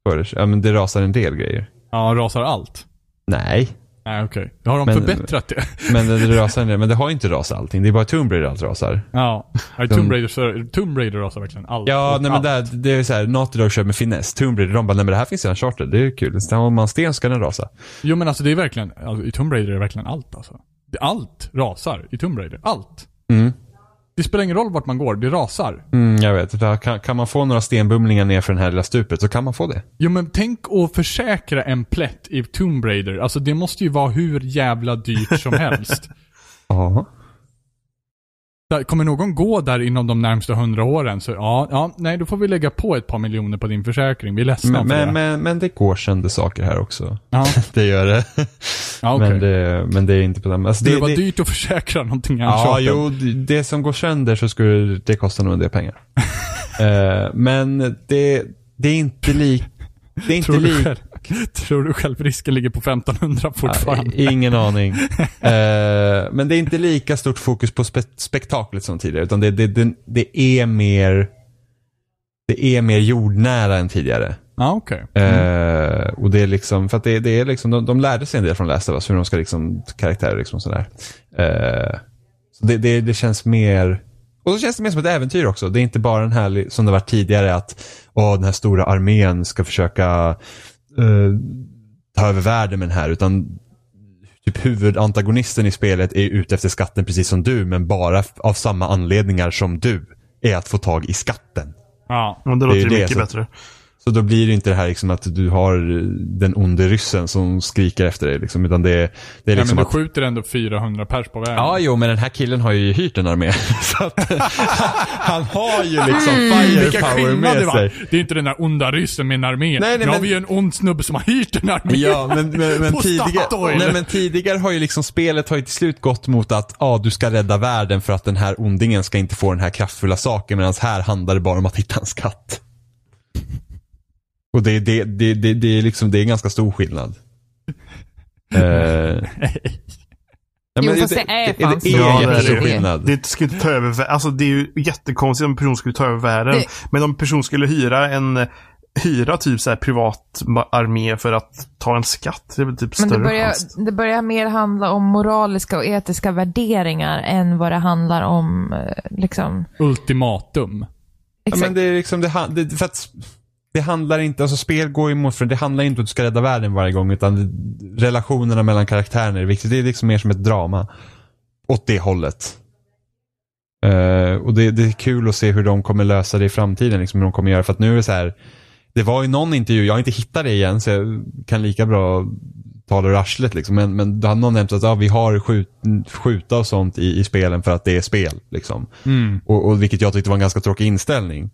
Speaker 2: Spoilers. Ja, men det rasar en del grejer.
Speaker 4: Ja, rasar allt?
Speaker 2: Nej,
Speaker 4: Nej, okej. Har de
Speaker 2: Men-
Speaker 4: förbättrat det?
Speaker 2: men det, det rasar en del. Men det har inte rasat allting. Det är bara Tomb Raider allt rasar.
Speaker 4: Ja. Nej, Tomb Raider, så- Tomb Raider rasar verkligen allt.
Speaker 2: Ja,
Speaker 4: Och
Speaker 2: nej, men
Speaker 4: allt.
Speaker 2: där, det är så här, Naughty Dog kör med finess. Tomb Raider, de bara, nej men det här finns ju en charter. Det är ju kul. Sen Om man sten ska den rasa.
Speaker 4: Jo men alltså det är verkligen, alltså, i Tomb Raider är det verkligen allt alltså. Det, allt rasar i Tomb Raider. Allt.
Speaker 2: Mm.
Speaker 4: Det spelar ingen roll vart man går, det rasar.
Speaker 2: Mm, jag vet. Det här- Kan, kan man få några stenbumlingar ner för den här lilla stupet så kan man få det.
Speaker 4: Jo men tänk att försäkra en plätt i Tomb Raider. Alltså det måste ju vara hur jävla dyrt som helst.
Speaker 2: Ja.
Speaker 4: Där, kommer någon gå där inom de närmsta hundra åren så ja, ja, nej då får vi lägga på ett par miljoner på din försäkring. Vi är ledsna
Speaker 2: Men,
Speaker 4: för
Speaker 2: men,
Speaker 4: det.
Speaker 2: men, men det går kända saker här också.
Speaker 4: ja,
Speaker 2: Det gör det.
Speaker 4: ja okej.
Speaker 2: Men, det men det är inte på samma... Alltså
Speaker 4: det,
Speaker 2: det,
Speaker 4: var
Speaker 2: det,
Speaker 4: dyrt att försäkra någonting i
Speaker 2: Ja,
Speaker 4: Uncharted.
Speaker 2: jo, det- det som går sönder så skulle det kosta nog en del pengar. Eh, men det, det är inte lik... Det är inte
Speaker 4: Tror du,
Speaker 2: lik...
Speaker 4: själv, tror du själv risken ligger på 1500 fortfarande?
Speaker 2: Ja, i- ingen aning. Eh, men det är inte lika stort fokus på spe spektaklet som tidigare. Utan det, det, det, det är mer... Det är mer jordnära än tidigare.
Speaker 4: Ja, okej.
Speaker 2: Eh, och det är liksom, för att det, det är liksom, de, de lärde sig en del från Last of Us, hur de ska liksom, karaktärer liksom sådär. Eh, så det, det, det känns mer, och så känns det mer som ett äventyr också. Det är inte bara den här, li- som det varit tidigare, att åh, den här stora armén ska försöka eh, ta över världen med den här, utan typ huvudantagonisten i spelet är ute efter skatten precis som du, men bara f- av samma anledningar som du, är att få tag i skatten.
Speaker 4: Ja.
Speaker 1: Men det
Speaker 2: Det är
Speaker 1: låter ju
Speaker 2: det
Speaker 1: mycket
Speaker 2: som-
Speaker 1: bättre.
Speaker 2: Så då blir det inte det här liksom att du har den onde ryssen som skriker efter dig. Liksom, utan det, är- det är
Speaker 4: Nej, men
Speaker 2: liksom
Speaker 4: du
Speaker 2: att
Speaker 4: skjuter ändå 400 pers på vägen.
Speaker 2: Ja, jo, men den här killen har ju hyrt en armé. Så att, han har ju liksom
Speaker 4: Hmm.
Speaker 2: firepower med sig.
Speaker 4: Det är inte den där onda ryssen med en
Speaker 2: Nej,
Speaker 4: armé.
Speaker 2: nej,
Speaker 4: nu
Speaker 2: men-
Speaker 4: har vi ju en ond snubbe som har hyrt en armé.
Speaker 2: Ja, men, men, men,
Speaker 4: På
Speaker 2: tidigare,
Speaker 4: Statoil.
Speaker 2: nej, men tidigare har ju liksom spelet har ju till slut gått mot att ah, du ska rädda världen för att den här ondingen ska inte få den här kraftfulla saken. Medan här handlar det bara om att hitta en skatt. Och det, det, det, det, det, är, liksom, det är en ganska stor skillnad. Eh, ja,
Speaker 3: Jo,
Speaker 2: men
Speaker 3: fast det är fan
Speaker 2: det
Speaker 3: så.
Speaker 1: Ja, det är
Speaker 2: är
Speaker 1: det.
Speaker 2: jättestor skillnad.
Speaker 1: Det skulle inte ta över vä- Alltså det är ju jättekonstigt om en person skulle ta över världen.
Speaker 3: Det-
Speaker 1: Men om en person skulle hyra en hyra typ så här privat ma- armé för att ta en skatt. Det är väl typ
Speaker 3: Men det
Speaker 1: större
Speaker 3: börjar,
Speaker 1: chans.
Speaker 3: det börjar mer handla om moraliska och etiska värderingar än vad det handlar om eh, liksom...
Speaker 4: Ultimatum.
Speaker 2: Ja,
Speaker 3: Exakt.
Speaker 2: men det är liksom, det, han- det, för att det handlar inte, alltså spel går ju mot, för det handlar inte om att du ska rädda världen varje gång, utan det- relationerna mellan karaktärerna är viktigt. Det är liksom mer som ett drama. Åt det hållet. Eh, och det, det är kul att se hur de kommer lösa det i framtiden, liksom hur de kommer göra, för att nu är det så här, det var ju någon intervju, jag har inte hittat det igen, så jag kan lika bra tala ur arslet liksom, men, men då hade någon nämnt att ja, vi har skjut, skjuta och sånt i, i spelen för att det är spel. Liksom.
Speaker 4: Mm,
Speaker 2: Och, och vilket jag tyckte var en ganska tråkig inställning.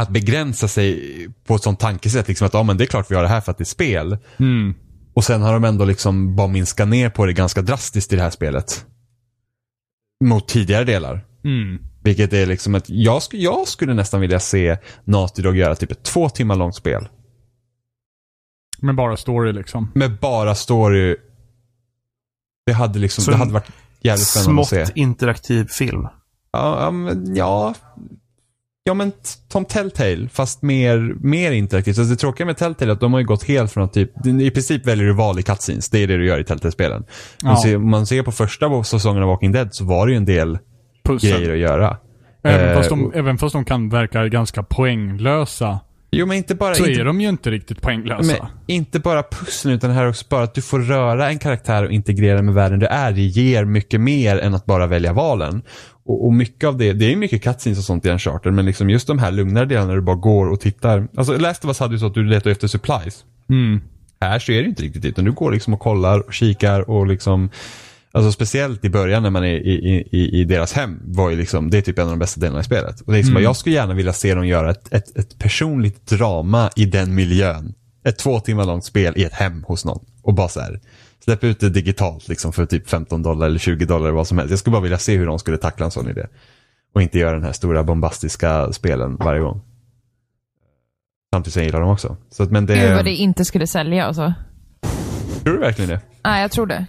Speaker 2: Att begränsa sig på ett sånt tankesätt, liksom att ja, men det är klart vi har det här för att det är spel.
Speaker 4: mm,
Speaker 2: Och sen har de ändå liksom bara minskat ner på det ganska drastiskt i det här spelet. Mot tidigare delar.
Speaker 4: Mm.
Speaker 2: Vilket är liksom att jag, sk- jag skulle nästan vilja se Naughty Dog göra typ ett två timmar långt spel.
Speaker 4: Men bara story liksom.
Speaker 2: Med bara story. Det hade liksom,
Speaker 1: Så
Speaker 2: det
Speaker 1: en
Speaker 2: hade varit jävligt spännande att
Speaker 1: Smått
Speaker 2: se.
Speaker 1: interaktiv film.
Speaker 2: Ja, ja, men, ja. Ja, men t- som Telltale, fast mer, mer interaktivt. Alltså, det tråkiga med Telltale är att de har ju gått helt från att typ, i princip väljer du val i cutscenes. Det är det du gör i Telltale-spelen.
Speaker 4: Ja.
Speaker 2: Om ser, man ser på första säsongen av Walking Dead så var det ju en del
Speaker 4: Pussel.
Speaker 2: grejer att göra.
Speaker 4: Även,
Speaker 2: Eh,
Speaker 4: fast de,
Speaker 2: och-
Speaker 4: även fast de kan verka ganska poänglösa,
Speaker 2: Jo, men inte bara...
Speaker 4: så
Speaker 2: inte,
Speaker 4: är de ju inte riktigt poänglösa.
Speaker 2: men, inte bara pusslen, utan här också bara att du får röra en karaktär och integrera med världen du är i ger mycket mer än att bara välja valen. Och, och mycket av det, det är ju mycket cutscenes och sånt i en charter, men liksom just de här lugnare delarna när du bara går och tittar. Alltså Last of Us hade ju så att du letar efter supplies.
Speaker 4: Mm.
Speaker 2: Här så är det ju inte riktigt det, utan du går liksom och kollar och kikar och liksom Alltså speciellt i början när man är i, i, i, i deras hem var ju liksom, det är typ en av de bästa delarna i spelet. Och det är liksom,
Speaker 3: Mm.
Speaker 2: Jag skulle gärna vilja se dem göra ett, ett, ett personligt drama i den miljön. Ett två timmar långt spel i ett hem hos någon och bara så här släpp ut det digitalt liksom för typ 15 dollar eller 20 dollar eller vad som helst. Jag skulle bara vilja se hur de skulle tackla en sån idé. Och inte göra den här stora bombastiska spelen varje gång. Samtidigt som jag gillar dem också. Så att, men det,
Speaker 3: Gud vad det inte skulle sälja alltså.
Speaker 2: Tror du verkligen det?
Speaker 3: Nej, jag tror det.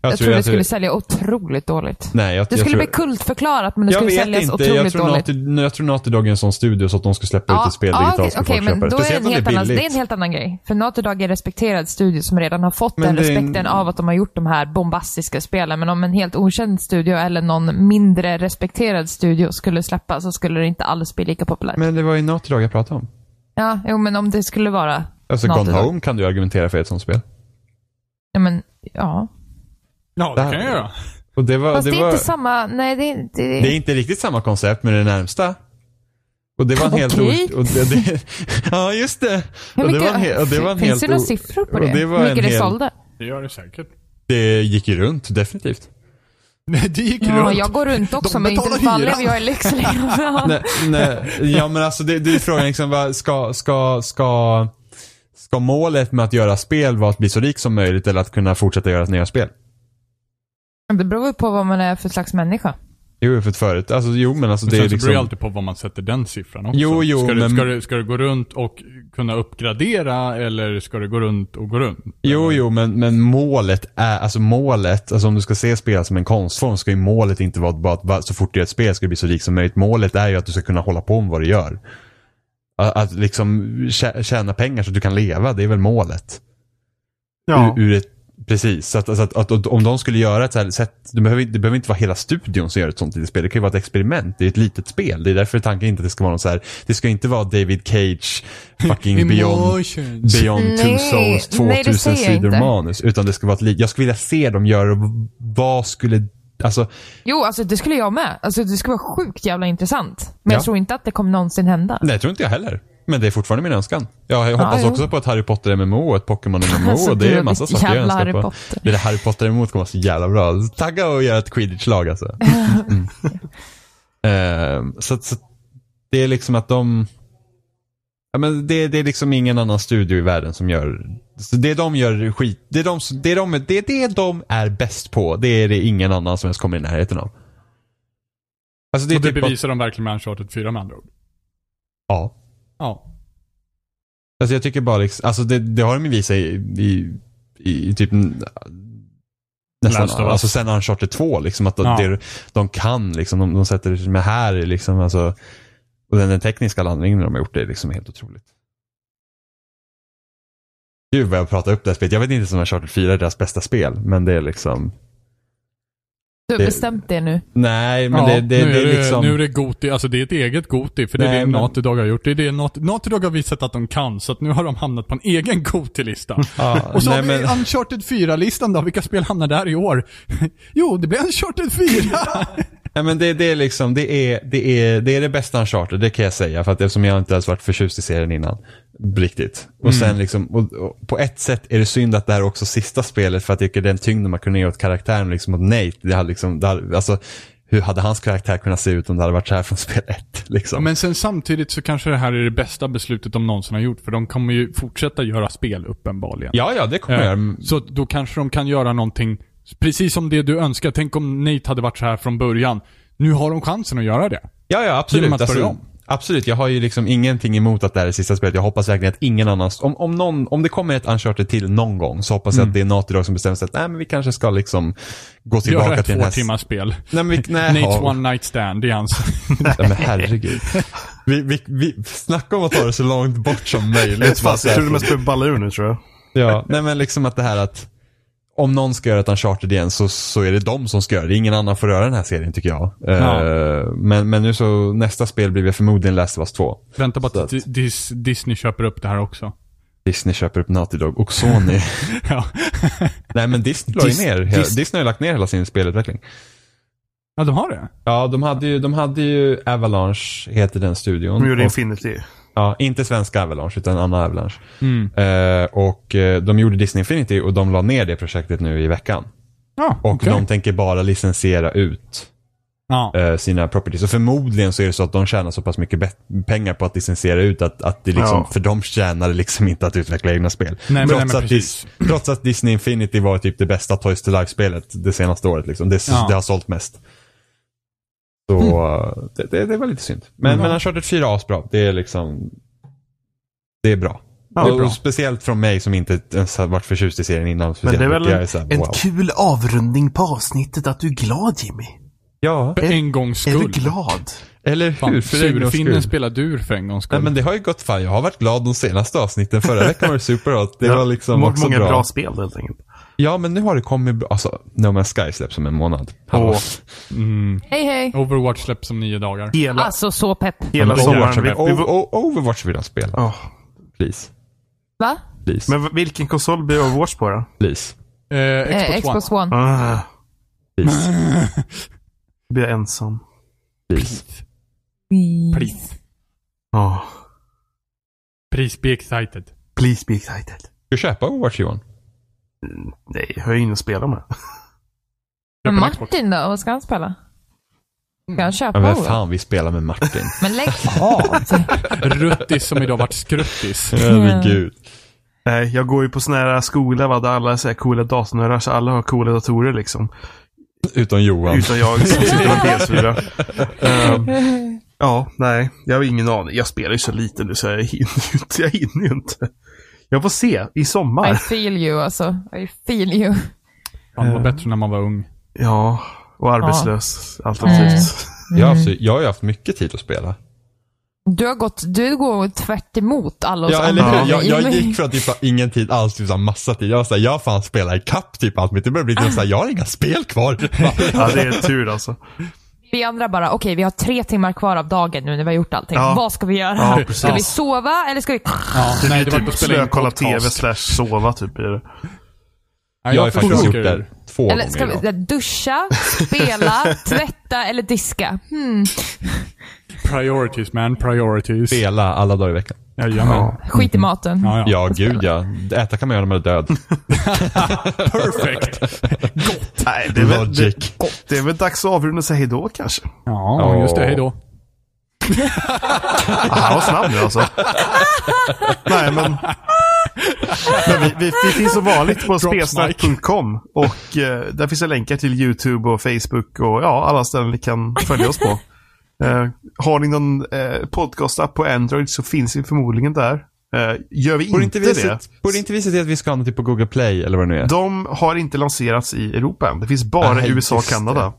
Speaker 2: Jag,
Speaker 3: Jag tror det skulle sälja otroligt dåligt.
Speaker 2: Nej, jag,
Speaker 3: Det
Speaker 2: jag
Speaker 3: skulle
Speaker 2: tror,
Speaker 3: bli kultförklarat, men det
Speaker 2: jag
Speaker 3: skulle
Speaker 2: vet
Speaker 3: säljas
Speaker 2: inte.
Speaker 3: otroligt
Speaker 2: Jag tror,
Speaker 3: dåligt.
Speaker 2: Naughty, jag tror Naughty Dog är en sån studio så att de skulle släppa ut ett spel digitalt
Speaker 3: okej,
Speaker 2: så folk
Speaker 3: okej, men
Speaker 2: köper
Speaker 3: då är det, en
Speaker 2: om
Speaker 3: helt annan, det är en
Speaker 2: billigt.
Speaker 3: helt annan grej. För Naughty Dog är en respekterad studio som redan har fått
Speaker 2: Men
Speaker 3: den
Speaker 2: det är en-
Speaker 3: respekten av att de har gjort de här bombastiska spelen. Men om en helt okänd studio eller någon mindre respekterad studio skulle släppa så skulle det inte alls bli lika populärt.
Speaker 2: Men det var ju Naughty Dog jag pratade om.
Speaker 3: Ja, jo, men om det skulle vara
Speaker 2: Alltså
Speaker 3: Naughty
Speaker 2: Gone
Speaker 3: Dog.
Speaker 2: Home kan du argumentera för ett sånt spel.
Speaker 3: Ja, men, ja.
Speaker 4: Ja, det
Speaker 2: Där-
Speaker 4: kan jag göra.
Speaker 2: Och det var,
Speaker 3: Fast det,
Speaker 2: det
Speaker 3: är
Speaker 2: var,
Speaker 3: inte samma... Nej, det, är- det,
Speaker 2: det är inte riktigt samma koncept men det är närmsta. Och det var en helt
Speaker 3: Okej.
Speaker 2: o- och det, det, Ja, just det.
Speaker 3: Hur
Speaker 2: och det,
Speaker 3: mycket-
Speaker 2: var en, he- och det var en
Speaker 3: Finns
Speaker 2: helt
Speaker 3: det några
Speaker 2: o-
Speaker 3: siffror på
Speaker 2: och
Speaker 3: det?
Speaker 2: det var
Speaker 3: Hur mycket
Speaker 2: en
Speaker 3: det
Speaker 2: hel-
Speaker 3: sålde?
Speaker 4: Det gör det säkert.
Speaker 2: Det gick ju runt, definitivt.
Speaker 4: Nej, det gick
Speaker 3: Ja,
Speaker 4: runt.
Speaker 3: jag går runt också,
Speaker 4: De
Speaker 3: men inte
Speaker 4: betalar
Speaker 3: fan
Speaker 4: hyra.
Speaker 3: lever jag i lyx längre.
Speaker 2: nej, nej, ja men alltså det, det är frågan liksom, vad, ska, ska, ska, ska målet med att göra spel vara att bli så rik som möjligt eller att kunna fortsätta göra nya spel?
Speaker 3: Det beror väl på vad man är för slags människa.
Speaker 2: Jo, för ett förut. Alltså jo men alltså
Speaker 4: Men
Speaker 2: det
Speaker 4: sen
Speaker 2: är
Speaker 4: så beror det
Speaker 2: liksom.
Speaker 4: alltid på vad man sätter den siffran också.
Speaker 2: Jo, jo,
Speaker 4: ska,
Speaker 2: men-
Speaker 4: du, ska, du, ska du gå runt och kunna uppgradera eller ska du gå runt och gå runt?
Speaker 2: Jo, jo men, men målet är, alltså målet, alltså om du ska se spel som en konstform ska ju målet inte vara att bara att va- så fort du gör ett spel ska du bli så rik som möjligt. Målet är ju att du ska kunna hålla på med vad du gör. Att, att liksom tjä- tjäna pengar så att du kan leva, det är väl målet.
Speaker 1: Ja.
Speaker 2: Ur, ur ett, precis, så att, alltså att, att, att om de skulle göra ett så här sätt, det behöver, inte- det behöver inte vara hela studion som gör ett sånt litet spel. Det kan ju vara ett experiment, det är ett litet spel. Det är därför tanken inte att det ska vara någon så här, det ska inte vara David Cage fucking Beyond, Beyond Two
Speaker 3: Nej,
Speaker 2: Souls
Speaker 3: nej, det
Speaker 2: 2000
Speaker 3: säger jag
Speaker 2: sidor
Speaker 3: inte.
Speaker 2: manus. Utan det ska vara ett litet, jag skulle vilja se dem göra, det. vad skulle, alltså
Speaker 3: Jo, alltså det skulle jag med. Alltså det skulle vara sjukt jävla intressant. Men
Speaker 2: Ja.
Speaker 3: jag tror inte att det kommer någonsin hända.
Speaker 2: Nej, tror inte jag heller. Men det är fortfarande min önskan. Jag hoppas
Speaker 3: jo.
Speaker 2: också på ett Harry Potter-MMO och ett Pokémon-MMO.
Speaker 3: Alltså,
Speaker 2: det är
Speaker 3: du,
Speaker 2: en massa saker jag
Speaker 3: jävla
Speaker 2: önskar
Speaker 3: Harry
Speaker 2: på.
Speaker 3: Potter.
Speaker 2: Det där Harry Potter-MMO kommer vara så jävla bra. Tagga och göra ett quidditch-lag alltså. Mm. Ehm, så, att- så att det är liksom att de... Ja, men det, det är liksom ingen annan studio i världen som gör... Så det de gör skit... Det, är de, som- det, är de, det, är det de är bäst på, det är det ingen annan som ens kommer i närheten av. Alltså det är
Speaker 4: Och det
Speaker 2: typ bara-
Speaker 4: bevisar de verkligen med Uncharted 4 med andra ord.
Speaker 2: Ja.
Speaker 4: Ja.
Speaker 2: Alltså jag tycker bara liksom, alltså det, det har de ju visat i, i, i typ n- nästan,
Speaker 4: Last of Us.
Speaker 2: alltså sen Uncharted 2 liksom att de-
Speaker 4: Ja.
Speaker 2: det, de kan liksom, de, de sätter sig med här är liksom alltså, och den, den tekniska landningen de har gjort det är liksom helt otroligt. Gud vad jag pratar upp det här spelet, jag vet inte ens om Uncharted 4 är deras bästa spel, men det är liksom,
Speaker 3: Du har
Speaker 2: Det-
Speaker 3: bestämt det nu.
Speaker 2: nej men
Speaker 4: ja,
Speaker 2: det, det,
Speaker 4: nu,
Speaker 2: det
Speaker 4: är
Speaker 2: är liksom,
Speaker 4: nu är det Goti, alltså det är ett eget Goti, för det
Speaker 2: Nej,
Speaker 4: är det
Speaker 2: men-
Speaker 4: Naughty Dog har gjort. Det är det Naughty, Naughty Dog har visat att de kan, så att nu har de hamnat på en egen Goti-lista.
Speaker 2: ja,
Speaker 4: Och så
Speaker 2: nej,
Speaker 4: har vi
Speaker 2: men,
Speaker 4: Uncharted 4-listan då, vilka spel hamnar där i år? jo, det blir Uncharted 4!
Speaker 2: Ja, men det, det är liksom, det är det, är, det är det bästa Uncharted, det kan jag säga. För att eftersom jag inte ens varit förtjust i serien innan. Riktigt. Och sen liksom, och, och på ett sätt är det synd att det här är också sista spelet för att jag tycker den tyngden man kunde ge åt karaktären, liksom åt Nate, det hade liksom, det hade, alltså hur hade hans karaktär kunnat se ut om det hade varit så här från spel ett liksom?
Speaker 4: Men sen samtidigt så kanske det här är det bästa beslutet de någonsin har gjort, för de kommer ju fortsätta göra spel uppenbarligen.
Speaker 2: ja, ja, det kommer jag göra.
Speaker 4: Eh, Så då kanske de kan göra någonting, precis som det du önskar. Tänk om Nate hade varit så här från början. Nu har de chansen att göra det.
Speaker 2: Ja, ja, absolut. Alltså,
Speaker 4: Genom att börja om.
Speaker 2: absolut, jag har ju liksom ingenting emot att det här är sista spelet. Jag hoppas verkligen att ingen annan, om, om, någon, om det kommer ett Uncharted till någon gång så hoppas jag
Speaker 4: Mm.
Speaker 2: att det är Naughty Dog som bestämmer sig att nej, men vi kanske ska liksom gå tillbaka
Speaker 4: Göra ett
Speaker 2: till
Speaker 4: två
Speaker 2: den här...
Speaker 4: timmars spel.
Speaker 2: Nej, men vi, nej,
Speaker 4: Nate's
Speaker 2: ja.
Speaker 4: one night stand, det är hans.
Speaker 2: Ja, men herregud. Vi, vi, vi, snacka om att ta det så långt bort som möjligt.
Speaker 1: Fan, jag tror det mest behöver balla ur nu tror jag.
Speaker 2: Ja, nej men liksom att det här att om någon ska göra ett Uncharted igen så, så är det de som ska göra det. Ingen annan får röra den här serien tycker jag.
Speaker 4: Ja.
Speaker 2: Eh, men, men nu så, nästa spel blir väl förmodligen Last of Us 2.
Speaker 4: Vänta
Speaker 2: Så
Speaker 4: bara
Speaker 2: att-
Speaker 4: tills Dis, Disney köper upp det här också.
Speaker 2: Disney köper upp Naughty Dog och Sony.
Speaker 4: Ja.
Speaker 2: Nej men Disney, la ju
Speaker 1: Dis-
Speaker 2: ner, hela,
Speaker 1: Dis-
Speaker 2: Disney har ju lagt ner hela sin spelutveckling.
Speaker 4: ja, de har det?
Speaker 2: Ja, de hade ju, de hade ju Avalanche, heter den studion.
Speaker 1: De gjorde
Speaker 2: och,
Speaker 1: Infinity.
Speaker 2: ja, inte svenska Avalanche, utan annan Avalanche.
Speaker 4: Mm.
Speaker 2: Eh, och eh, de gjorde Disney Infinity och de la ner det projektet nu i veckan.
Speaker 4: Ja,
Speaker 2: Och
Speaker 4: okej.
Speaker 2: de tänker bara licensiera ut
Speaker 4: Ja.
Speaker 2: eh, sina properties. Och förmodligen så är det så att de tjänar så pass mycket bet- pengar på att licensiera ut att, att det liksom,
Speaker 1: Ja.
Speaker 2: för de tjänar det liksom inte att utveckla egna spel.
Speaker 4: men-
Speaker 2: trots,
Speaker 4: nej, men
Speaker 2: att
Speaker 4: precis. Mm.
Speaker 2: Dis- trots att Disney Infinity var typ det bästa Toys to Life-spelet det senaste året. Liksom. Det,
Speaker 4: Ja.
Speaker 2: det har sålt mest. Så eh, det, det, det var lite synd. Men,
Speaker 4: Mm.
Speaker 2: men Uncharted 4 är asbra. Det är liksom, det är bra.
Speaker 1: Ja, det är
Speaker 2: och,
Speaker 1: bra.
Speaker 2: och speciellt från mig som inte ens har varit förtjust i serien innan.
Speaker 1: Men det är väl
Speaker 2: Jag så här,
Speaker 5: En
Speaker 2: wow.
Speaker 5: kul avrundning på avsnittet att du är glad Jimmy.
Speaker 2: Ja,
Speaker 4: För en gångs
Speaker 5: Är du
Speaker 4: skull.
Speaker 5: glad?
Speaker 2: eller hur?
Speaker 4: Fan,
Speaker 2: För en gångs
Speaker 4: Surfinnen
Speaker 2: skull.
Speaker 4: spelar dur för en gångs
Speaker 2: Nej
Speaker 4: skull.
Speaker 2: men det har ju gått fan. Jag har varit glad de senaste avsnitten. Förra veckan var det superhot. Det
Speaker 1: Ja,
Speaker 2: var liksom
Speaker 1: många-
Speaker 2: också
Speaker 1: många
Speaker 2: bra.
Speaker 1: bra spel helt enkelt.
Speaker 2: Ja men nu har det kommit, alltså No Man's Sky släpps om en månad. Hallå.
Speaker 1: Åh.
Speaker 3: Hej hej!
Speaker 4: Overwatch släpps om nio dagar.
Speaker 1: Hela,
Speaker 3: Alltså så pepp.
Speaker 1: hela
Speaker 2: Overwatch,
Speaker 1: sommaren. Vi,
Speaker 2: vi,
Speaker 1: vi,
Speaker 2: Overwatch vill jag spela.
Speaker 1: Ja.
Speaker 2: Please.
Speaker 3: Va?
Speaker 2: Please.
Speaker 1: Men v- vilken konsol blir Overwatch på då?
Speaker 2: Please.
Speaker 4: Eh, Xbox,
Speaker 3: Eh, Xbox One.
Speaker 1: Ah,
Speaker 2: Please.
Speaker 1: blir jag ensam?
Speaker 2: Please.
Speaker 4: One. Please.
Speaker 1: Ja.
Speaker 4: Please be excited.
Speaker 1: Please be excited.
Speaker 2: Ska du köpa Overwatch Johan?
Speaker 1: Nej, jag har ju ingen att spela med.
Speaker 3: Men
Speaker 4: Köp en Xbox.
Speaker 3: Martin då? Vad ska han spela? Ska han köpa
Speaker 2: Ja, men
Speaker 3: Overwatch?
Speaker 2: fan vi spelar med Martin.
Speaker 3: Men lägg av!
Speaker 4: Ruttis som idag vart skruttis.
Speaker 2: Herregud.
Speaker 1: Nej, jag går ju på sån här skola va, där alla är så här coola datornördar, så alla har coola datorer liksom.
Speaker 2: Utom Johan.
Speaker 1: Utan jag som sitter med PS4. Ehm, ja, nej. Jag har ingen aning. Jag spelar ju så lite nu så jag hinner ju inte. Jag hinner ju inte. Jag får se i
Speaker 3: I
Speaker 1: sommar.
Speaker 3: feel you alltså. I feel you.
Speaker 4: Fan, det var bättre när man var ung.
Speaker 1: Ja, och arbetslös
Speaker 4: Mm.
Speaker 1: alternativt.
Speaker 2: Jag, har haft, jag har ju haft mycket tid att spela.
Speaker 3: Du har gått, du går tvärt emot alla oss
Speaker 2: Ja, eller
Speaker 3: andra.
Speaker 2: hur? Jag, jag
Speaker 3: Men-
Speaker 2: gick från typ så här ingen tid alls till så här massa tid. Jag var såhär, jag fan spelar i kapp typ allt mitt. Det börjar bli typ såhär, jag har inga spel kvar.
Speaker 1: Ja, det är tur alltså.
Speaker 3: Vi andra bara, okej vi har tre timmar kvar av dagen nu när vi har gjort allting.
Speaker 1: Ja.
Speaker 3: Vad ska vi göra?
Speaker 1: Ja, precis.
Speaker 3: ska vi sova eller ska vi...
Speaker 4: Ja, nej, det var inte
Speaker 1: Typ
Speaker 4: att spela in
Speaker 1: slökolla
Speaker 4: podcast.
Speaker 1: tv slash sova typ. är det.
Speaker 4: Ja,
Speaker 2: Jag har ju faktiskt gjort
Speaker 4: försöker.
Speaker 2: det två
Speaker 3: Eller ska
Speaker 2: gånger idag.
Speaker 3: vi duscha, spela, tvätta eller diska? Hmm.
Speaker 4: Priorities man, priorities.
Speaker 2: Spela alla dagar i veckan.
Speaker 4: Jajamän.
Speaker 1: Ja.
Speaker 3: Skit i maten.
Speaker 1: Mm.
Speaker 4: Ja, ja.
Speaker 2: Ja, gud ja. Äta kan man göra när man är död.
Speaker 4: Perfect.
Speaker 1: Nej, det är, väl, det,
Speaker 2: Logic.
Speaker 1: det är väl dags att avrunda och säga hejdå kanske.
Speaker 4: Ja, just det. Hej då.
Speaker 1: Han var snabb nu alltså. Nej, men... men vi, vi, vi finns som vanligt på
Speaker 4: Drops mic.
Speaker 1: spelsnack.com. Och eh, där finns det länkar till YouTube och Facebook och ja, alla ställen ni kan följa oss på. Eh, har ni någon eh, podcastapp på Android så finns vi förmodligen där. Eh, gör vi
Speaker 2: Borde
Speaker 1: inte
Speaker 2: inte, vi se,
Speaker 1: det?
Speaker 2: borde inte vi se till att vi ska ha någonting på Google Play eller vad det nu är?
Speaker 1: De har inte lanserats i Europa än. Det finns bara
Speaker 2: Nej,
Speaker 1: i USA och
Speaker 2: just det.
Speaker 1: Kanada.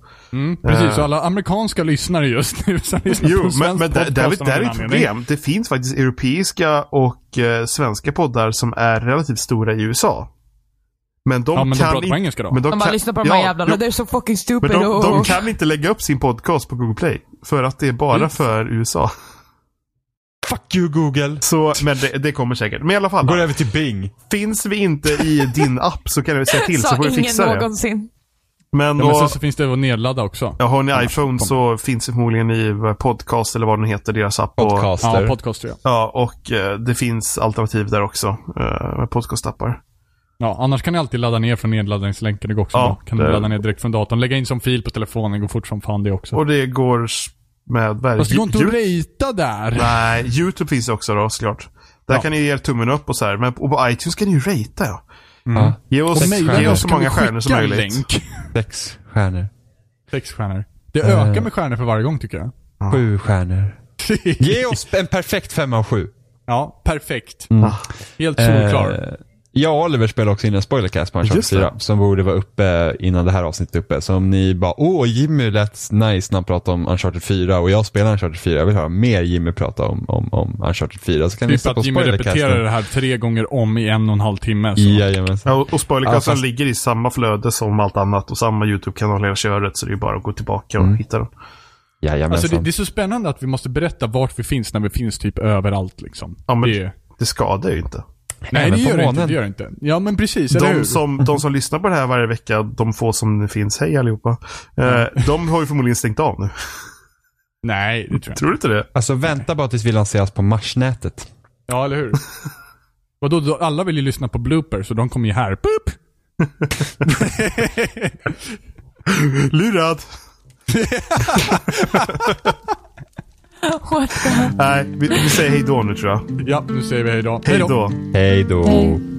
Speaker 4: Precis, så alla amerikanska lyssnare just nu som lyssnar
Speaker 1: Jo,
Speaker 4: på
Speaker 1: men,
Speaker 4: svensk
Speaker 1: men där,
Speaker 4: podcast
Speaker 1: där, där
Speaker 4: av
Speaker 1: är
Speaker 4: någon
Speaker 1: ett
Speaker 4: anledning.
Speaker 1: problem. Det finns faktiskt europeiska och eh, svenska poddar som är relativt stora i USA. Men de
Speaker 4: Ja, men de
Speaker 1: kan
Speaker 4: pratar på
Speaker 1: inte-
Speaker 4: engelska då?
Speaker 1: Men de
Speaker 3: De bara
Speaker 1: kan,
Speaker 3: lyssnar på de här jävlarna,
Speaker 1: jo,
Speaker 3: they're so fucking stupid.
Speaker 1: men de,
Speaker 3: och-
Speaker 1: de kan inte lägga upp sin podcast på Google Play. För att det är bara
Speaker 4: Mm.
Speaker 1: för USA.
Speaker 2: Fuck you Google!
Speaker 1: Så, men det, det kommer säkert. Men i alla
Speaker 2: Går
Speaker 1: fall.
Speaker 2: över till Bing.
Speaker 1: Finns vi inte i din app så kan du säga till så
Speaker 3: Sa
Speaker 1: får vi
Speaker 3: ingen
Speaker 1: fixa det.
Speaker 3: någonsin.
Speaker 1: Men
Speaker 4: Ja, men
Speaker 1: då,
Speaker 4: sen så finns det att nedladda också.
Speaker 1: ja, har ni iPhone så finns det förmodligen i eh, podcast eller vad den heter, deras app. och-
Speaker 2: Podcaster.
Speaker 4: Ja, podcaster ja.
Speaker 1: Ja, och eh, det finns alternativ där också eh, med podcastappar.
Speaker 4: ja. Annars kan ni alltid ladda ner från nedladdningslänken. Det går också
Speaker 1: Ja,
Speaker 4: bra. Kan du
Speaker 1: det-
Speaker 4: ladda ner direkt från datorn. Lägga in som fil på telefonen. Går fort som fan det också.
Speaker 1: Och det går s- med... Vad är det?
Speaker 4: Fast det går inte
Speaker 1: Ju-
Speaker 4: att rejta där.
Speaker 1: Nej, YouTube finns det också då såklart. Där
Speaker 4: Ja.
Speaker 1: kan ni ge tummen upp och så här. Men och på iTunes kan ni ju ratea. Ja.
Speaker 2: Ja.
Speaker 1: Ge oss,
Speaker 4: Och mejla
Speaker 1: ge oss
Speaker 4: oss
Speaker 1: så
Speaker 4: kan vi
Speaker 1: många stjärnor som
Speaker 4: skicka en
Speaker 1: möjligt.
Speaker 4: länk.
Speaker 2: Sex stjärnor.
Speaker 4: Sex stjärnor. Det
Speaker 2: Eh.
Speaker 4: ökar med stjärnor för varje gång tycker jag.
Speaker 2: Sju stjärnor. Ge oss en perfekt femma av sju.
Speaker 4: ja, perfekt.
Speaker 1: Ah.
Speaker 4: Mm. Helt solklar.
Speaker 2: Eh, jag och Oliver spelade också in en spoilercast på Uncharted
Speaker 1: Just det.
Speaker 2: 4 som borde vara uppe innan det här avsnittet är uppe. Så om ni bara, åh Jimmy lät nice när han pratade om Uncharted 4 och jag spelar Uncharted 4, jag vill höra mer Jimmy prata om, om, om Uncharted 4 så kan ni
Speaker 4: Typ
Speaker 2: lyssna på
Speaker 4: att Jimmy repeterar
Speaker 2: spoilercasten.
Speaker 4: det här tre gånger om i en och en halv timme. Så.
Speaker 2: Jajamensan.
Speaker 1: Ja, och och spoilercasten
Speaker 2: Ja, fast-
Speaker 1: ligger i samma flöde som allt annat och samma YouTube-kanal hela köret. Så det är bara att gå tillbaka och
Speaker 2: Mm.
Speaker 1: hitta den.
Speaker 2: Jajamensan.
Speaker 4: Alltså det, det är så spännande att vi måste berätta vart vi finns när vi finns typ överallt liksom.
Speaker 1: Ja, men
Speaker 4: det,
Speaker 1: det, skadar ju inte.
Speaker 4: nej, det
Speaker 2: även på
Speaker 4: gör det inte.
Speaker 2: månen.
Speaker 4: Det gör det inte. Ja, men precis. eller hur?
Speaker 1: De som, de som lyssnar på det här varje vecka, de få som nu finns, hej allihopa. Eh, de har ju förmodligen stängt av nu.
Speaker 4: Nej, det tror jag inte.
Speaker 1: Tror du inte det?
Speaker 2: Alltså vänta bara tills vi lanseras på marsnätet.
Speaker 4: Ja, eller hur? Vadå, då, alla vill ju lyssna på bloopers så de kommer ju här. Boop!
Speaker 1: Lurad!
Speaker 3: What the
Speaker 1: Nej, vi, vi säger hej då nu tror jag.
Speaker 4: Ja, nu säger vi hej då.
Speaker 1: Hej då!
Speaker 2: Hej då.
Speaker 3: Hej.